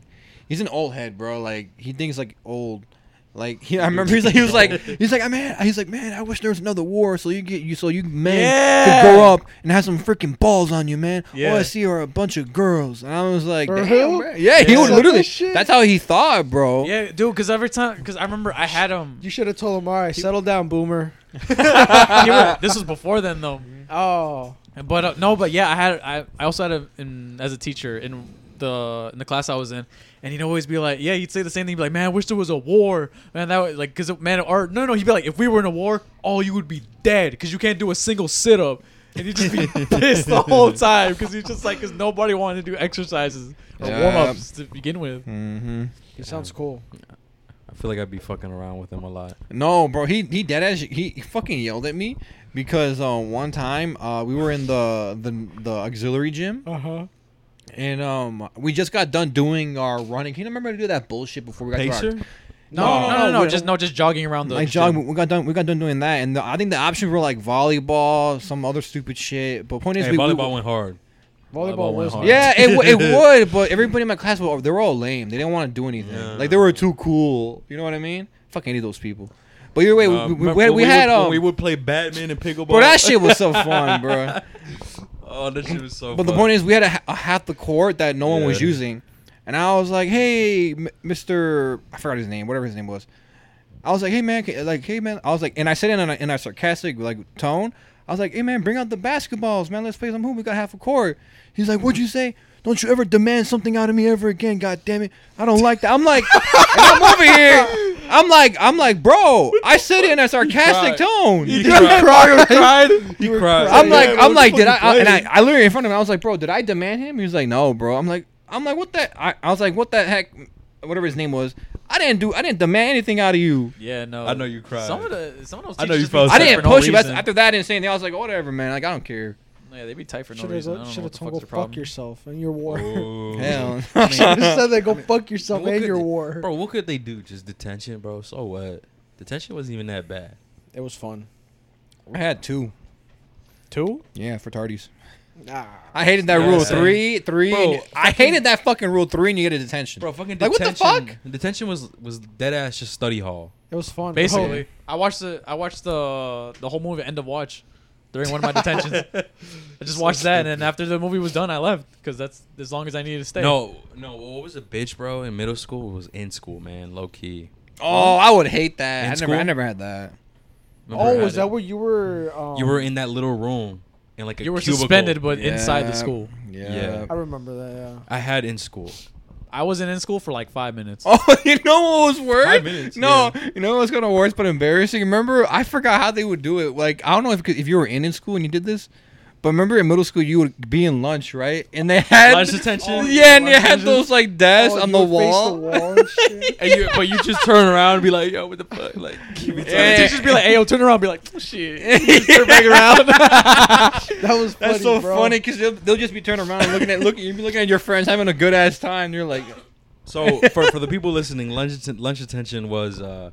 [SPEAKER 1] he's an old head, bro. Like he thinks like old. Like he, I remember he's like he was
[SPEAKER 3] [LAUGHS]
[SPEAKER 1] like he's like I man he's like man I wish there was another war so you get you so you men
[SPEAKER 3] Yeah.
[SPEAKER 1] could go up and have some freaking balls on you man.
[SPEAKER 3] Yeah.
[SPEAKER 1] All I see are a bunch of girls and I was like
[SPEAKER 5] For
[SPEAKER 1] Damn,
[SPEAKER 5] who?
[SPEAKER 1] bro." yeah, he
[SPEAKER 3] Yeah.
[SPEAKER 1] would
[SPEAKER 5] Suck
[SPEAKER 1] literally
[SPEAKER 5] this shit?
[SPEAKER 1] that's how he thought bro.
[SPEAKER 3] Yeah, dude. Because every time, because I remember I had
[SPEAKER 1] [LAUGHS]
[SPEAKER 3] um, him.
[SPEAKER 4] You should have told him, all right, settle down, boomer.
[SPEAKER 3] he was- this was before then though.
[SPEAKER 4] Oh,
[SPEAKER 3] But uh, no, but yeah, I had I, I also had a in as a teacher in the in the class I was in, and he'd always be like, yeah, he'd say the same thing, he'd be like, man, I wish there was a war, man, that was like, cause it- man, or no, no, he'd be like, if we were in a war, all you would be dead, cause you can't do a single sit up, and he'd
[SPEAKER 1] [LAUGHS]
[SPEAKER 3] just be pissed the whole time, cause he's just like, cause nobody wanted to do exercises or
[SPEAKER 1] Yeah.
[SPEAKER 3] warm ups to begin with.
[SPEAKER 1] Mm-hmm.
[SPEAKER 4] he sounds cool.
[SPEAKER 2] I feel like I'd be fucking around with him a lot.
[SPEAKER 1] No, bro, he he dead ass he he fucking yelled at me because uh, one time uh, we were in the the the auxiliary gym
[SPEAKER 3] Uh-huh.
[SPEAKER 4] Uh huh.
[SPEAKER 1] and um we just got done doing our running. Can you remember to do that bullshit before we got to our
[SPEAKER 2] Pacer?
[SPEAKER 3] No,
[SPEAKER 1] No,
[SPEAKER 3] no, no,
[SPEAKER 1] no,
[SPEAKER 3] no, no,
[SPEAKER 1] we-
[SPEAKER 3] just no, just jogging around the
[SPEAKER 1] like
[SPEAKER 3] gym.
[SPEAKER 1] jog. We got done. We got done doing that, and the, I think the options were like volleyball, some other stupid shit. But point is,
[SPEAKER 2] Hey,
[SPEAKER 1] we,
[SPEAKER 2] volleyball
[SPEAKER 1] we,
[SPEAKER 2] went hard.
[SPEAKER 4] Volleyball
[SPEAKER 2] Volleyball went
[SPEAKER 4] was.
[SPEAKER 2] hard.
[SPEAKER 1] Yeah, it,
[SPEAKER 2] [LAUGHS]
[SPEAKER 1] w- it would. But everybody in my class, were, they were all lame. They didn't want to do anything.
[SPEAKER 2] Yeah.
[SPEAKER 1] Like they were too cool. You know what I mean? Fucking hate those people. But either way, we-
[SPEAKER 2] Uh,
[SPEAKER 1] we, we,
[SPEAKER 2] remember when
[SPEAKER 1] we had
[SPEAKER 2] would, when
[SPEAKER 1] um.
[SPEAKER 2] we would play Batman and pickleball.
[SPEAKER 1] Bro, that shit was
[SPEAKER 2] [LAUGHS]
[SPEAKER 1] so fun, bro.
[SPEAKER 2] oh, that shit was so.
[SPEAKER 1] But the
[SPEAKER 2] fun.
[SPEAKER 1] point is, we had a, ha- a half the court that no one was
[SPEAKER 2] Yeah.
[SPEAKER 1] using, and I was like, "Hey, M- Mister, I forgot his name, whatever his name was." I was like, "Hey man, ca- like, hey man," I was like, and I said it in a, in a sarcastic like tone. I was like, "Hey man, bring out the basketballs, man. Let's play some hoop. We got half a court." He's like, "What'd you say?" Don't you ever demand something out of me ever again? God damn it! I don't like that. I'm like, [LAUGHS] and I'm over here. I'm like, I'm like, bro. I said it in a sarcastic tone. [LAUGHS]
[SPEAKER 2] You cried.
[SPEAKER 1] right?
[SPEAKER 2] he cried.
[SPEAKER 1] I'm
[SPEAKER 5] Yeah,
[SPEAKER 1] like,
[SPEAKER 5] bro,
[SPEAKER 1] I'm
[SPEAKER 5] it's
[SPEAKER 1] like, did I, I?
[SPEAKER 5] fucking
[SPEAKER 1] And I,
[SPEAKER 5] crazy.
[SPEAKER 1] I literally in front of him, I was like, bro, did I demand him? He was like, no, bro. I'm like, I'm like, what the? I, I was like, what the heck? Whatever his name was, I didn't do, I didn't demand anything out of you.
[SPEAKER 3] Yeah, no.
[SPEAKER 2] I know you cried.
[SPEAKER 3] Some of the some of those
[SPEAKER 2] I know
[SPEAKER 3] teachers
[SPEAKER 2] you
[SPEAKER 3] just be
[SPEAKER 2] felt
[SPEAKER 1] I
[SPEAKER 3] tight
[SPEAKER 2] sorry
[SPEAKER 1] didn't
[SPEAKER 3] for no
[SPEAKER 1] push you. But
[SPEAKER 3] reason.
[SPEAKER 1] after that, I didn't say anything. I was like, whatever, man. Like, I don't care.
[SPEAKER 3] Yeah, they'd be tight for no
[SPEAKER 4] Should
[SPEAKER 3] reason. I
[SPEAKER 4] have
[SPEAKER 3] don't know what the
[SPEAKER 4] told
[SPEAKER 3] fuck's the
[SPEAKER 4] him go
[SPEAKER 3] problem.
[SPEAKER 4] fuck yourself and
[SPEAKER 3] [LAUGHS]
[SPEAKER 4] your war. [LAUGHS]
[SPEAKER 2] Oh.
[SPEAKER 1] Hell,
[SPEAKER 4] Should
[SPEAKER 1] [LAUGHS]
[SPEAKER 4] have said that. Go fuck yourself
[SPEAKER 2] What
[SPEAKER 4] and
[SPEAKER 2] could-
[SPEAKER 4] your war.
[SPEAKER 2] Bro, what could they do? Just detention, bro. So what? Detention wasn't even that bad.
[SPEAKER 4] It was fun.
[SPEAKER 1] I had two.
[SPEAKER 4] Two?
[SPEAKER 1] Yeah, for tardies.
[SPEAKER 4] Nah.
[SPEAKER 1] I hated that
[SPEAKER 2] Yeah,
[SPEAKER 1] rule
[SPEAKER 2] same.
[SPEAKER 1] three, three.
[SPEAKER 2] Bro,
[SPEAKER 1] and- I hated that fucking rule three, and you get a detention.
[SPEAKER 2] Bro, fucking
[SPEAKER 1] Like, what
[SPEAKER 2] detention.
[SPEAKER 1] the
[SPEAKER 2] Detention was was dead ass just study hall.
[SPEAKER 4] It was fun. Oh, bro.
[SPEAKER 3] Basically, I watched the I watched the the whole movie End of Watch during one of
[SPEAKER 2] [LAUGHS]
[SPEAKER 3] my detentions. I just watched that, and then after the movie was done, I left because that's as long as I needed to stay.
[SPEAKER 2] No, no. What was a bitch, bro? In middle school, it was in school, man. Low key.
[SPEAKER 1] oh, I would hate that.
[SPEAKER 2] In
[SPEAKER 1] I never,
[SPEAKER 2] school?
[SPEAKER 1] I never had that.
[SPEAKER 2] Remember
[SPEAKER 4] Oh,
[SPEAKER 2] I
[SPEAKER 4] was
[SPEAKER 2] had
[SPEAKER 4] that
[SPEAKER 2] it?
[SPEAKER 4] where you were? Um,
[SPEAKER 2] you were in that little room in like a
[SPEAKER 3] you were
[SPEAKER 2] cubicle.
[SPEAKER 3] suspended, but inside
[SPEAKER 1] Yeah.
[SPEAKER 3] the school.
[SPEAKER 1] Yeah.
[SPEAKER 4] I remember that. Yeah.
[SPEAKER 2] I had in school.
[SPEAKER 3] I wasn't in school for like five minutes.
[SPEAKER 1] [LAUGHS] Oh, you know what was worse?
[SPEAKER 2] Five minutes,
[SPEAKER 1] no, you know what was kind of worse but embarrassing. Remember, I forgot how they would do it. Like, I don't know if if you were in in school and you did this, but remember in middle school you would be in lunch, right? And they had
[SPEAKER 2] Lunch detention?
[SPEAKER 1] Oh, [LAUGHS] yeah, and they
[SPEAKER 2] Lunch
[SPEAKER 1] had
[SPEAKER 2] detention?
[SPEAKER 1] those like desks
[SPEAKER 4] Oh,
[SPEAKER 1] on
[SPEAKER 4] you
[SPEAKER 1] the
[SPEAKER 4] would face
[SPEAKER 1] wall.
[SPEAKER 4] wall
[SPEAKER 1] [LAUGHS]
[SPEAKER 4] and shit?
[SPEAKER 2] And you, but you just turn around and be like, "Yo, what the fuck?" [LAUGHS] Like, give me time.
[SPEAKER 1] Yeah.
[SPEAKER 3] The teachers be like, "Hey, yo, turn around." Be like, "Shit."
[SPEAKER 2] [LAUGHS]
[SPEAKER 3] turn back around.
[SPEAKER 4] that was funny,
[SPEAKER 1] [LAUGHS] That's so
[SPEAKER 4] bro.
[SPEAKER 1] funny because they'll, they'll just be turning around and looking at looking. You'd be looking at your friends having a good ass time. You're like,
[SPEAKER 2] So for, for the people listening, lunch atten- lunch attention was uh,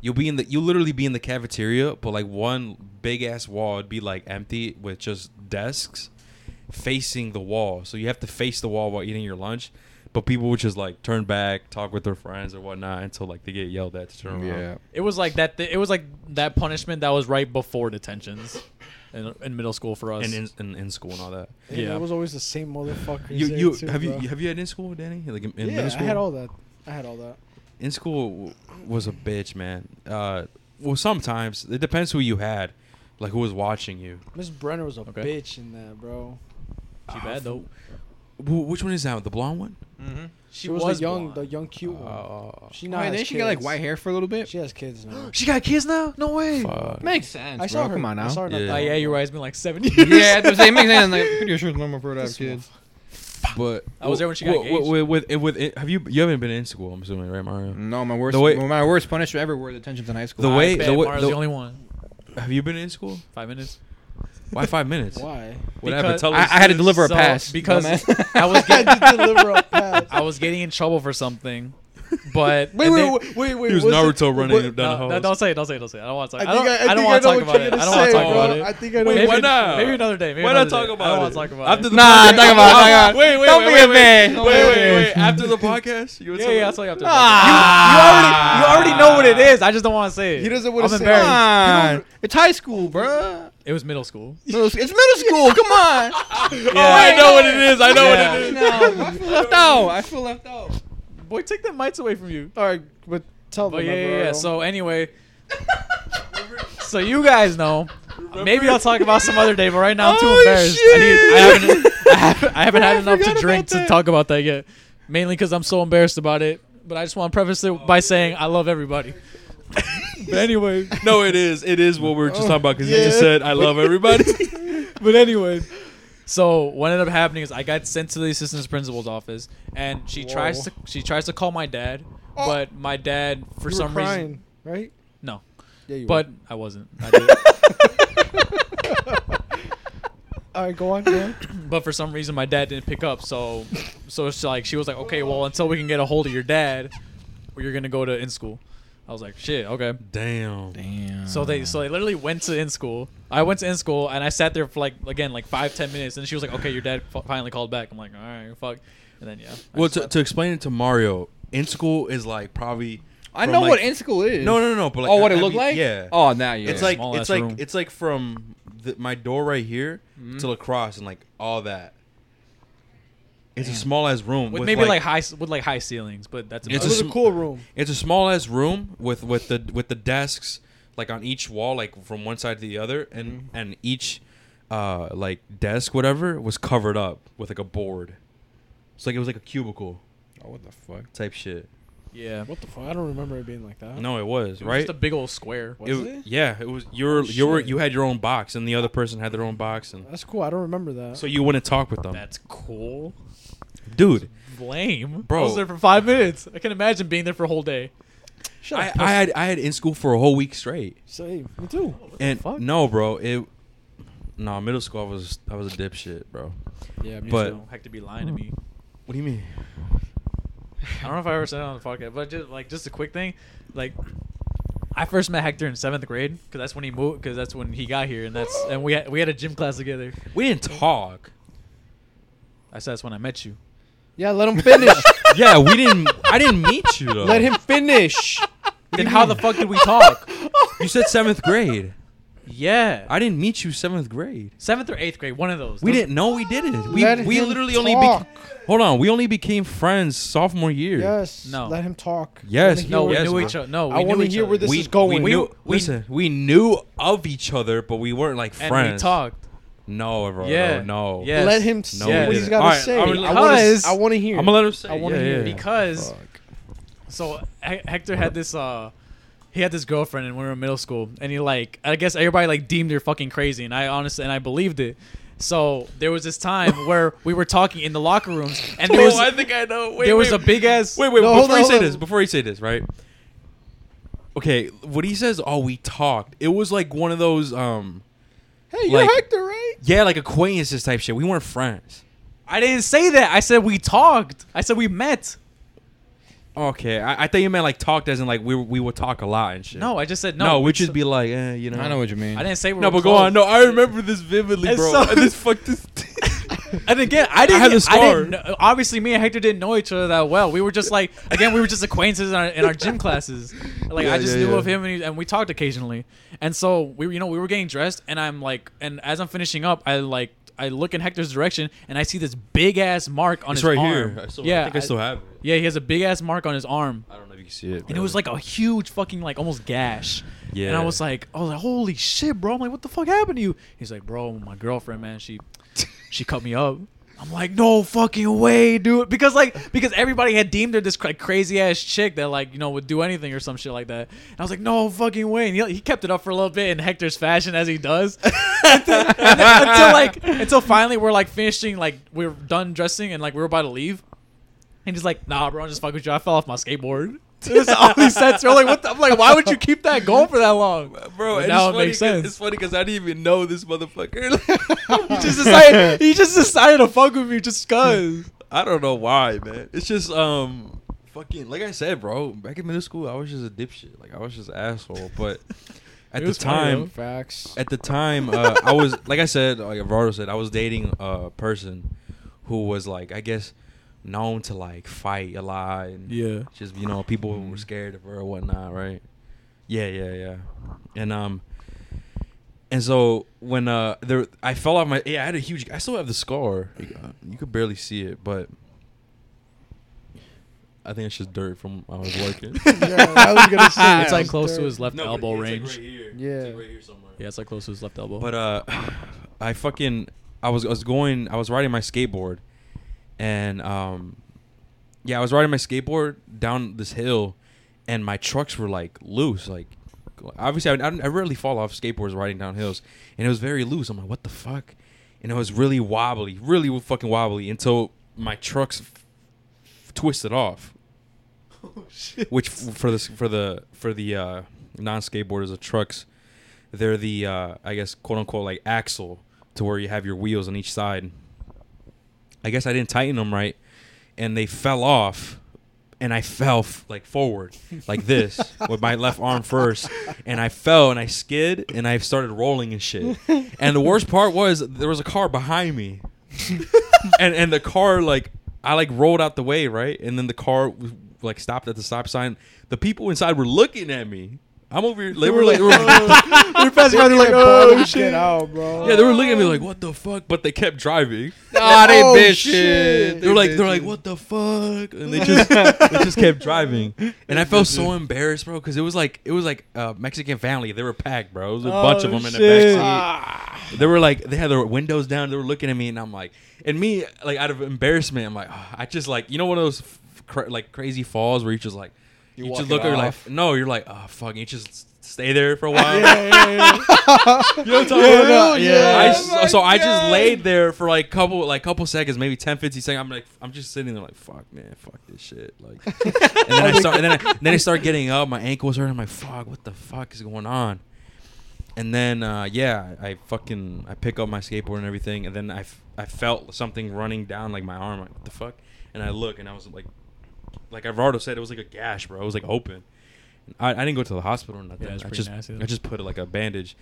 [SPEAKER 2] you'll be in the you will literally be in the cafeteria, but like one big ass wall would be like empty with just desks facing the wall. So you have to face the wall while eating your lunch. But people would just like turn back, talk with their friends or whatnot until like they get yelled at to turn around.
[SPEAKER 1] yeah.
[SPEAKER 3] It was like that. Th- it was like that punishment that was right before detentions, in, in middle school for us.
[SPEAKER 2] And in, in, in school and all that.
[SPEAKER 4] And
[SPEAKER 3] Yeah.
[SPEAKER 4] It was always the same motherfucker.
[SPEAKER 2] You you have you have you had in school, Danny? Like in, in
[SPEAKER 4] yeah,
[SPEAKER 2] middle school?
[SPEAKER 4] I had all that. I had all that.
[SPEAKER 2] in school w- was a bitch, man. Uh, well, sometimes it depends who you had, like who was watching you.
[SPEAKER 4] Miss Brenner was a
[SPEAKER 3] Okay.
[SPEAKER 4] bitch in that, bro.
[SPEAKER 3] Too bad though.
[SPEAKER 2] Wh- which one is that? The blonde one?
[SPEAKER 1] Mm-hmm.
[SPEAKER 4] She, was, the young, the young cute one.
[SPEAKER 2] Oh,
[SPEAKER 4] She now
[SPEAKER 1] Wait,
[SPEAKER 4] has
[SPEAKER 1] then
[SPEAKER 4] kids.
[SPEAKER 1] she got like white hair for a little bit.
[SPEAKER 4] She has kids now.
[SPEAKER 3] She got kids now? No way.
[SPEAKER 2] fuck.
[SPEAKER 1] Makes sense.
[SPEAKER 4] I saw
[SPEAKER 1] bro.
[SPEAKER 4] her.
[SPEAKER 1] Come on
[SPEAKER 4] I
[SPEAKER 1] now.
[SPEAKER 4] saw her not
[SPEAKER 2] Yeah.
[SPEAKER 4] that
[SPEAKER 3] Oh yeah,
[SPEAKER 4] long
[SPEAKER 3] you're
[SPEAKER 4] ago.
[SPEAKER 3] right. It's been like [LAUGHS] seven
[SPEAKER 1] [LAUGHS]
[SPEAKER 3] years.
[SPEAKER 1] yeah, it makes sense. Like, pretty sure it's normal for her to have
[SPEAKER 4] This one.
[SPEAKER 1] kids.
[SPEAKER 2] But
[SPEAKER 3] I was there when she got
[SPEAKER 2] w- w-
[SPEAKER 3] engaged.
[SPEAKER 2] With, eh, with, with, have you you haven't been in school? I'm assuming, right, Mario?
[SPEAKER 1] No, my worst,
[SPEAKER 2] The way-
[SPEAKER 1] my worst punishment ever were detentions in high school.
[SPEAKER 2] The
[SPEAKER 3] I
[SPEAKER 2] way-
[SPEAKER 3] bet
[SPEAKER 2] the way-
[SPEAKER 3] Mara's
[SPEAKER 2] the-
[SPEAKER 3] the only one.
[SPEAKER 2] Mm. Have you been in school?
[SPEAKER 3] Five minutes.
[SPEAKER 2] [LAUGHS] Why five minutes?
[SPEAKER 4] Why?
[SPEAKER 2] What happened?
[SPEAKER 3] Because-
[SPEAKER 2] Tell
[SPEAKER 1] I, I
[SPEAKER 2] us.
[SPEAKER 1] had to deliver a [LAUGHS]
[SPEAKER 3] So,
[SPEAKER 1] pass
[SPEAKER 2] [LAUGHS]
[SPEAKER 3] because
[SPEAKER 1] dumbass.
[SPEAKER 3] I was
[SPEAKER 4] I
[SPEAKER 3] getting,
[SPEAKER 4] had to deliver a pass.
[SPEAKER 3] I was getting in trouble for something, But
[SPEAKER 4] [LAUGHS] Wait,
[SPEAKER 3] and
[SPEAKER 4] wait,
[SPEAKER 3] they-
[SPEAKER 4] wait, wait, wait.
[SPEAKER 2] He was
[SPEAKER 4] what's
[SPEAKER 2] Naruto
[SPEAKER 4] the-
[SPEAKER 2] running
[SPEAKER 4] what-
[SPEAKER 2] down the
[SPEAKER 3] no, no,
[SPEAKER 2] hose.
[SPEAKER 3] don't say it. Don't say it. Don't say it. I don't want to talk. I,
[SPEAKER 4] I think
[SPEAKER 3] don't,
[SPEAKER 4] I- I
[SPEAKER 3] I, don't
[SPEAKER 4] think I
[SPEAKER 3] want to
[SPEAKER 4] know
[SPEAKER 3] talk
[SPEAKER 4] what
[SPEAKER 3] about
[SPEAKER 4] you're
[SPEAKER 3] it.
[SPEAKER 4] gonna
[SPEAKER 3] I don't want
[SPEAKER 4] say,
[SPEAKER 3] to talk
[SPEAKER 4] bro.
[SPEAKER 3] about it.
[SPEAKER 4] I think I know
[SPEAKER 3] Wait,
[SPEAKER 4] what
[SPEAKER 2] why
[SPEAKER 3] maybe-
[SPEAKER 2] not?
[SPEAKER 3] Maybe another day. Maybe
[SPEAKER 2] Why
[SPEAKER 3] another
[SPEAKER 2] not talk
[SPEAKER 3] day.
[SPEAKER 2] about
[SPEAKER 3] I don't want
[SPEAKER 2] it?
[SPEAKER 3] to talk about
[SPEAKER 2] After
[SPEAKER 3] it.
[SPEAKER 2] the
[SPEAKER 1] Nah,
[SPEAKER 2] podcast-
[SPEAKER 1] talk about it, talk about it.
[SPEAKER 2] Wait, wait,
[SPEAKER 1] Don't
[SPEAKER 2] wait,
[SPEAKER 1] be
[SPEAKER 2] wait,
[SPEAKER 1] a man.
[SPEAKER 2] Wait,
[SPEAKER 1] Don't
[SPEAKER 2] wait,
[SPEAKER 1] be a
[SPEAKER 2] wait,
[SPEAKER 1] man.
[SPEAKER 2] wait. After
[SPEAKER 1] [LAUGHS]
[SPEAKER 2] the podcast, you would
[SPEAKER 3] yeah,
[SPEAKER 2] tell
[SPEAKER 3] yeah,
[SPEAKER 2] me?
[SPEAKER 3] I'll tell you after.
[SPEAKER 1] Ah.
[SPEAKER 3] you, you already you already know what it is. I just don't want to say it.
[SPEAKER 4] He doesn't wanna
[SPEAKER 3] I'm
[SPEAKER 4] say it.
[SPEAKER 3] embarrassed.
[SPEAKER 1] Come on. It's high school,
[SPEAKER 2] [LAUGHS]
[SPEAKER 1] bruh.
[SPEAKER 3] It was middle school.
[SPEAKER 1] Middle sc- It's middle school. Come on.
[SPEAKER 2] I know what it is. I know
[SPEAKER 3] Yeah.
[SPEAKER 2] what it is.
[SPEAKER 1] No, I feel left out. I feel left out.
[SPEAKER 2] [LAUGHS]
[SPEAKER 3] Boy, take the mites away from you.
[SPEAKER 4] All right, but tell
[SPEAKER 3] But
[SPEAKER 4] them.
[SPEAKER 3] yeah,
[SPEAKER 4] Oh, bro.
[SPEAKER 3] yeah, yeah. So anyway, so you guys know. Maybe I'll talk about some other day, but right now I'm too
[SPEAKER 1] Oh,
[SPEAKER 3] embarrassed. I, need, I
[SPEAKER 1] shit.
[SPEAKER 3] haven't, I haven't, I haven't
[SPEAKER 1] Bro, I
[SPEAKER 3] had enough
[SPEAKER 1] forgot
[SPEAKER 3] to drink
[SPEAKER 1] about
[SPEAKER 3] to
[SPEAKER 1] that.
[SPEAKER 3] talk about that yet. Mainly because I'm so embarrassed about it. But I just want to preface it by saying I love everybody. [LAUGHS] but anyway,
[SPEAKER 2] No, it is. It is what we were just
[SPEAKER 1] Oh,
[SPEAKER 2] talking about because you
[SPEAKER 4] yeah.
[SPEAKER 2] just said I
[SPEAKER 1] [LAUGHS]
[SPEAKER 2] love everybody.
[SPEAKER 3] but anyway. So what ended up happening is I got sent to the assistant principal's office, and she tries
[SPEAKER 4] Whoa.
[SPEAKER 3] to she tries to call my dad,
[SPEAKER 4] Oh.
[SPEAKER 3] but my dad for
[SPEAKER 4] You were
[SPEAKER 3] some reason
[SPEAKER 4] crying, right?
[SPEAKER 3] no,
[SPEAKER 4] Yeah, you.
[SPEAKER 3] but I wasn't. I did.
[SPEAKER 4] all right, go on. Go [COUGHS] on.
[SPEAKER 3] but for some reason my dad didn't pick up so so it's like she was like okay well until we can get a hold of your dad you're gonna go to in school i was like shit okay
[SPEAKER 2] [LAUGHS] Damn.
[SPEAKER 1] Damn.
[SPEAKER 3] so they so they literally went to in school i went to in school and i sat there for like again like five ten minutes and she was like okay your dad f- finally called back i'm like all right fuck and then yeah I
[SPEAKER 2] Well,
[SPEAKER 3] just
[SPEAKER 2] to,
[SPEAKER 3] left.
[SPEAKER 2] to explain it to Mario, in school is like probably.
[SPEAKER 1] I
[SPEAKER 2] from,
[SPEAKER 1] know
[SPEAKER 2] like-
[SPEAKER 1] what in school is.
[SPEAKER 2] No, no, no, no. But like,
[SPEAKER 1] oh, what
[SPEAKER 2] I-
[SPEAKER 1] it
[SPEAKER 2] I
[SPEAKER 1] looked
[SPEAKER 2] mean,
[SPEAKER 1] like?
[SPEAKER 2] Yeah.
[SPEAKER 1] Oh, now yeah.
[SPEAKER 2] It's like
[SPEAKER 3] Small
[SPEAKER 2] it's
[SPEAKER 3] ass
[SPEAKER 2] like
[SPEAKER 3] room.
[SPEAKER 2] it's like from the, my door right here
[SPEAKER 1] Mm-hmm.
[SPEAKER 2] to lacrosse and like all that. It's a small ass room
[SPEAKER 3] with maybe like, high s- with like high ceilings but that's
[SPEAKER 2] It's
[SPEAKER 4] It
[SPEAKER 3] about
[SPEAKER 2] a
[SPEAKER 4] was
[SPEAKER 3] it.
[SPEAKER 4] a
[SPEAKER 2] sm-
[SPEAKER 4] cool room.
[SPEAKER 2] It's a small ass room with with the with the desks like on each wall, like from one side to the other, and
[SPEAKER 1] Mm-hmm.
[SPEAKER 2] and each uh like desk whatever was covered up with like a board. It's like it was like a cubicle
[SPEAKER 1] oh, what the fuck?
[SPEAKER 2] type shit.
[SPEAKER 3] yeah
[SPEAKER 4] What the fuck? I don't remember it being like
[SPEAKER 1] Oh.
[SPEAKER 4] that.
[SPEAKER 2] No, it was
[SPEAKER 3] It was
[SPEAKER 2] right.
[SPEAKER 3] just a big old square
[SPEAKER 4] Was it? Oh,
[SPEAKER 2] Yeah, it was. You were you were you had your own box, and the other person had their own box, and
[SPEAKER 4] That's cool. I don't remember that.
[SPEAKER 2] so you wouldn't talk with them,
[SPEAKER 3] that's cool
[SPEAKER 2] Um, dude.
[SPEAKER 3] lame
[SPEAKER 2] Bro.
[SPEAKER 3] i was there for five minutes i can imagine being there for a whole day
[SPEAKER 4] Shut
[SPEAKER 2] I,
[SPEAKER 4] up.
[SPEAKER 2] I had I had in school for a whole week straight,
[SPEAKER 4] Say me too.
[SPEAKER 2] and
[SPEAKER 3] fuck?
[SPEAKER 2] no, bro, it. No, middle school I was I was a dipshit, bro.
[SPEAKER 4] Yeah,
[SPEAKER 2] me But- too.
[SPEAKER 3] heck to be lying to me
[SPEAKER 2] What do you mean?
[SPEAKER 3] I don't know if I ever said it on the podcast, but just like just a quick thing, like I first met Hector in seventh grade because that's when he moved because that's when he got here and that's and we had, we had a gym class together.
[SPEAKER 2] We didn't talk.
[SPEAKER 3] I said that's when I met you.
[SPEAKER 4] Yeah, let
[SPEAKER 2] [LAUGHS]
[SPEAKER 4] him finish.
[SPEAKER 2] yeah, we didn't. I didn't meet you though.
[SPEAKER 4] let him
[SPEAKER 2] [LAUGHS]
[SPEAKER 4] finish.
[SPEAKER 3] Then how the fuck did
[SPEAKER 4] [LAUGHS]
[SPEAKER 3] we talk?
[SPEAKER 2] You said seventh grade.
[SPEAKER 3] yeah,
[SPEAKER 2] I didn't meet you seventh grade.
[SPEAKER 3] seventh or eighth grade, one of those.
[SPEAKER 2] We
[SPEAKER 3] Those-
[SPEAKER 2] didn't. No, we didn't. We
[SPEAKER 4] Let
[SPEAKER 2] we
[SPEAKER 4] him
[SPEAKER 2] literally only.
[SPEAKER 4] talk.
[SPEAKER 2] Beca- Hold on. We only became friends sophomore year.
[SPEAKER 4] Yes.
[SPEAKER 3] No.
[SPEAKER 4] Let him talk.
[SPEAKER 2] Yes,
[SPEAKER 4] Let him
[SPEAKER 3] No,
[SPEAKER 4] hear
[SPEAKER 3] we
[SPEAKER 2] Yes,
[SPEAKER 3] knew
[SPEAKER 2] bro.
[SPEAKER 3] each other. No, we
[SPEAKER 4] I
[SPEAKER 3] knew
[SPEAKER 4] wanna
[SPEAKER 3] each
[SPEAKER 4] hear
[SPEAKER 3] other.
[SPEAKER 4] where this
[SPEAKER 2] we,
[SPEAKER 4] is going.
[SPEAKER 2] We knew,
[SPEAKER 3] We-
[SPEAKER 2] listen, we knew of each other, but we weren't like
[SPEAKER 3] and
[SPEAKER 2] friends.
[SPEAKER 3] we talked.
[SPEAKER 2] No, bro.
[SPEAKER 3] Yeah.
[SPEAKER 2] No. no.
[SPEAKER 3] Yeah. Yes.
[SPEAKER 4] Let him
[SPEAKER 2] No,
[SPEAKER 4] say
[SPEAKER 2] we
[SPEAKER 4] what he's
[SPEAKER 2] didn't.
[SPEAKER 4] got to
[SPEAKER 2] All right,
[SPEAKER 4] say.
[SPEAKER 2] I'm
[SPEAKER 4] I
[SPEAKER 2] gonna-
[SPEAKER 4] want
[SPEAKER 3] because-
[SPEAKER 4] to. I want to hear.
[SPEAKER 2] I'm gonna let him say.
[SPEAKER 4] I wanna
[SPEAKER 2] yeah,
[SPEAKER 4] hear.
[SPEAKER 2] yeah.
[SPEAKER 3] because
[SPEAKER 1] Fuck.
[SPEAKER 3] so H- Hector had this uh he had this girlfriend and we were in middle school and he like I guess everybody like deemed her fucking crazy and I honestly and I believed it. So there was
[SPEAKER 2] [LAUGHS]
[SPEAKER 3] this time where we were talking in the locker rooms and there was
[SPEAKER 2] oh, I think I know. Wait,
[SPEAKER 3] there
[SPEAKER 2] wait,
[SPEAKER 3] was a big ass
[SPEAKER 2] Wait, wait.
[SPEAKER 4] No, hold
[SPEAKER 2] before
[SPEAKER 4] on,
[SPEAKER 2] you
[SPEAKER 4] hold
[SPEAKER 2] say
[SPEAKER 4] on.
[SPEAKER 2] this, before you say this, right? Okay, what he says. Oh, we talked. It was like one of those. Um.
[SPEAKER 4] Hey, you're
[SPEAKER 2] like-
[SPEAKER 4] Hector, right?
[SPEAKER 2] Yeah, like acquaintances type shit. We weren't friends.
[SPEAKER 3] I didn't say that. I said we talked. I said we met.
[SPEAKER 2] Okay, I, I thought you meant like talked as in like we we would talk a lot and shit.
[SPEAKER 3] No, I just said no.
[SPEAKER 2] no, we
[SPEAKER 3] we
[SPEAKER 2] would just be like, eh, you know.
[SPEAKER 1] I know what you mean.
[SPEAKER 3] I didn't say we
[SPEAKER 2] No,
[SPEAKER 3] were
[SPEAKER 2] but go on. No,
[SPEAKER 3] close.
[SPEAKER 2] I remember this vividly,
[SPEAKER 3] And
[SPEAKER 2] bro. [LAUGHS]
[SPEAKER 3] so-
[SPEAKER 2] And this fuck this. [LAUGHS]
[SPEAKER 3] And again, I didn't. I,
[SPEAKER 2] had the scar.
[SPEAKER 3] didn't know- obviously, me and Hector didn't know each other that well. We were just like, again, we were just acquaintances in our, in our gym classes. Like
[SPEAKER 2] Yeah,
[SPEAKER 3] I just
[SPEAKER 2] yeah,
[SPEAKER 3] knew
[SPEAKER 2] yeah.
[SPEAKER 3] of him, and, he, and we talked occasionally. And so we, you know, we were getting dressed, and I'm like, and as I'm finishing up, I like, I look in Hector's direction, and I see this big ass mark on
[SPEAKER 2] It's
[SPEAKER 3] his
[SPEAKER 2] right
[SPEAKER 3] arm.
[SPEAKER 2] here. I still,
[SPEAKER 3] yeah,
[SPEAKER 2] I think I still have it.
[SPEAKER 3] yeah, he has a big ass mark on his arm.
[SPEAKER 2] I don't know if you can see it.
[SPEAKER 3] And it was like a huge fucking like almost gash.
[SPEAKER 2] Yeah.
[SPEAKER 3] And I was like, I was like, holy shit, bro. I'm like, what the fuck happened to you? He's like, bro, my girlfriend, man, she she cut me up. I'm like, no fucking way, dude. Because like because everybody had deemed her this like crazy ass chick that like, you know, would do anything or some shit like that. And I was like, no fucking way. And he, he kept it up for a little bit in Hector's fashion as he does. [LAUGHS] And then until like until finally we're like finishing like we're done dressing and like we were about to leave. And he's like, nah, bro, I'm just fucking with you. I fell off my [LAUGHS] skateboard. That's all he said. to her. I'm like, what the, I'm like, why would you keep that going for that long?
[SPEAKER 2] bro.
[SPEAKER 3] But
[SPEAKER 2] and
[SPEAKER 3] now
[SPEAKER 2] it's
[SPEAKER 3] it
[SPEAKER 2] funny 'cause-
[SPEAKER 3] makes sense.
[SPEAKER 2] It's funny because I didn't even know this motherfucker. [LAUGHS]
[SPEAKER 3] He just decided he just decided to fuck with me just cause.
[SPEAKER 2] I don't know why, man. It's just um, fucking like I said, bro. Back in middle school, I was just a dipshit. Like I was just an asshole.
[SPEAKER 3] [LAUGHS]
[SPEAKER 2] But at
[SPEAKER 3] It
[SPEAKER 2] the
[SPEAKER 3] was funny,
[SPEAKER 2] time,
[SPEAKER 4] Facts.
[SPEAKER 2] [LAUGHS] at the time, uh, I was [LAUGHS] like I said, like Eduardo said, I was dating a person who was like I guess known to like fight a lot and
[SPEAKER 3] Yeah.
[SPEAKER 2] just you know people were scared of her or whatnot, right? Yeah, yeah, yeah. And um, and so when uh there I fell off my yeah I had a huge I still have the scar you could barely see it but. I think it's just dirt from when I was
[SPEAKER 3] [LAUGHS]
[SPEAKER 2] working.
[SPEAKER 4] [LAUGHS]
[SPEAKER 2] [LAUGHS]
[SPEAKER 4] Yeah, I was gonna say
[SPEAKER 3] it's like
[SPEAKER 4] it's
[SPEAKER 3] close to
[SPEAKER 4] dirt.
[SPEAKER 3] his left
[SPEAKER 2] No, but
[SPEAKER 3] elbow
[SPEAKER 2] it's, like,
[SPEAKER 3] range.
[SPEAKER 2] right here. It's,
[SPEAKER 4] Yeah.
[SPEAKER 2] like, right here somewhere.
[SPEAKER 3] Yeah, it's like close to his left elbow. [LAUGHS]
[SPEAKER 2] But uh, [SIGHS] I fucking I was I was going I was riding my skateboard, and um, yeah, I was riding my skateboard down this hill, and my trucks were like loose. Like obviously I I, I rarely fall off skateboards riding down hills, and it was very loose. I'm like, what the fuck? And it was really wobbly, really fucking wobbly until my trucks f- twisted off. Which f- for this for the for the uh, non skateboarders of trucks, they're the uh, I guess quote unquote like axle to where you have your wheels on each side. I guess I didn't tighten them right, and they fell off, and I fell f- like forward like this with my left arm first, and I fell and I skid and I started rolling and shit. And the worst part was there was a car behind me, [LAUGHS] and and the car like I like rolled out the way right, and then the car w- like stopped at the stop sign. The people inside were looking at me. I'm over here. They were like, they were-
[SPEAKER 4] [LAUGHS]
[SPEAKER 3] they're passing by, they're like,
[SPEAKER 4] Yeah,
[SPEAKER 3] oh,
[SPEAKER 4] bro,
[SPEAKER 3] shit.
[SPEAKER 4] Get out, bro.
[SPEAKER 2] [LAUGHS] yeah, they were looking at me like, "What the fuck?" But they kept driving.
[SPEAKER 1] Ah, they
[SPEAKER 4] Oh,
[SPEAKER 1] bitches.
[SPEAKER 4] shit.
[SPEAKER 2] They're like, "They're like, what the fuck?" And they just, they just kept driving. And I felt so embarrassed, bro, because it was like, it was like a Mexican family. They were packed, bro. It was a bunch of
[SPEAKER 3] Oh,
[SPEAKER 2] them in
[SPEAKER 3] shit.
[SPEAKER 2] the
[SPEAKER 4] Ah.
[SPEAKER 2] back seat. They were like, they had their windows down. They were looking at me, and I'm like, and me, like out of embarrassment, I'm like, "Ah," I just like, you know, one of those f- cra- like crazy falls where you just like, you,
[SPEAKER 1] walk
[SPEAKER 2] just
[SPEAKER 1] it
[SPEAKER 2] look at you're like,
[SPEAKER 1] off.
[SPEAKER 2] no, you're like, oh fuck, you just s- stay there for a while. [LAUGHS]
[SPEAKER 3] You know what I'm talking
[SPEAKER 4] Yeah,
[SPEAKER 3] about?
[SPEAKER 4] no, yeah.
[SPEAKER 2] I
[SPEAKER 4] Oh
[SPEAKER 2] s- so I just laid there for like couple like couple seconds, maybe 10, 15 seconds. I'm like I'm just sitting there like fuck man, fuck this shit. Like
[SPEAKER 4] [LAUGHS]
[SPEAKER 2] and then I
[SPEAKER 4] Oh
[SPEAKER 2] start and then I, then I start getting up, my ankle was hurting, I'm like fuck, what the fuck is going on? And then uh, yeah, I fucking I pick up my skateboard and everything, and then I, f- I felt something running down like my arm, like what the fuck? And I look and I was like, like Alvaro said, it was like a gash, bro. It was like open. I, I didn't go to the hospital or nothing.
[SPEAKER 3] Yeah, it's
[SPEAKER 2] I
[SPEAKER 3] pretty
[SPEAKER 2] just
[SPEAKER 3] nasty, though.
[SPEAKER 2] I just put like a bandage.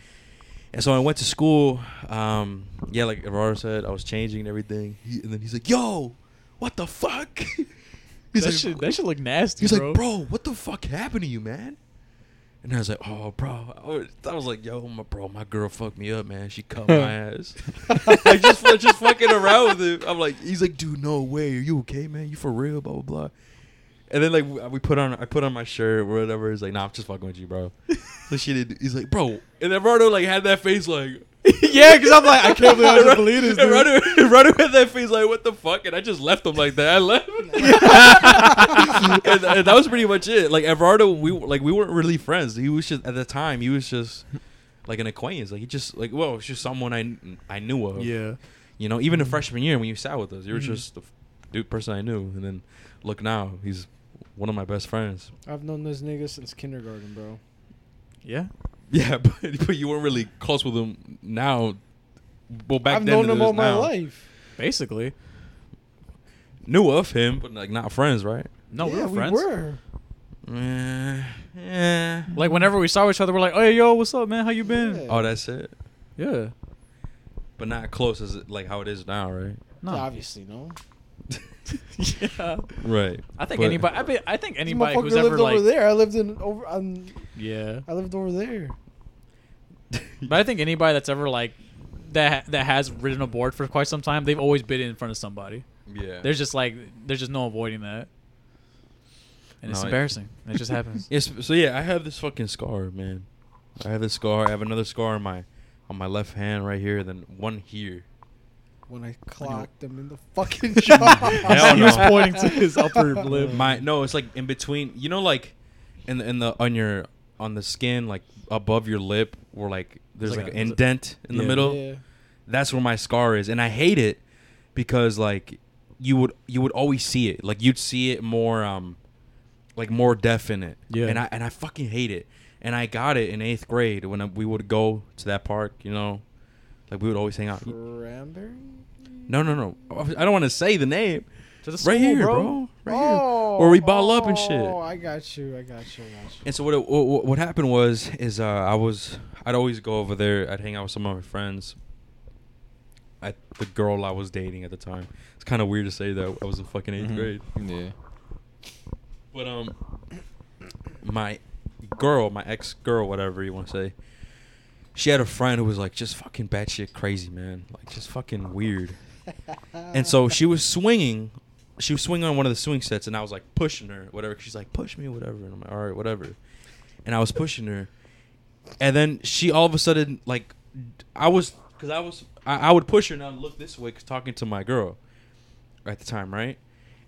[SPEAKER 2] And so I went to school. Um, yeah, like Alvaro said, I was changing and everything. He, and then he's like, "Yo, what the fuck?" [LAUGHS] he's
[SPEAKER 3] That, shit, that shit look nasty,
[SPEAKER 2] He's
[SPEAKER 3] bro.
[SPEAKER 2] like, bro, what the fuck happened to you, man? And I was like, oh, bro. I was- I was like, yo, my bro, my girl fucked me up, man. She cut my ass. [LAUGHS] like, just, just fucking around with him. I'm like, he's like, dude, no way. Are you okay, man? You for real? Blah, blah, blah. And then, like, we- we put on, I put on my shirt or whatever. He's like, nah, I'm just fucking with you, bro. so she did, he's like, bro. And then Rodo, like, had that face, like,
[SPEAKER 3] [LAUGHS] yeah, because I'm like, I can't believe I
[SPEAKER 2] Rodo-
[SPEAKER 3] just believe this,
[SPEAKER 2] and
[SPEAKER 3] dude.
[SPEAKER 2] Rodo, [LAUGHS] Rodo had that face, like, what the fuck? And I just left him like that. I left. [LAUGHS] and, and that was pretty much it. Like Everardo, we like we weren't really friends. He was just at the time he was just like an acquaintance. Like he just like well, it's just someone I I knew of.
[SPEAKER 3] Yeah.
[SPEAKER 2] You know, even the freshman year when you sat with us, you were
[SPEAKER 3] Mhm.
[SPEAKER 2] just the f- dude person I knew. And then look now, he's one of my best
[SPEAKER 3] [LAUGHS]
[SPEAKER 2] friends.
[SPEAKER 4] I've known this nigga since kindergarten, bro.
[SPEAKER 3] Yeah.
[SPEAKER 2] Yeah, [LAUGHS] but, but you weren't really close with him now. Well, back
[SPEAKER 4] I've
[SPEAKER 2] then
[SPEAKER 4] known
[SPEAKER 2] it
[SPEAKER 4] him
[SPEAKER 2] is
[SPEAKER 4] all my
[SPEAKER 2] now.
[SPEAKER 4] life.
[SPEAKER 3] Basically.
[SPEAKER 2] Knew of him, but like not friends, right?
[SPEAKER 3] No, we
[SPEAKER 4] Yeah,
[SPEAKER 3] were friends.
[SPEAKER 4] were.
[SPEAKER 2] Yeah. yeah.
[SPEAKER 3] Like, whenever we saw each other, we're like, hey, yo, what's up, man? How you been?
[SPEAKER 4] Yeah.
[SPEAKER 2] oh, that's it.
[SPEAKER 3] Yeah.
[SPEAKER 2] But not close as it- like how it is now,
[SPEAKER 3] [LAUGHS]
[SPEAKER 2] right?
[SPEAKER 3] No.
[SPEAKER 4] Obviously, no.
[SPEAKER 3] yeah.
[SPEAKER 2] Right.
[SPEAKER 3] I think
[SPEAKER 2] But-
[SPEAKER 3] anybody. I, be, I think
[SPEAKER 4] This
[SPEAKER 3] anybody
[SPEAKER 4] motherfucker
[SPEAKER 3] who's ever
[SPEAKER 4] lived
[SPEAKER 3] like,
[SPEAKER 4] over there. I lived in over. I'm,
[SPEAKER 3] yeah.
[SPEAKER 4] I lived over there.
[SPEAKER 3] But I think anybody that's ever like that that has ridden a board for quite some time, they've always been in front of somebody.
[SPEAKER 2] [LAUGHS] Yeah.
[SPEAKER 3] There's just like there's just no avoiding that, and it's
[SPEAKER 2] No, it-
[SPEAKER 3] embarrassing. It,
[SPEAKER 2] [LAUGHS]
[SPEAKER 3] just happens.
[SPEAKER 2] Yes. So yeah, I have this fucking scar, man. I have this scar. I have another scar on my on my left hand right here, then one here.
[SPEAKER 4] When I clocked him in the
[SPEAKER 3] [LAUGHS]
[SPEAKER 4] fucking jaw.
[SPEAKER 2] Hell
[SPEAKER 4] [LAUGHS]
[SPEAKER 3] he was
[SPEAKER 2] no.
[SPEAKER 3] pointing to his upper lip.
[SPEAKER 2] My no, it's like in between. You know, like in the, in the on your on the skin, like above your lip, where like there's
[SPEAKER 3] like
[SPEAKER 2] like,
[SPEAKER 3] a-
[SPEAKER 2] an indent in the
[SPEAKER 3] Yeah.
[SPEAKER 2] middle.
[SPEAKER 4] Yeah.
[SPEAKER 2] that's where my scar is and i hate it because like you would you would always see it like you'd see it more um like more definite
[SPEAKER 3] Yeah.
[SPEAKER 2] and i and i fucking hate it and i got it in eighth grade when I, we would go to that park you know like we would always hang out no
[SPEAKER 4] Cranberry?
[SPEAKER 2] no no i don't want to say the name
[SPEAKER 3] to the
[SPEAKER 2] right
[SPEAKER 3] school,
[SPEAKER 2] here bro, right
[SPEAKER 4] oh,
[SPEAKER 2] where we ball up and shit.
[SPEAKER 4] Oh, I got you. I got you. I got you.
[SPEAKER 2] And so what it, what, what happened was is uh, I was I'd always go over there. I'd hang out with some of my friends. At the girl I was dating at the time. It's kind of weird to say that I was
[SPEAKER 1] [LAUGHS]
[SPEAKER 2] in fucking 8th
[SPEAKER 1] Mhm.
[SPEAKER 2] grade.
[SPEAKER 1] Yeah.
[SPEAKER 2] But um, my girl, my ex girl, whatever you want to say, she had a friend who was like just fucking batshit crazy, man, like just fucking weird. And so she
[SPEAKER 4] [LAUGHS]
[SPEAKER 2] was swinging, she was swinging on one of the swing sets, and I was like pushing her, whatever. 'cause She's like push me, whatever, and I'm like all right, whatever. And I was pushing her, and then she all of a sudden like, I was because I was I, I would push her and I'd look this way, 'cause talking to my girl at the time, right?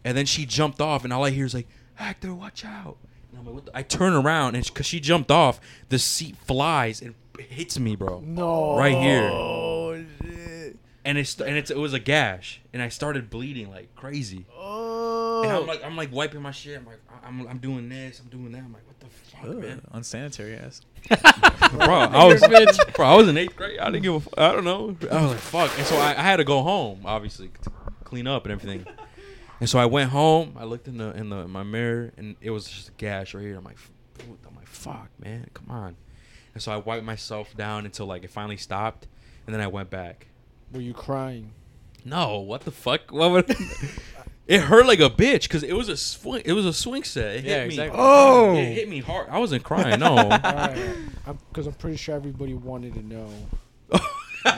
[SPEAKER 2] And then she jumped off, and all I hear is like, "Hector, watch out!" And I'm like, "What?" The? I turn around, and because she jumped off, the seat flies and hits me, bro,
[SPEAKER 4] No.
[SPEAKER 2] right here. Oh shit! And it's and it's, it was a gash, and I started bleeding like crazy. Oh. And I'm like I'm like wiping my shit. I'm like I- I'm I'm doing this. I'm doing that. I'm like, what the fuck, man? [LAUGHS]
[SPEAKER 3] unsanitary ass.
[SPEAKER 2] bro, [LAUGHS] I was bro, I was in eighth grade. I didn't give a. F- I don't know. I was like, fuck. And so I, I had to go home, obviously, to clean up and everything. And so I went home. I looked in the in the in my mirror, and it was just a gash right here. I'm like, f- I'm like, fuck, man, come on. And so I wiped myself down until like it finally stopped, and then I went back.
[SPEAKER 4] Were you crying?
[SPEAKER 2] No, what the fuck? [LAUGHS] What would? it hurt like a bitch because it was a swing. It was a swing set. It
[SPEAKER 3] Yeah,
[SPEAKER 2] hit
[SPEAKER 3] exactly.
[SPEAKER 2] me.
[SPEAKER 1] Oh.
[SPEAKER 2] It hit me hard. I wasn't crying. No. [LAUGHS]
[SPEAKER 4] All right. Because I'm pretty sure everybody wanted to know.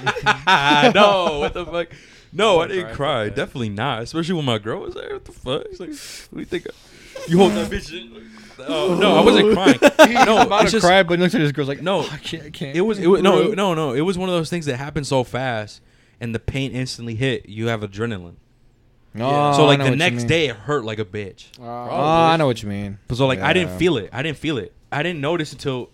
[SPEAKER 2] no, what the fuck? No, I
[SPEAKER 3] Don't
[SPEAKER 2] didn't
[SPEAKER 3] cry
[SPEAKER 2] cry.
[SPEAKER 3] about that.
[SPEAKER 2] Definitely not. Especially when my girl was there. What the fuck? She's like, what do you think? of- You hold that bitch in. Oh no, I wasn't
[SPEAKER 1] [LAUGHS]
[SPEAKER 3] [LAUGHS]
[SPEAKER 2] crying. No,
[SPEAKER 1] I'm about
[SPEAKER 2] it's
[SPEAKER 1] to
[SPEAKER 2] just-
[SPEAKER 1] cry, but looks at this girl's like,
[SPEAKER 2] No,
[SPEAKER 1] I can't. I can't.
[SPEAKER 2] It was. It was no, no, no. It was one of those things that happened so fast, and the pain instantly hit. You have adrenaline.
[SPEAKER 1] No,
[SPEAKER 2] so like
[SPEAKER 1] Oh, I know what
[SPEAKER 2] the
[SPEAKER 1] you
[SPEAKER 2] next
[SPEAKER 1] mean.
[SPEAKER 2] day, it hurt like a bitch.
[SPEAKER 1] Oh,
[SPEAKER 4] Uh,
[SPEAKER 1] I know what you mean.
[SPEAKER 2] But so like I didn't
[SPEAKER 1] Yeah.
[SPEAKER 2] feel it. I didn't feel it. I didn't notice until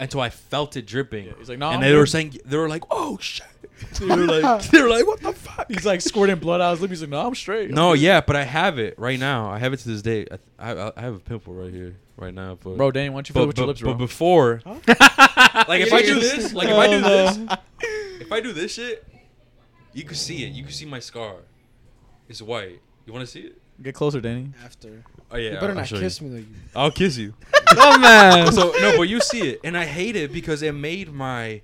[SPEAKER 2] until I felt it dripping.
[SPEAKER 3] Yeah, he's like, "Nah,
[SPEAKER 2] and
[SPEAKER 3] I'm
[SPEAKER 2] they were
[SPEAKER 3] good."
[SPEAKER 2] saying they were like, oh shit. [LAUGHS] They
[SPEAKER 3] [LAUGHS]
[SPEAKER 2] were like, [LAUGHS] they were like, what the fuck?
[SPEAKER 3] He's like squirting blood out of his lip. He's like, no, I'm straight.
[SPEAKER 2] No, yeah, but I have it right now. I have it to this day. I, I, I have a pimple right here, right now. But
[SPEAKER 3] bro, Danny, why don't you
[SPEAKER 2] but,
[SPEAKER 3] put with your lips,
[SPEAKER 2] but- but
[SPEAKER 3] bro?
[SPEAKER 2] before, [LAUGHS] like if I do this, like if I do this,
[SPEAKER 1] [LAUGHS]
[SPEAKER 2] if I do this shit, you can see it. You can see my scar. It's white. You want to see it?
[SPEAKER 3] Get
[SPEAKER 2] [LAUGHS]
[SPEAKER 3] closer, Danny.
[SPEAKER 4] after.
[SPEAKER 2] Oh yeah.
[SPEAKER 4] you better
[SPEAKER 2] I'll
[SPEAKER 4] not
[SPEAKER 2] show you.
[SPEAKER 4] kiss me though. You
[SPEAKER 2] I'll kiss you.
[SPEAKER 3] [LAUGHS]
[SPEAKER 1] Dumbass.
[SPEAKER 2] so no, but you see it, and I hate it because it made my,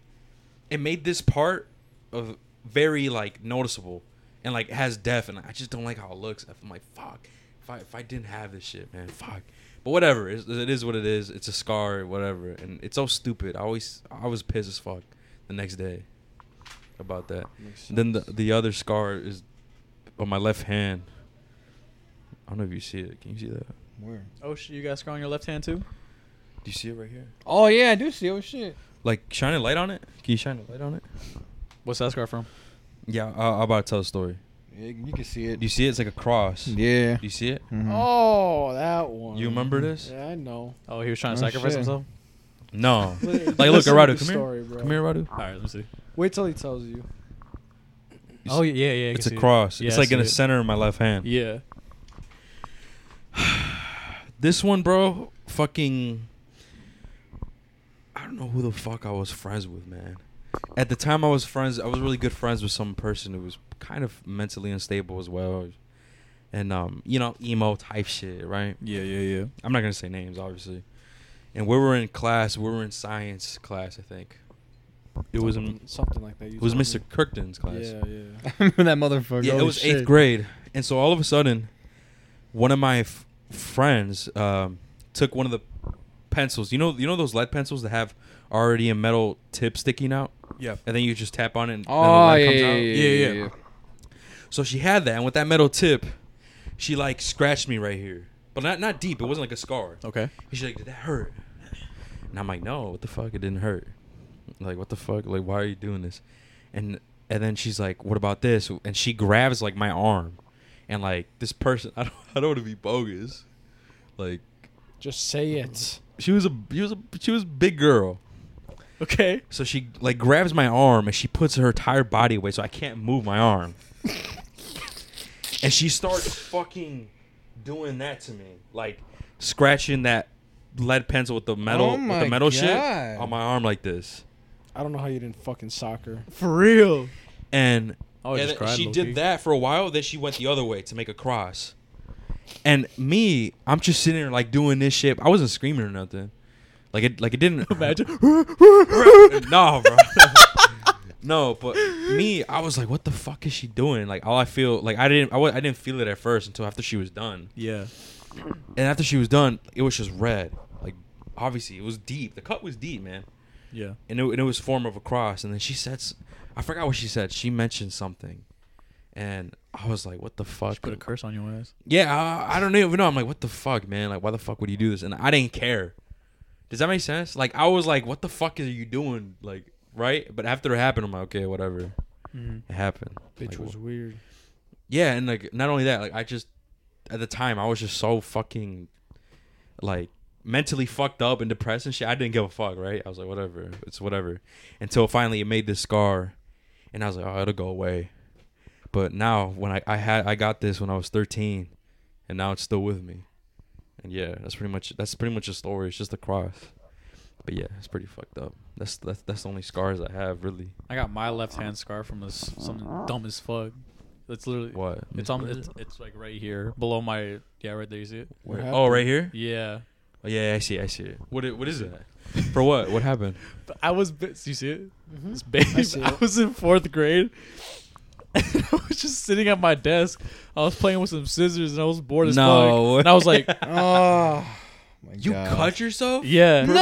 [SPEAKER 2] it made this part of very like noticeable, and like has depth, and I just don't like how it looks. I'm like, fuck, if I if I didn't have this shit, man, fuck. But whatever, it's, it is what it is. It's a scar, whatever, and it's so stupid. I always I was pissed as fuck the next day about that.
[SPEAKER 4] Makes
[SPEAKER 2] Then the the other scar is on my left hand. I don't know if you see it. Can you see that?
[SPEAKER 1] Where?
[SPEAKER 3] Oh shit, you got a scar on your left hand too?
[SPEAKER 2] Do you see it right here?
[SPEAKER 1] Oh yeah, I do see. Oh shit.
[SPEAKER 2] Like shine a light on it. Can you shine a light on it?
[SPEAKER 3] What's that scar from?
[SPEAKER 2] Yeah, I, I'm about to tell a story.
[SPEAKER 1] Yeah, you can see it.
[SPEAKER 2] Do you see it? It's like a cross. Do
[SPEAKER 1] Yeah.
[SPEAKER 2] you see it?
[SPEAKER 1] Mhm.
[SPEAKER 4] Oh, that one.
[SPEAKER 2] You remember this?
[SPEAKER 4] Yeah, I know.
[SPEAKER 3] Oh, he was trying to
[SPEAKER 1] Oh,
[SPEAKER 3] sacrifice
[SPEAKER 1] shit.
[SPEAKER 3] himself.
[SPEAKER 2] [LAUGHS] No. like,
[SPEAKER 4] Like,
[SPEAKER 2] look,
[SPEAKER 4] listen to
[SPEAKER 2] Arado,
[SPEAKER 4] the
[SPEAKER 2] come here.
[SPEAKER 4] story, bro.
[SPEAKER 2] Come here, Arado.
[SPEAKER 3] All right, let me see.
[SPEAKER 4] Wait till he tells you.
[SPEAKER 2] You
[SPEAKER 3] Oh
[SPEAKER 2] see-
[SPEAKER 3] yeah, yeah, yeah. I
[SPEAKER 2] It's
[SPEAKER 3] can
[SPEAKER 2] a
[SPEAKER 3] see it.
[SPEAKER 2] cross.
[SPEAKER 3] Yeah,
[SPEAKER 2] it's
[SPEAKER 3] I
[SPEAKER 2] like in
[SPEAKER 3] see
[SPEAKER 2] the
[SPEAKER 3] it.
[SPEAKER 2] center of my left hand.
[SPEAKER 3] Yeah.
[SPEAKER 2] This one, bro, fucking. I don't know who the fuck I was friends with, man. At the time, I was friends. I was really good friends with some person who was kind of mentally unstable as well, and um, you know, emo type shit, right?
[SPEAKER 3] Yeah, yeah, yeah.
[SPEAKER 2] I'm not gonna say names, obviously. And we were in class. We were in science class, I think. It was in,
[SPEAKER 4] something, something like that. You
[SPEAKER 2] it was
[SPEAKER 4] told
[SPEAKER 2] Mr.
[SPEAKER 4] me.
[SPEAKER 2] Kirkton's class.
[SPEAKER 4] Yeah, yeah.
[SPEAKER 1] I remember [LAUGHS] that motherfucker.
[SPEAKER 2] Yeah, it
[SPEAKER 1] Holy
[SPEAKER 2] was
[SPEAKER 1] shit.
[SPEAKER 2] eighth grade, and so all of a sudden, one of my f- friends um, took one of the pencils. You know, you know those lead pencils that have already a metal tip sticking out,
[SPEAKER 3] Yeah.
[SPEAKER 2] and then you just tap on it. And then the
[SPEAKER 1] Oh
[SPEAKER 2] lead
[SPEAKER 1] yeah,
[SPEAKER 2] comes
[SPEAKER 1] yeah,
[SPEAKER 2] out?
[SPEAKER 1] yeah,
[SPEAKER 3] Yeah, yeah.
[SPEAKER 1] yeah.
[SPEAKER 2] So she had that, and with that metal tip, she like scratched me right here, but not not deep. It wasn't like a scar.
[SPEAKER 3] Okay.
[SPEAKER 2] And she's like, "Did that hurt?" And I'm like, "No, what the fuck? It didn't hurt. Like, what the fuck? Like, why are you doing this?" And and then she's like, "What about this?" And she grabs like my arm, and like this person, [LAUGHS] I don't, I don't want to be bogus. Like,
[SPEAKER 4] Just say it.
[SPEAKER 2] she was a, she was a, she was a big girl.
[SPEAKER 3] Okay.
[SPEAKER 2] So she like grabs my arm and she puts her entire body away, so I can't move my
[SPEAKER 3] [LAUGHS]
[SPEAKER 2] arm. and she starts fucking doing that to me, like scratching that lead pencil with the metal,
[SPEAKER 1] Oh
[SPEAKER 2] with
[SPEAKER 1] my
[SPEAKER 2] the metal shit
[SPEAKER 1] God.
[SPEAKER 2] on my arm like this.
[SPEAKER 4] I don't know how you didn't fucking soccer.
[SPEAKER 3] For real. Oh,
[SPEAKER 2] And,
[SPEAKER 3] I would've
[SPEAKER 2] and
[SPEAKER 3] just cried,
[SPEAKER 2] she
[SPEAKER 3] low-key.
[SPEAKER 2] did that for a while. Then she went the other way to make a cross. And me, I'm just sitting there like doing this shit. I wasn't screaming or nothing. Like it, like it didn't.
[SPEAKER 3] [LAUGHS] Imagine. [LAUGHS]
[SPEAKER 2] no, bro. [LAUGHS] no, but me, I was like, what the fuck is she doing? Like all I feel, like I didn't, I w- I didn't feel it at first until after she was done.
[SPEAKER 3] Yeah.
[SPEAKER 2] And after she was done, it was just red. Like obviously, it was deep. The cut was deep, man.
[SPEAKER 3] Yeah.
[SPEAKER 2] and it, and it was form of a cross. And then she said, s- I forgot what she said. She mentioned something, and I was like, "What the fuck?"
[SPEAKER 3] Put a curse on your ass.
[SPEAKER 2] yeah, I, I don't even know. I'm like, "What the fuck, man? Like, why the fuck would you do this?" And I didn't care. Does that make sense? Like, I was like, "What the fuck are you doing?" Like, right? But after it happened, I'm like, "Okay, whatever. It happened."
[SPEAKER 4] Mm-hmm. Bitch
[SPEAKER 2] Like,
[SPEAKER 4] was
[SPEAKER 2] wh-
[SPEAKER 4] weird.
[SPEAKER 2] yeah, and like not only that, like I just at the time I was just so fucking like mentally fucked up and depressed and shit. I didn't give a fuck, right? I was like, whatever, it's whatever. Until finally it made this scar, and I was like, oh, it'll go away. But now when I I had I got this when I was 13, and now it's still with me. And yeah, that's pretty much that's pretty much the story. It's just a cross. But yeah, it's pretty fucked up. That's that's that's the only scars I have really.
[SPEAKER 3] I got my left hand scar from this something dumb as fuck. It's literally
[SPEAKER 2] What?
[SPEAKER 3] It's on. It's, it's like right here below my. Yeah, right there. You see it?
[SPEAKER 4] What
[SPEAKER 2] Oh, right here.
[SPEAKER 3] Yeah.
[SPEAKER 2] Oh, yeah, I see. I see it. What? i- What is
[SPEAKER 3] [LAUGHS]
[SPEAKER 2] it? For what? What happened?
[SPEAKER 3] But I was. bi- You see it? This babe.
[SPEAKER 4] Mm-hmm. I
[SPEAKER 3] [LAUGHS]
[SPEAKER 4] see
[SPEAKER 3] I,
[SPEAKER 4] it.
[SPEAKER 3] was in fourth grade. [LAUGHS] And I was just sitting at my desk. I was playing with some scissors and I was bored as
[SPEAKER 2] No
[SPEAKER 3] fuck.
[SPEAKER 2] way.
[SPEAKER 3] And I
[SPEAKER 2] [LAUGHS]
[SPEAKER 3] was like,
[SPEAKER 1] Oh, my
[SPEAKER 2] You
[SPEAKER 1] God.
[SPEAKER 2] cut yourself?
[SPEAKER 3] yeah.
[SPEAKER 1] No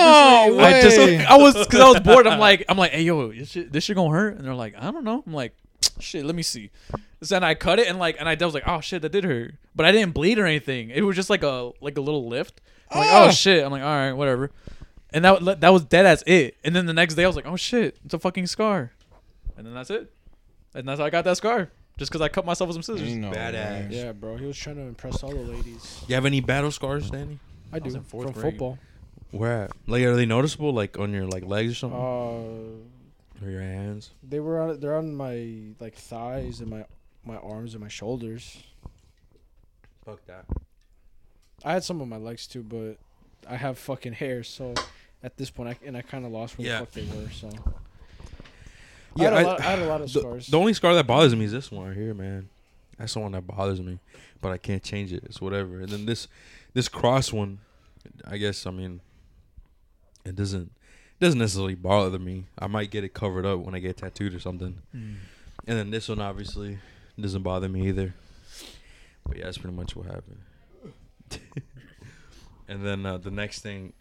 [SPEAKER 3] I just.
[SPEAKER 1] way.
[SPEAKER 3] I was because I was bored. I'm like, I'm like, hey yo, this shit, this shit gonna hurt. And they're like, I don't know. I'm like, shit, let me see. So then I cut it and like, and I was like, oh shit, that did hurt. But I didn't bleed or anything. It was just like a like a little lift. I'm like, oh
[SPEAKER 1] Ah.
[SPEAKER 3] shit. I'm like, all right, whatever. And that that was dead as it. And then the next day I was like, oh shit, it's a fucking scar. And then that's it. And that's how I got that scar. Just because I cut myself with some scissors.
[SPEAKER 1] Ain't no
[SPEAKER 2] Badass.
[SPEAKER 1] way.
[SPEAKER 4] Yeah, bro. He was trying to impress all the ladies.
[SPEAKER 2] You have any battle scars, Danny?
[SPEAKER 4] I do
[SPEAKER 3] was in
[SPEAKER 4] from
[SPEAKER 3] fourth grade.
[SPEAKER 4] football.
[SPEAKER 2] Where at? Like, are they noticeable? Like on your like legs or something,
[SPEAKER 4] Uh,
[SPEAKER 2] or your hands?
[SPEAKER 4] they were on. They're on my like thighs and my my arms and my shoulders.
[SPEAKER 2] Fuck that.
[SPEAKER 4] I had some on my legs too, but I have fucking hair, so at this point, I, and I kind of lost where
[SPEAKER 2] Yeah.
[SPEAKER 4] the fuck they were. So
[SPEAKER 2] Yeah,
[SPEAKER 4] I, had a
[SPEAKER 2] I-
[SPEAKER 4] lot, I had a lot of scars.
[SPEAKER 2] The, the only scar that bothers me is this one right here, man. That's the one that bothers me, but I can't change it. It's whatever. And then this, this cross one, I guess. I mean, it doesn't it doesn't necessarily bother me. I might get it covered up when I get tattooed or something. And then this one obviously doesn't bother me either. But yeah, that's pretty much what happened. [LAUGHS] and then uh, the next thing,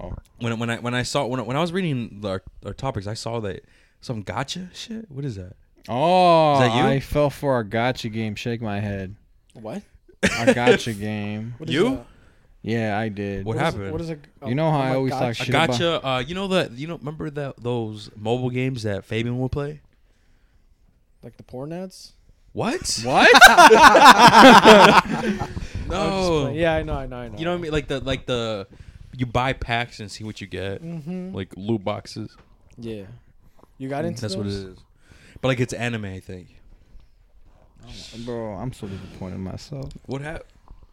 [SPEAKER 1] Oh.
[SPEAKER 2] when when I when I saw when I, when I was reading our, our topics, I saw that some gotcha shit. What is that?
[SPEAKER 1] Oh,
[SPEAKER 2] Is that you?
[SPEAKER 1] I fell for a gotcha game. Shake my head.
[SPEAKER 4] what?
[SPEAKER 1] A gotcha game.
[SPEAKER 4] What is
[SPEAKER 2] You?
[SPEAKER 4] that?
[SPEAKER 1] Yeah, I did.
[SPEAKER 2] What
[SPEAKER 4] is
[SPEAKER 2] happened?
[SPEAKER 4] it- what is it? oh,
[SPEAKER 1] You know how I
[SPEAKER 4] my
[SPEAKER 1] always
[SPEAKER 4] God.
[SPEAKER 1] talk
[SPEAKER 2] A
[SPEAKER 1] shit about-
[SPEAKER 2] gotcha. Uh, you know that you know. Remember that those mobile games that Fabian would play.
[SPEAKER 4] Like the porn ads?
[SPEAKER 2] What?
[SPEAKER 1] What?
[SPEAKER 4] I was just
[SPEAKER 2] No.
[SPEAKER 4] playing- Yeah, I know, I know, I know.
[SPEAKER 2] Oh. You know what I mean? Like the like the you buy packs and see what you get.
[SPEAKER 4] Mm-hmm.
[SPEAKER 2] Like loot boxes.
[SPEAKER 4] Yeah. You got into
[SPEAKER 2] That's what it
[SPEAKER 4] those?
[SPEAKER 2] is. But like it's anime, I think.
[SPEAKER 1] Bro, I'm so disappointed in myself.
[SPEAKER 2] What happened?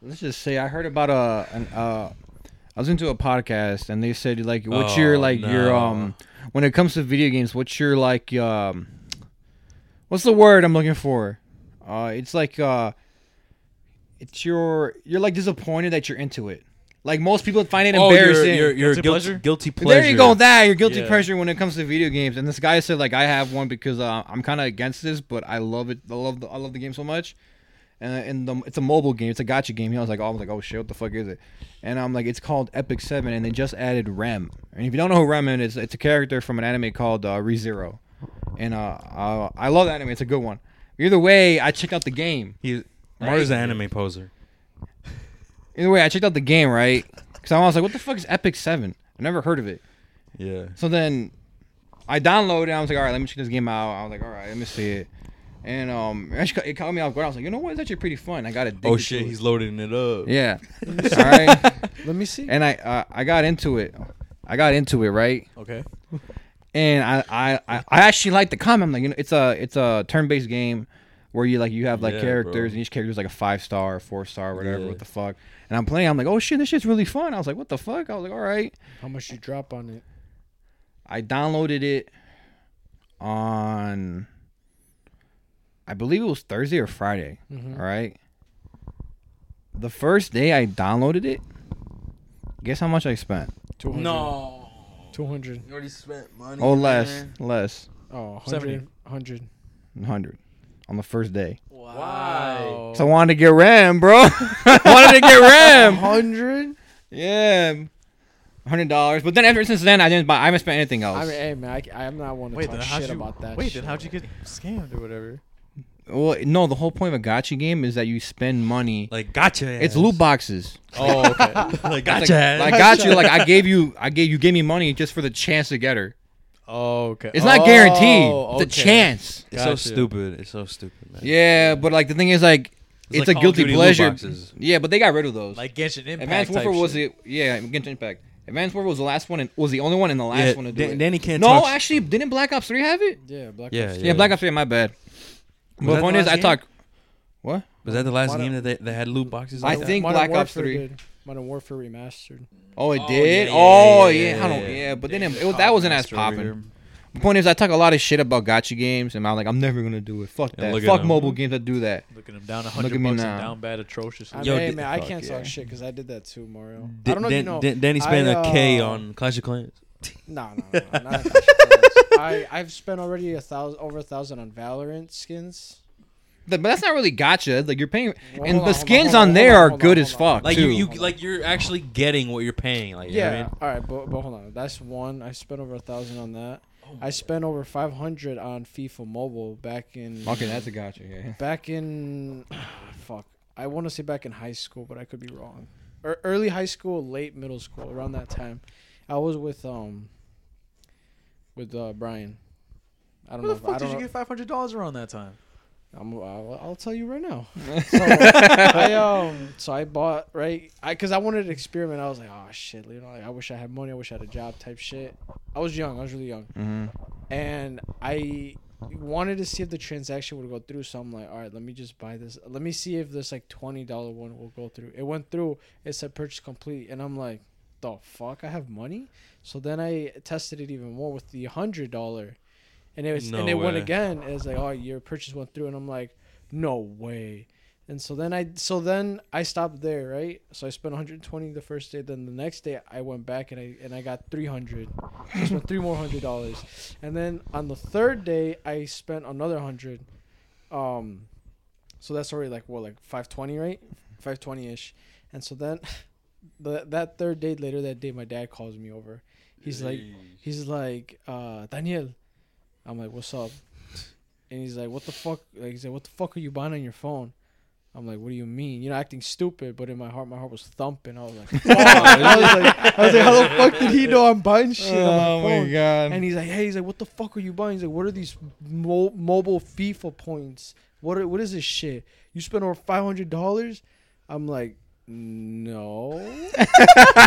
[SPEAKER 1] Let's just say I heard about a an uh I was into a podcast and they said like what's your
[SPEAKER 2] Oh,
[SPEAKER 1] like your
[SPEAKER 2] no.
[SPEAKER 1] um when it comes to video games, what's your like um what's the word I'm looking for? Uh it's like uh it's your you're like disappointed that you're into it. Like most people find it
[SPEAKER 2] Oh,
[SPEAKER 1] embarrassing.
[SPEAKER 2] Your,
[SPEAKER 3] Guilty
[SPEAKER 2] guilty,
[SPEAKER 3] pleasure?
[SPEAKER 2] guilty pleasure.
[SPEAKER 1] There you go. That your guilty
[SPEAKER 3] Yeah.
[SPEAKER 1] pleasure when it comes to video games. And this guy said like I have one because uh, I'm kind of against this, but I love it. I love the, I love the game so much. And, and the, it's a mobile game. It's a gotcha game. You know, I was like, oh, I was like, oh shit, what the fuck is it? And I'm like, it's called Epic Seven, and they just added Rem. And if you don't know who Rem is, it's a character from an anime called uh, ReZero. And uh, uh, I love that anime. It's a good one. Either way, I checked out the game.
[SPEAKER 2] He, Mario's an anime poser.
[SPEAKER 1] Either way, I checked out the game, right? Because I was like, what the fuck is Epic Seven? I never heard of it.
[SPEAKER 2] Yeah.
[SPEAKER 1] So then I downloaded it. I was like, all right, let me check this game out. I was like, all right, let me see it. And um, it actually- it caught me off guard. I was like, you know what? It's actually pretty fun. I got addicted.
[SPEAKER 2] Oh
[SPEAKER 1] to
[SPEAKER 2] shit,
[SPEAKER 1] it.
[SPEAKER 2] he's loading it up.
[SPEAKER 1] yeah. all right.
[SPEAKER 4] Let me see.
[SPEAKER 1] And I uh, I got into it. I got into it right.
[SPEAKER 3] Okay.
[SPEAKER 1] And I I, I, I actually like the comment. I'm like, you know, it's a it's a turn based game where you like you have like
[SPEAKER 2] Yeah,
[SPEAKER 1] characters
[SPEAKER 2] bro.
[SPEAKER 1] and each character is like a five star, four star, whatever.
[SPEAKER 2] Yeah.
[SPEAKER 1] What the fuck? And I'm playing. I'm like, oh shit, this shit's really fun. I was like, what the fuck? I was like, all right.
[SPEAKER 4] How much you drop on it?
[SPEAKER 1] I downloaded it on I believe it was Thursday or Friday.
[SPEAKER 4] Mhm.
[SPEAKER 1] all right. the first day I downloaded it, guess how much I spent?
[SPEAKER 4] 200.
[SPEAKER 2] No.
[SPEAKER 4] 200.
[SPEAKER 2] Oh, You already spent money.
[SPEAKER 1] Oh, less, less,
[SPEAKER 4] Oh, 100.
[SPEAKER 3] 70.
[SPEAKER 4] 100.
[SPEAKER 1] than 100 on the first day.
[SPEAKER 3] Wow.
[SPEAKER 1] So I wanted to get RAM, bro. [LAUGHS] I wanted to get
[SPEAKER 4] [LAUGHS]
[SPEAKER 1] RAM.
[SPEAKER 4] Oh. 100?
[SPEAKER 1] yeah. Hundred dollars, but then ever since then I didn't buy. I haven't spent anything else.
[SPEAKER 4] I mean, hey, man, I, am not one to
[SPEAKER 3] Wait,
[SPEAKER 4] talk
[SPEAKER 3] then how'd
[SPEAKER 4] shit
[SPEAKER 3] you,
[SPEAKER 4] about that
[SPEAKER 3] wait,
[SPEAKER 4] shit.
[SPEAKER 3] then how'd you get scammed or whatever?
[SPEAKER 1] well, no, the whole point of a gotcha game is that you spend money.
[SPEAKER 2] Like gotcha.
[SPEAKER 1] It's loot boxes.
[SPEAKER 3] Oh,
[SPEAKER 2] [LAUGHS]
[SPEAKER 3] okay.
[SPEAKER 2] like
[SPEAKER 1] Like,
[SPEAKER 2] gotcha. ass.
[SPEAKER 1] like gotcha. Like I gave you, I gave you, gave me money just for the chance to get her.
[SPEAKER 3] Oh, okay.
[SPEAKER 1] It's not
[SPEAKER 3] Oh,
[SPEAKER 1] guaranteed.
[SPEAKER 3] okay.
[SPEAKER 1] The chance.
[SPEAKER 2] It's so
[SPEAKER 3] Gotcha.
[SPEAKER 2] stupid. It's so stupid, man.
[SPEAKER 1] Yeah, but like the thing is, like it's,
[SPEAKER 2] like
[SPEAKER 1] a
[SPEAKER 2] Call of
[SPEAKER 1] guilty
[SPEAKER 2] Duty loot
[SPEAKER 1] pleasure.
[SPEAKER 2] boxes.
[SPEAKER 1] Yeah, but they got rid of those.
[SPEAKER 3] Like Genshin Impact.
[SPEAKER 1] Advanced
[SPEAKER 3] type
[SPEAKER 1] Warfare was
[SPEAKER 3] shit.
[SPEAKER 1] the yeah Genshin Impact. Advanced Warfare was the last one and was the only one and the last
[SPEAKER 2] Yeah,
[SPEAKER 1] one to do
[SPEAKER 2] Dan-
[SPEAKER 1] it.
[SPEAKER 2] Danny can't
[SPEAKER 1] No,
[SPEAKER 2] talk sh-
[SPEAKER 1] actually, didn't Black Ops Three have it?
[SPEAKER 4] Yeah, Black
[SPEAKER 2] Yeah,
[SPEAKER 4] Ops.
[SPEAKER 1] Yeah, Black Ops Three. My bad.
[SPEAKER 2] Was
[SPEAKER 1] But
[SPEAKER 2] that
[SPEAKER 1] the point
[SPEAKER 2] the
[SPEAKER 1] is, I
[SPEAKER 2] last game?
[SPEAKER 1] talked. What?
[SPEAKER 2] Was that the last
[SPEAKER 4] Modern-
[SPEAKER 2] game that they, they had loot boxes?
[SPEAKER 1] I
[SPEAKER 2] Like that?
[SPEAKER 1] think
[SPEAKER 4] Modern
[SPEAKER 1] Black Ops
[SPEAKER 4] Warfare
[SPEAKER 1] 3.
[SPEAKER 4] did. Modern Warfare Remastered.
[SPEAKER 1] Oh, it
[SPEAKER 2] Oh,
[SPEAKER 1] did.
[SPEAKER 2] yeah, yeah,
[SPEAKER 1] oh,
[SPEAKER 2] yeah,
[SPEAKER 1] yeah,
[SPEAKER 2] yeah,
[SPEAKER 1] I don't.
[SPEAKER 2] yeah.
[SPEAKER 1] Yeah, but then it, it, was- that wasn't as
[SPEAKER 2] Master over
[SPEAKER 1] popping.
[SPEAKER 2] here.
[SPEAKER 1] The point is, I talk a lot of shit about gotcha games, and I'm like, I'm never gonna do it. Fuck
[SPEAKER 2] Yeah,
[SPEAKER 1] that.
[SPEAKER 2] look at
[SPEAKER 1] Fuck
[SPEAKER 2] him.
[SPEAKER 1] mobile games that do that.
[SPEAKER 3] Looking him down a
[SPEAKER 1] Look
[SPEAKER 3] hundred
[SPEAKER 1] at me
[SPEAKER 3] bucks and
[SPEAKER 1] now.
[SPEAKER 3] down bad atrociously.
[SPEAKER 4] I
[SPEAKER 2] Yo,
[SPEAKER 4] mean, hey,
[SPEAKER 2] did-
[SPEAKER 4] man, I
[SPEAKER 1] fuck,
[SPEAKER 4] can't
[SPEAKER 1] yeah.
[SPEAKER 4] talk shit because I did that too, Mario.
[SPEAKER 2] Da-
[SPEAKER 4] I don't know
[SPEAKER 2] Dan-
[SPEAKER 4] if you know.
[SPEAKER 2] Dan- Danny spent
[SPEAKER 4] I,
[SPEAKER 2] a K
[SPEAKER 4] uh,
[SPEAKER 2] on Clash of Clans.
[SPEAKER 4] No, no, no, no, not a Clash of Clans.
[SPEAKER 1] [LAUGHS]
[SPEAKER 4] I I've spent already a thousand over a thousand on Valorant skins.
[SPEAKER 1] Th- but that's not really gotcha. Like you're paying, and
[SPEAKER 4] Well, hold
[SPEAKER 1] the
[SPEAKER 4] on, hold on,
[SPEAKER 1] skins
[SPEAKER 4] hold on,
[SPEAKER 1] on there
[SPEAKER 4] hold on,
[SPEAKER 1] are
[SPEAKER 4] hold
[SPEAKER 1] good
[SPEAKER 4] on,
[SPEAKER 1] as
[SPEAKER 4] hold on.
[SPEAKER 1] fuck
[SPEAKER 2] Like
[SPEAKER 1] too.
[SPEAKER 2] you, you, like you're actually getting what you're paying. Like you know what I
[SPEAKER 4] Yeah.
[SPEAKER 2] mean?
[SPEAKER 4] All right, but, but hold on. That's one. I spent over a thousand on that.
[SPEAKER 2] Oh
[SPEAKER 4] I spent over five hundred on FIFA Mobile back in.
[SPEAKER 1] okay, that's a gotcha. Yeah.
[SPEAKER 4] Back in, fuck. I want to say back in high school, but I could be wrong. Or early high school, late middle school, around that time. I was with um. With uh Brian. I don't
[SPEAKER 3] Where the
[SPEAKER 4] know. if, I
[SPEAKER 3] fuck
[SPEAKER 4] don't
[SPEAKER 3] did you
[SPEAKER 4] know-
[SPEAKER 3] get five hundred dollars around that time?
[SPEAKER 4] I'm, I'll, I'll tell you right now. So I um, so I bought right, I because I wanted to experiment. I was like, oh shit, you know, like, I wish I had money. I wish I had a job, type shit. I was young. I was really young,
[SPEAKER 1] Mhm.
[SPEAKER 4] and I wanted to see if the transaction would go through. So I'm like, all right, let me just buy this. Let me see if this like twenty dollar one will go through. It went through. It said purchase complete, and I'm like, the fuck, I have money. So then I tested it even more with the hundred dollar, and it was
[SPEAKER 2] No
[SPEAKER 4] and it went
[SPEAKER 2] way.
[SPEAKER 4] again. It was like, oh, your purchase went through, and I'm like, no way. And so then I so then I stopped there, right? So I spent 120 the first day. Then the next day I went back and I and I got 300. I spent three more hundred dollars, and then on the third day I spent another hundred. Um, so that's already like what like 520, right? 520 ish. And so then, [LAUGHS] the, that third day later that day, my dad calls me over. He's like, he's like, uh, Daniel. I'm like, what's up? And he's like, what the fuck? Like, he's like, what the fuck are you buying on your phone? I'm like, what do you mean? You know, acting stupid, but in my heart, my heart was thumping. I was like, fuck. I was like, I was like, how the fuck did he know I'm buying shit
[SPEAKER 1] Oh
[SPEAKER 4] on my phone?
[SPEAKER 1] god.
[SPEAKER 4] And he's like, hey, he's like, what the fuck are you buying? He's like, what are these mo- mobile FIFA points? What are, what is this shit? You spent over five hundred dollars? I'm like, no.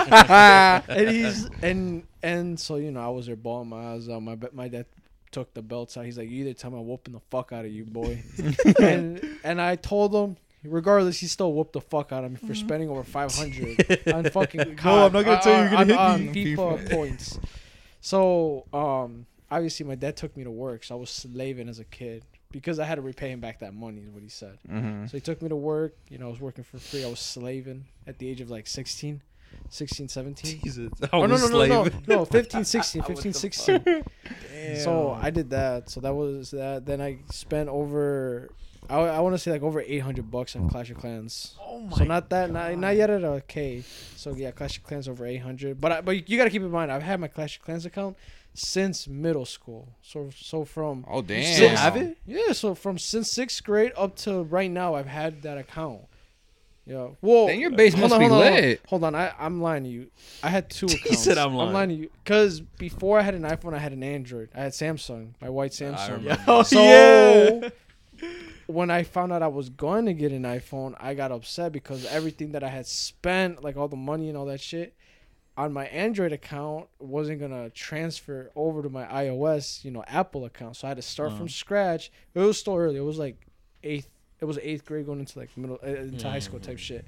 [SPEAKER 4] and he's and and so you know, I was there balling my eyes out. My ba- my dad took the belts out. He's like, you either time I'm whooping the fuck out of
[SPEAKER 3] [LAUGHS]
[SPEAKER 4] you, boy. and and I told him. Regardless, he still whooped the fuck out of me for spending
[SPEAKER 3] [LAUGHS]
[SPEAKER 4] over 500 on fucking. COD-
[SPEAKER 3] I'm not gonna tell you you're gonna
[SPEAKER 4] on-
[SPEAKER 1] hit me.
[SPEAKER 3] [LAUGHS]
[SPEAKER 4] on FIFA points. So, um, obviously, my dad took me to work, so I was slaving as a kid because I had to repay him back that money, is what he said.
[SPEAKER 1] hmm
[SPEAKER 4] So he took me to work. You know, I was working for free. I was slaving at the age of like 16,
[SPEAKER 3] [LAUGHS]
[SPEAKER 4] 16, 17.
[SPEAKER 2] Jesus,
[SPEAKER 4] Oh, no,
[SPEAKER 2] no,
[SPEAKER 4] no, no, no, no, 15, 16, 15, 16. So I did that. So that was that. Then I spent over, I, I want to say like over 800 bucks on Clash of Clans.
[SPEAKER 3] Oh my.
[SPEAKER 4] So not that, not, not yet at a K. So yeah, Clash of Clans over 800. But I, but you gotta keep in mind, I've had my Clash of Clans account since middle school. So so from
[SPEAKER 1] Oh damn.
[SPEAKER 4] still
[SPEAKER 3] have it?
[SPEAKER 4] yeah, so from since sixth grade up to right now, I've had that account. Yeah. Whoa.
[SPEAKER 1] Then your base must be
[SPEAKER 4] hold on,
[SPEAKER 1] lit.
[SPEAKER 4] Hold on, I, I'm lying to you. I
[SPEAKER 1] [LAUGHS]
[SPEAKER 4] had two accounts.
[SPEAKER 2] He said I'm lying.
[SPEAKER 4] I'm lying to you because before I had an iPhone, I had an Android. I had Samsung, my white Samsung.
[SPEAKER 3] [LAUGHS]
[SPEAKER 2] remember.
[SPEAKER 3] Oh
[SPEAKER 4] [LAUGHS] So
[SPEAKER 3] yeah.
[SPEAKER 4] when I found out I was going to get an iPhone, I got upset because everything that I had spent, like all the money and all that shit, on my Android account wasn't gonna transfer over to my iOS, you know, Apple account. So I had to start
[SPEAKER 3] Uh-huh.
[SPEAKER 4] from scratch. It was still early. It was like eighth. It was eighth grade going into like middle uh, into high school
[SPEAKER 3] Mm.
[SPEAKER 4] type shit.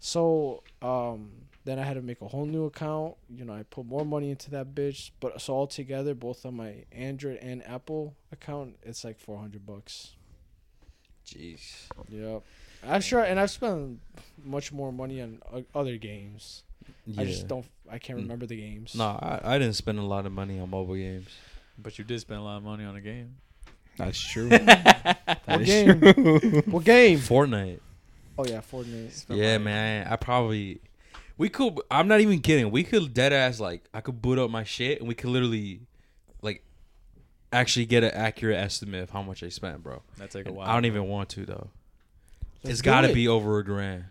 [SPEAKER 4] So um, then I had to make a whole new account. You know, I put more money into that bitch. But so all together, both on my Android and Apple account, it's like four hundred bucks.
[SPEAKER 5] Jeez.
[SPEAKER 4] Yep. I'm sure, and I've spent much more money on o- other games. I just don't. I can't
[SPEAKER 2] Mm.
[SPEAKER 4] remember the games.
[SPEAKER 2] No, I, I didn't spend a lot of money on mobile games.
[SPEAKER 3] But you did spend a lot of money on a game.
[SPEAKER 1] That's
[SPEAKER 5] [LAUGHS]
[SPEAKER 1] true.
[SPEAKER 4] What
[SPEAKER 1] is
[SPEAKER 4] game? what game?
[SPEAKER 2] Fortnite.
[SPEAKER 4] Oh yeah, Fortnite.
[SPEAKER 3] Spent
[SPEAKER 2] Yeah,
[SPEAKER 3] money.
[SPEAKER 2] man. I probably we could. I'm not even kidding. We could dead ass like I could boot up my shit and we could literally like actually get an accurate estimate of how much I spent, bro.
[SPEAKER 3] That take a
[SPEAKER 2] And
[SPEAKER 3] while.
[SPEAKER 2] I don't even want to though.
[SPEAKER 4] Let's
[SPEAKER 2] it's
[SPEAKER 4] do
[SPEAKER 2] got to
[SPEAKER 4] it.
[SPEAKER 2] be over a grand,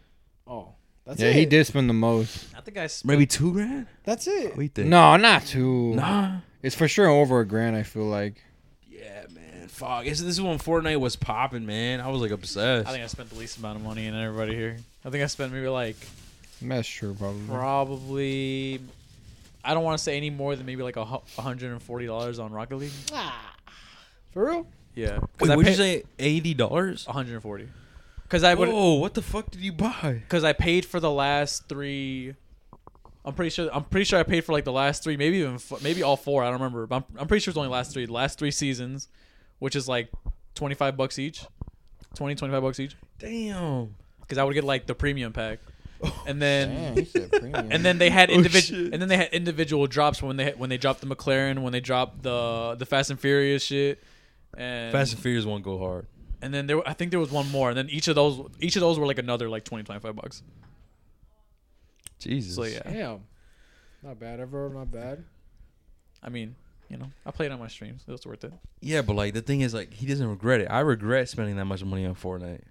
[SPEAKER 4] Oh,
[SPEAKER 1] [LAUGHS]
[SPEAKER 4] that's
[SPEAKER 1] yeah,
[SPEAKER 4] it.
[SPEAKER 1] he did spend the most.
[SPEAKER 3] I think I spent
[SPEAKER 2] maybe two grand.
[SPEAKER 4] That's
[SPEAKER 2] What
[SPEAKER 4] it.
[SPEAKER 2] do you think?
[SPEAKER 1] No, not too.
[SPEAKER 2] nah.
[SPEAKER 1] It's for sure over a grand. I feel like.
[SPEAKER 2] Yeah, man. Fuck. This, this is when Fortnite was popping, man. I was like obsessed.
[SPEAKER 3] I think I spent the least amount of money in everybody here. I think I spent maybe like
[SPEAKER 1] That's true, probably.
[SPEAKER 4] Mm-hmm.
[SPEAKER 3] probably. I don't want to say any more than maybe like a hu- $140 on Rocket League.
[SPEAKER 4] Ah. For real?
[SPEAKER 3] Yeah.
[SPEAKER 2] Wait,
[SPEAKER 3] I Oh,
[SPEAKER 2] would you
[SPEAKER 3] paid-
[SPEAKER 2] say eighty dollars?
[SPEAKER 3] 140. Because I would.
[SPEAKER 2] Whoa! What the fuck did you buy?
[SPEAKER 3] Because I paid for the last three. I'm pretty sure. I'm pretty sure I paid for like the last three, maybe even f- maybe all four. I don't remember. But I'm, I'm pretty sure it's only last three. The last three seasons, which is like 25 bucks each, 20, 25 bucks each.
[SPEAKER 2] Damn.
[SPEAKER 3] Because I would get like the premium pack, and then.
[SPEAKER 5] Damn, you said premium.
[SPEAKER 3] [LAUGHS] and then they had
[SPEAKER 2] Oh,
[SPEAKER 3] individual
[SPEAKER 2] shit.
[SPEAKER 3] and then they had individual drops when they when they dropped the McLaren, when they dropped the the Fast and Furious shit, and
[SPEAKER 2] Fast and Furious won't go hard.
[SPEAKER 3] and then there were- I think there was one more, and then each of those each of those were like another like 20, 25 bucks.
[SPEAKER 2] Jesus.
[SPEAKER 3] So yeah,
[SPEAKER 4] Damn. Not bad ever. Not bad.
[SPEAKER 3] I mean, you know, I played on my streams, it was worth it.
[SPEAKER 2] Yeah, but like the thing is, like he doesn't regret it. I regret spending that much money on Fortnite.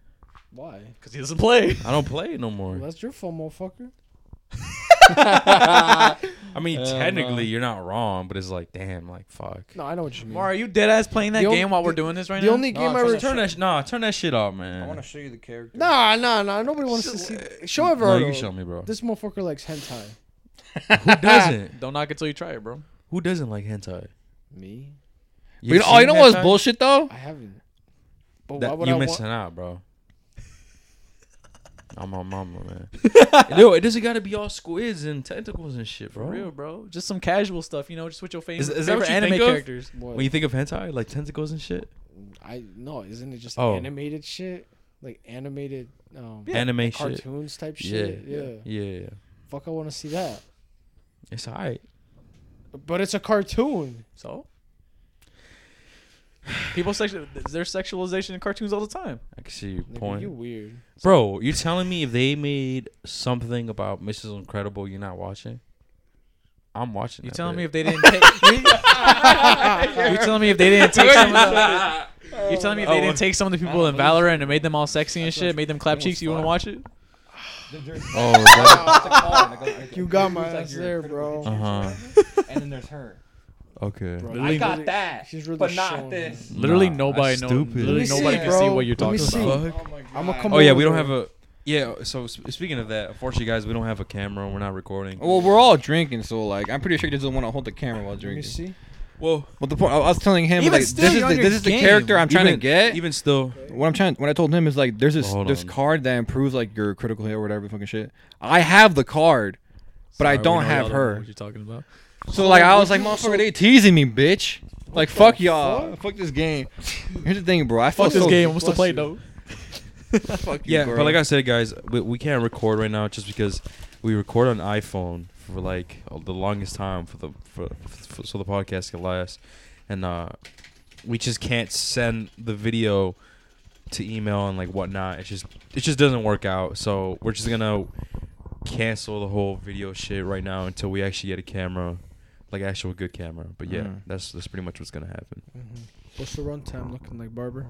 [SPEAKER 4] Why?
[SPEAKER 3] Cause he doesn't play.
[SPEAKER 2] I don't play it no more.
[SPEAKER 4] Well, that's your fault, motherfucker.
[SPEAKER 2] I mean, technically, you're not wrong, but it's like, damn, like fuck.
[SPEAKER 4] No, I know what you mean.
[SPEAKER 3] Mar, are you dead ass playing that
[SPEAKER 4] The
[SPEAKER 3] game
[SPEAKER 4] only-
[SPEAKER 3] while we're
[SPEAKER 4] the-
[SPEAKER 3] doing this right
[SPEAKER 4] the
[SPEAKER 3] now?
[SPEAKER 4] only game I
[SPEAKER 5] it's
[SPEAKER 4] ever
[SPEAKER 2] Turn that, sh- nah, turn that shit off, man.
[SPEAKER 5] I want to show you the character.
[SPEAKER 4] Nah, nah, nah. Nobody wants to see. Show
[SPEAKER 2] No,
[SPEAKER 4] everyone.
[SPEAKER 2] you can show me, bro.
[SPEAKER 4] This motherfucker likes hentai.
[SPEAKER 2] Who doesn't?
[SPEAKER 3] Don't knock it till you try it, bro.
[SPEAKER 2] Who doesn't like hentai?
[SPEAKER 4] Me?
[SPEAKER 1] You know, oh, you know
[SPEAKER 2] seen
[SPEAKER 1] what's
[SPEAKER 2] hentai?
[SPEAKER 1] bullshit though?
[SPEAKER 4] I haven't. But why
[SPEAKER 2] That,
[SPEAKER 4] would
[SPEAKER 2] you
[SPEAKER 4] I
[SPEAKER 2] missing
[SPEAKER 4] want?
[SPEAKER 2] out, bro. I'm on mama, man. Yo, it doesn't gotta be all squids and tentacles and shit,
[SPEAKER 3] For
[SPEAKER 2] bro.
[SPEAKER 3] real, bro. Just some casual stuff, you know, just with your favorite,
[SPEAKER 2] Is- is that
[SPEAKER 3] favorite
[SPEAKER 2] what you
[SPEAKER 3] anime
[SPEAKER 2] think of?
[SPEAKER 3] characters.
[SPEAKER 4] What?
[SPEAKER 2] When you think of hentai, like tentacles and shit,
[SPEAKER 4] I no. Isn't it just
[SPEAKER 2] Oh.
[SPEAKER 4] animated shit? Like animated. Um,
[SPEAKER 2] anime shit.
[SPEAKER 4] Cartoons type shit.
[SPEAKER 2] Yeah.
[SPEAKER 4] Yeah.
[SPEAKER 2] Yeah, yeah,
[SPEAKER 4] Fuck, I want to see that.
[SPEAKER 2] it's alright.
[SPEAKER 4] But it's a cartoon.
[SPEAKER 3] So. People sexual, there's sexualization in cartoons all the time.
[SPEAKER 2] I can see your
[SPEAKER 4] Nigga,
[SPEAKER 2] point,
[SPEAKER 4] You weird.
[SPEAKER 2] bro. You telling me if they made something about Mrs. Incredible, you're not watching? I'm watching.
[SPEAKER 3] You
[SPEAKER 2] that
[SPEAKER 3] telling
[SPEAKER 2] bit.
[SPEAKER 3] me if they didn't take? you telling me if they didn't take some? Of the, you telling me if they didn't take some of the people in Valorant and made them all sexy and shit, made them clap cheeks? You want to watch it?
[SPEAKER 5] [LAUGHS]
[SPEAKER 2] Oh, is
[SPEAKER 3] [LAUGHS]
[SPEAKER 2] that-
[SPEAKER 4] You got my ass there, bro.
[SPEAKER 2] Uh-huh.
[SPEAKER 5] And then there's her.
[SPEAKER 2] okay.
[SPEAKER 4] Bro,
[SPEAKER 3] Literally-
[SPEAKER 5] I got
[SPEAKER 4] really-
[SPEAKER 5] that,
[SPEAKER 4] he's really
[SPEAKER 5] but not
[SPEAKER 4] showing
[SPEAKER 5] this.
[SPEAKER 3] Literally
[SPEAKER 2] Nah,
[SPEAKER 3] nobody
[SPEAKER 2] that's
[SPEAKER 3] knows.
[SPEAKER 2] stupid.
[SPEAKER 3] Literally
[SPEAKER 4] Let me
[SPEAKER 3] nobody
[SPEAKER 4] see,
[SPEAKER 3] can
[SPEAKER 4] bro.
[SPEAKER 3] see what you're
[SPEAKER 4] Let
[SPEAKER 3] talking
[SPEAKER 4] me see.
[SPEAKER 3] about.
[SPEAKER 2] Fuck.
[SPEAKER 5] my
[SPEAKER 4] I'ma come
[SPEAKER 2] Oh yeah,
[SPEAKER 4] over
[SPEAKER 2] we don't
[SPEAKER 4] there.
[SPEAKER 2] have a. Yeah, so sp- speaking of that, unfortunately, guys, we don't have a camera and we're not recording.
[SPEAKER 1] Well, we're all drinking, so like, I'm pretty sure he doesn't want to hold the camera while
[SPEAKER 4] Let me
[SPEAKER 1] drinking.
[SPEAKER 4] see.
[SPEAKER 2] well,
[SPEAKER 1] Well, the point I was telling him,
[SPEAKER 3] Even
[SPEAKER 1] like,
[SPEAKER 3] still,
[SPEAKER 1] this is
[SPEAKER 3] you're
[SPEAKER 1] the,
[SPEAKER 3] on
[SPEAKER 1] this
[SPEAKER 3] your
[SPEAKER 1] is the
[SPEAKER 3] game.
[SPEAKER 1] character I'm trying
[SPEAKER 2] even-
[SPEAKER 1] to get.
[SPEAKER 2] Even still,
[SPEAKER 1] what I'm trying, when I told him is like, there's this
[SPEAKER 2] Hold
[SPEAKER 1] this
[SPEAKER 2] on.
[SPEAKER 1] card that improves like your critical hit or whatever fucking shit. I have the card, but I
[SPEAKER 3] Sorry, we
[SPEAKER 1] don't
[SPEAKER 3] know
[SPEAKER 1] have
[SPEAKER 3] y'all don't know
[SPEAKER 1] her.
[SPEAKER 3] What you talking about?
[SPEAKER 1] So like, I
[SPEAKER 4] what
[SPEAKER 1] was like,
[SPEAKER 4] you-
[SPEAKER 1] motherfucker,
[SPEAKER 4] so-
[SPEAKER 1] they teasing me, bitch. Like, fuck y'all, fuck this game. Here's the thing, bro. I
[SPEAKER 3] Fuck
[SPEAKER 1] felt
[SPEAKER 3] this
[SPEAKER 1] so-
[SPEAKER 3] game. I'm still
[SPEAKER 4] bless
[SPEAKER 3] playing though.
[SPEAKER 4] you.
[SPEAKER 1] [LAUGHS] Fuck you,
[SPEAKER 2] yeah.
[SPEAKER 1] bro.
[SPEAKER 2] But like I said, guys, we, we can't record right now just because we record on iPhone for like uh, the longest time for the for, for so the podcast can last, and uh, we just can't send the video to email and like whatnot. It's just it just doesn't work out. So we're just gonna cancel the whole video shit right now until we actually get a camera, like actual good camera. But yeah,
[SPEAKER 1] Mm.
[SPEAKER 2] that's that's pretty much what's gonna happen.
[SPEAKER 4] Mm-hmm. What's the runtime looking like, Barber?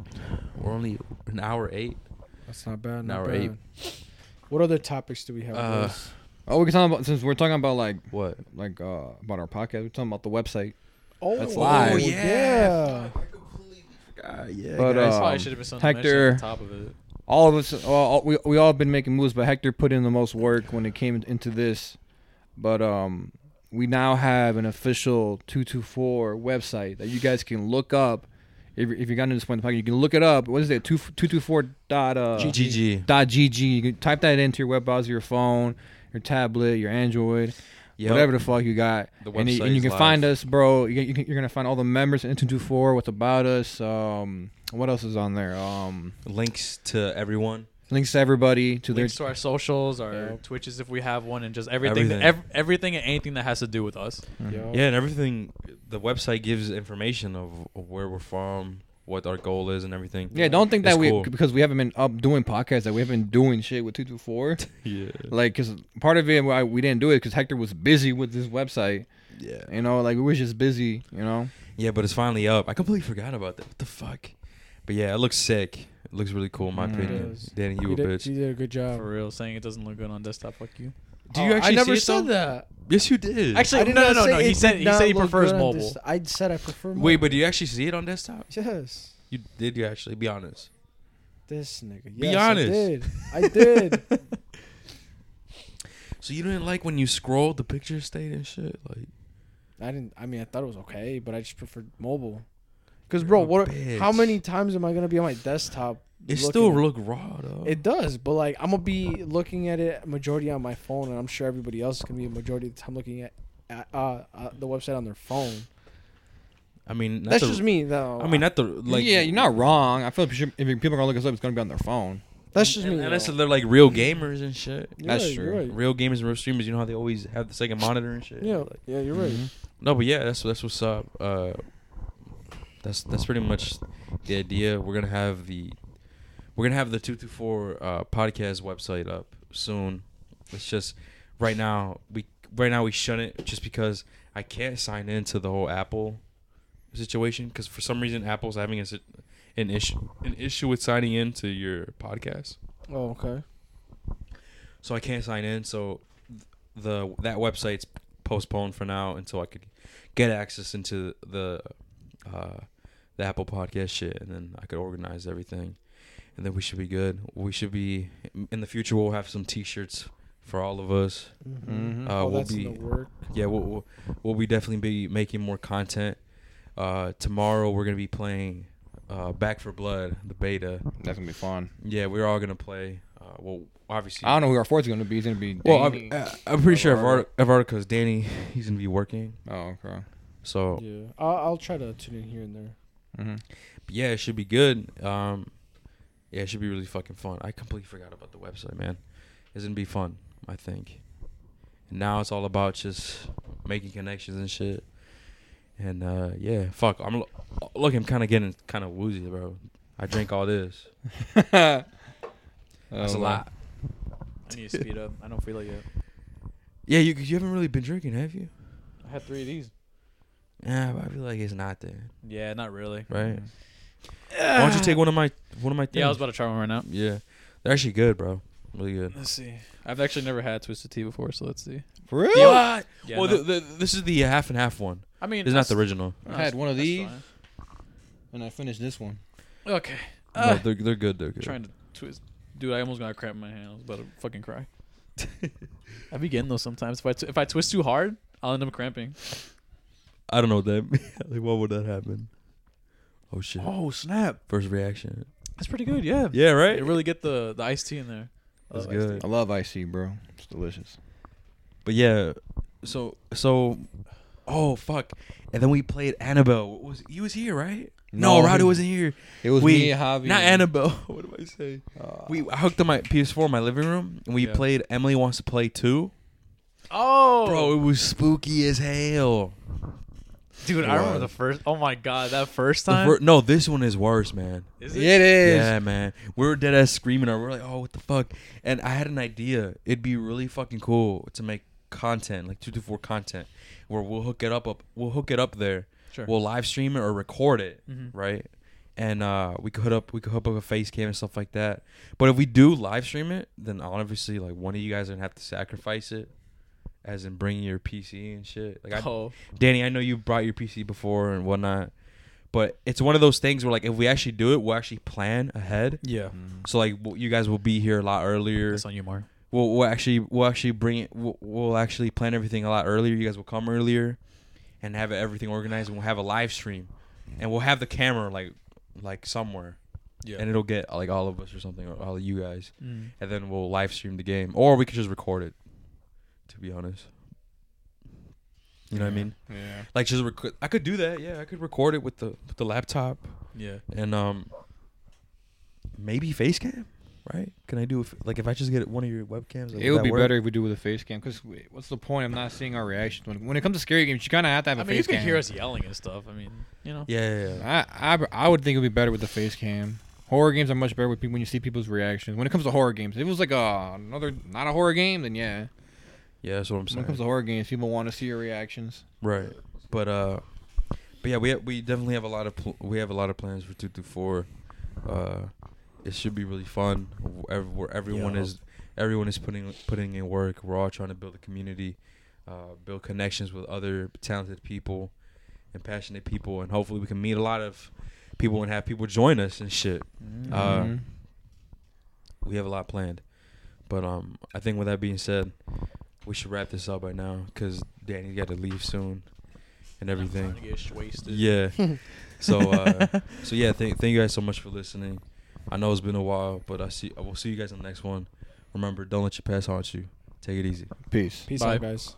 [SPEAKER 2] We're only an hour eight.
[SPEAKER 4] That's not bad.
[SPEAKER 2] Now
[SPEAKER 4] Not
[SPEAKER 2] we're eight.
[SPEAKER 4] bad. What other topics do we have?
[SPEAKER 2] Uh,
[SPEAKER 4] boys?
[SPEAKER 1] oh, we can talk about since we're talking about like
[SPEAKER 2] What?
[SPEAKER 1] like uh about our podcast. We're talking about the website.
[SPEAKER 4] oh,
[SPEAKER 1] that's live.
[SPEAKER 4] oh,
[SPEAKER 2] yeah.
[SPEAKER 4] yeah.
[SPEAKER 2] yeah,
[SPEAKER 1] But,
[SPEAKER 3] I
[SPEAKER 1] guys.
[SPEAKER 3] probably
[SPEAKER 1] Um,
[SPEAKER 3] should have been something
[SPEAKER 1] Hector-
[SPEAKER 3] Hector, on top of it.
[SPEAKER 1] all of us, all, all- we we all have been making moves, but Hector put in the most work when it came into this. But um, we now have an official two two four website that you guys can look up. If, if you got into this point in the podcast, you can look it up. What is it? Two two two four dot uh,
[SPEAKER 2] GG.
[SPEAKER 1] dot gg. You can type that into your web browser, your phone, your tablet, your Android,
[SPEAKER 2] Yep.
[SPEAKER 1] whatever the fuck you got.
[SPEAKER 2] The
[SPEAKER 1] and, you,
[SPEAKER 2] website
[SPEAKER 1] and you
[SPEAKER 2] is
[SPEAKER 1] can
[SPEAKER 2] live.
[SPEAKER 1] find us, bro. You, you can, you're gonna find all the members in two two four. What's about us? Um, what else is on there? Um,
[SPEAKER 2] Links to everyone.
[SPEAKER 1] links to everybody to
[SPEAKER 3] links
[SPEAKER 1] their
[SPEAKER 3] to our socials, our
[SPEAKER 4] Yeah.
[SPEAKER 3] Twitches if we have one, and just everything,
[SPEAKER 2] Everything.
[SPEAKER 3] That, ev- everything and anything that has to do with us.
[SPEAKER 1] Mm-hmm.
[SPEAKER 4] Yo.
[SPEAKER 2] Mm-hmm. Yeah, and everything. The website gives information of, of where we're from, what our goal is, and everything.
[SPEAKER 1] yeah. Don't think
[SPEAKER 2] It's
[SPEAKER 1] that we
[SPEAKER 2] cool.
[SPEAKER 1] because we haven't been up doing podcasts that we haven't been doing shit with two two
[SPEAKER 2] [LAUGHS]
[SPEAKER 1] four.
[SPEAKER 2] Yeah.
[SPEAKER 1] Like, cause part of it why we didn't do it because Hector was busy with this website.
[SPEAKER 2] Yeah.
[SPEAKER 1] You know, like we was just busy. You know,
[SPEAKER 2] Yeah, but it's finally up. I completely forgot about that. What the fuck? But yeah, it looks sick. It looks really cool in my
[SPEAKER 1] Mm. It
[SPEAKER 2] opinion.
[SPEAKER 4] does.
[SPEAKER 2] Danny, you a
[SPEAKER 4] did,
[SPEAKER 2] bitch.
[SPEAKER 4] You did a good job.
[SPEAKER 3] For real, saying it doesn't look good on desktop, fuck you.
[SPEAKER 2] Do you
[SPEAKER 4] Oh,
[SPEAKER 2] actually
[SPEAKER 4] I never
[SPEAKER 2] see it,
[SPEAKER 4] said
[SPEAKER 2] though?
[SPEAKER 4] that.
[SPEAKER 2] Yes, you did.
[SPEAKER 3] Actually,
[SPEAKER 4] I
[SPEAKER 3] no,
[SPEAKER 4] did
[SPEAKER 3] no,
[SPEAKER 4] not
[SPEAKER 3] no,
[SPEAKER 4] say
[SPEAKER 3] no. He
[SPEAKER 4] it
[SPEAKER 3] said
[SPEAKER 4] did
[SPEAKER 3] he
[SPEAKER 4] not
[SPEAKER 3] said he
[SPEAKER 4] look
[SPEAKER 3] prefers
[SPEAKER 4] good on
[SPEAKER 3] mobile.
[SPEAKER 4] this- I said I prefer mobile.
[SPEAKER 2] Wait, but do you actually see it on desktop?
[SPEAKER 4] yes,
[SPEAKER 2] You did. You actually be honest.
[SPEAKER 4] this nigga.
[SPEAKER 2] Be
[SPEAKER 4] Yes,
[SPEAKER 2] honest.
[SPEAKER 4] I did. I
[SPEAKER 2] [LAUGHS]
[SPEAKER 4] did.
[SPEAKER 2] So you didn't like when you scrolled, the pictures stayed and shit. Like,
[SPEAKER 4] I didn't. I mean, I thought it was okay, but I just preferred mobile. Cause bro,
[SPEAKER 2] You're a
[SPEAKER 4] what? How
[SPEAKER 2] bitch.
[SPEAKER 4] many times am I gonna be on my desktop?
[SPEAKER 2] it
[SPEAKER 4] looking
[SPEAKER 2] still
[SPEAKER 4] at-
[SPEAKER 2] look raw though.
[SPEAKER 4] It does, but like I'm gonna be looking at it majority on my phone, and I'm sure everybody else is gonna be a majority of the time looking at uh, uh, uh, the website on their phone.
[SPEAKER 2] I mean, not
[SPEAKER 4] That's
[SPEAKER 2] the-
[SPEAKER 4] just me, though.
[SPEAKER 2] I mean, not the like. uh,
[SPEAKER 1] yeah, you're not wrong. I feel like if people are gonna look us up, it's gonna be on their phone.
[SPEAKER 4] that's just
[SPEAKER 2] and-
[SPEAKER 4] me.
[SPEAKER 2] Unless
[SPEAKER 4] though.
[SPEAKER 2] they're like real gamers and shit.
[SPEAKER 4] You're
[SPEAKER 1] that's
[SPEAKER 4] right, you're
[SPEAKER 1] true.
[SPEAKER 4] right.
[SPEAKER 2] Real gamers and real streamers, you know how they always have the second monitor and shit.
[SPEAKER 4] Yeah, mm-hmm.
[SPEAKER 2] Like,
[SPEAKER 4] yeah, you're right.
[SPEAKER 1] Mhm.
[SPEAKER 2] No, but yeah, that's that's what's up. Uh, that's that's pretty much the idea. We're gonna have the we're gonna have the two two four uh, podcast website up soon. It's just right now we right now we shouldn't just because I can't sign into the whole Apple situation because for some reason Apple's having a, si- an issue an issue with signing into your podcast
[SPEAKER 4] Oh, okay.
[SPEAKER 2] so I can't sign in. So th- the that website's postponed for now until I could get access into the uh, the Apple Podcast shit, and then I could organize everything, and then we should be good. We should be in the future. We'll have some T-shirts for all of us.
[SPEAKER 3] Mm-hmm.
[SPEAKER 1] Mhm.
[SPEAKER 2] Uh,
[SPEAKER 4] oh,
[SPEAKER 2] we'll
[SPEAKER 4] that's
[SPEAKER 2] be
[SPEAKER 4] in the work.
[SPEAKER 2] yeah, we'll, we'll we'll be definitely be making more content. Uh, tomorrow we're gonna be playing uh, Back for Blood, the beta.
[SPEAKER 1] That's gonna be fun.
[SPEAKER 2] Yeah, we're all gonna play. Uh, well, obviously,
[SPEAKER 1] I don't know who our fourth's gonna be. It's gonna be
[SPEAKER 2] Well, I'm,
[SPEAKER 1] Danny.
[SPEAKER 2] I- I'm pretty sure
[SPEAKER 1] Evardo.
[SPEAKER 2] Evardo, Evardo's Danny. [LAUGHS] He's gonna be working,
[SPEAKER 1] oh, okay.
[SPEAKER 2] so yeah,
[SPEAKER 4] Yeah, I'll, I'll try to tune in here and there.
[SPEAKER 1] hmm
[SPEAKER 2] it should be good. Um, yeah, it should be really fucking fun. I completely forgot about the website, man. It's gonna be fun, I think. And now it's all about just making connections and shit. And uh, yeah, fuck. I'm lo- look. I'm kind of getting kind of woozy, bro. I drink all this.
[SPEAKER 1] [LAUGHS] Oh,
[SPEAKER 2] That's a
[SPEAKER 3] Oh,
[SPEAKER 2] lot.
[SPEAKER 3] I need to speed up. I don't feel like it.
[SPEAKER 2] Yeah, you you haven't really been drinking, have you?
[SPEAKER 3] I had three of these.
[SPEAKER 2] Yeah, but I feel like it's not there,
[SPEAKER 3] Yeah, not really.
[SPEAKER 2] right? Why don't you take one of my one of my? Things?
[SPEAKER 3] Mm. Yeah, I was about to try one right now.
[SPEAKER 2] Yeah, they're actually good, bro. Really good.
[SPEAKER 3] Let's see. I've actually never had twisted tea before, so let's see.
[SPEAKER 1] For real?
[SPEAKER 2] What?
[SPEAKER 3] Yeah,
[SPEAKER 2] well,
[SPEAKER 3] no.
[SPEAKER 2] the, the, this is the half and half one.
[SPEAKER 3] I mean,
[SPEAKER 2] It's not the
[SPEAKER 3] that's-
[SPEAKER 2] original.
[SPEAKER 1] I had one of
[SPEAKER 3] that's
[SPEAKER 1] these
[SPEAKER 3] fine.
[SPEAKER 1] and I finished this one.
[SPEAKER 3] Okay. Ah.
[SPEAKER 2] no, they're they're good. They're good.
[SPEAKER 3] trying to twist. Dude, I almost got a cramp in my hand. I was about to
[SPEAKER 2] [LAUGHS]
[SPEAKER 3] fucking cry. I be getting those sometimes. If I tw- if I twist too hard, I'll end up cramping.
[SPEAKER 2] I don't know that. [LAUGHS] like, why would that happen? Oh shit!
[SPEAKER 3] Oh snap!
[SPEAKER 2] First reaction.
[SPEAKER 3] That's pretty good. Yeah.
[SPEAKER 2] Yeah, right.
[SPEAKER 3] You really get the the iced tea in there.
[SPEAKER 2] That's
[SPEAKER 3] I love iced
[SPEAKER 2] good.
[SPEAKER 1] I love icy, bro. It's delicious.
[SPEAKER 2] But yeah, so so, oh fuck! And then we played Annabelle. What was he was here, right? No,
[SPEAKER 1] No,
[SPEAKER 2] Rowdy
[SPEAKER 1] he-
[SPEAKER 2] wasn't here.
[SPEAKER 1] It was
[SPEAKER 2] we,
[SPEAKER 1] me, Javi.
[SPEAKER 2] Not Annabelle. [LAUGHS] what am I saying?
[SPEAKER 1] Uh,
[SPEAKER 2] we I hooked up my PS4 in my living room, and we
[SPEAKER 3] Ah. Yeah.
[SPEAKER 2] played Emily Wants to Play Two.
[SPEAKER 3] Oh,
[SPEAKER 2] Bro, it was spooky as hell.
[SPEAKER 3] dude, I remember the first. Oh my god, that first time.
[SPEAKER 2] The fir- no, this one is worse, man.
[SPEAKER 3] Is it?
[SPEAKER 1] it is.
[SPEAKER 2] Yeah, man. We were dead ass screaming. Or we were like, oh, what the fuck? And I had an idea. It'd be really fucking cool to make content, like two to four content, where we'll hook it up. up we'll hook it up there.
[SPEAKER 3] Sure.
[SPEAKER 2] We'll live stream it or record it,
[SPEAKER 3] Mhm.
[SPEAKER 2] right? And uh, we could hook up, we could hook up a face cam and stuff like that. But if we do live stream it, then obviously like one of you guys are gonna have to sacrifice it, as in bringing your PC and shit. Like I,
[SPEAKER 3] oh,
[SPEAKER 2] Danny, I know you brought your PC before and whatnot, but it's one of those things where like if we actually do it, we'll actually plan ahead.
[SPEAKER 3] yeah.
[SPEAKER 2] So like w- you guys will be here a lot earlier.
[SPEAKER 3] That's on you, Mar.
[SPEAKER 2] We'll, we'll actually we'll actually bring it. We'll, we'll actually plan everything a lot earlier. You guys will come earlier, and have everything organized. And we'll have a live stream, and we'll have the camera like like somewhere,
[SPEAKER 3] Yeah.
[SPEAKER 2] and it'll get like all of us or something, or all of you guys,
[SPEAKER 3] Mm.
[SPEAKER 2] and then we'll live stream the game, or we could just record it. To be honest, you know what I mean
[SPEAKER 1] Yeah.
[SPEAKER 2] like just record. I could do that. Yeah, I could record it with the with the laptop,
[SPEAKER 3] Yeah.
[SPEAKER 2] and um, maybe face cam, right? Can I do if, like if I just get one of your webcams?
[SPEAKER 1] It would be better if we do with a face cam because what's the point of not seeing our reactions when, when it comes to scary games? You kind of have to have a
[SPEAKER 3] I mean, you
[SPEAKER 1] face
[SPEAKER 3] can
[SPEAKER 1] cam.
[SPEAKER 3] hear us yelling and stuff. I mean, you know.
[SPEAKER 2] Yeah, yeah, yeah.
[SPEAKER 1] I, I I would think it would be better with the face cam. Horror games are much better with people when you see people's reactions. When it comes to horror games, if it was like a, another not a horror game, then yeah.
[SPEAKER 2] yeah. That's what I'm
[SPEAKER 1] When it
[SPEAKER 2] saying.
[SPEAKER 1] comes to horror games, people want to see your reactions.
[SPEAKER 2] Right. But uh, but yeah, we have, we definitely have a lot of pl- we have a lot of plans for two through four. Uh, it should be really fun. Where, where everyone
[SPEAKER 4] Yeah.
[SPEAKER 2] is everyone is putting putting in work. We're all trying to build a community, uh, build connections with other talented people and passionate people, and hopefully we can meet a lot of people and have people join us and shit.
[SPEAKER 3] Mm.
[SPEAKER 2] Uh,
[SPEAKER 1] Mhm.
[SPEAKER 2] we have a lot planned. But um, I think with that being said, we should wrap this up right now because Danny got to leave soon and everything. Yeah. so uh, so yeah, thank thank you guys so much for listening. I know it's been a while, but I see I will see you guys in the next one. Remember, don't let your past haunt you. Take it easy.
[SPEAKER 1] Peace.
[SPEAKER 4] Peace
[SPEAKER 3] Bye.
[SPEAKER 4] out, guys.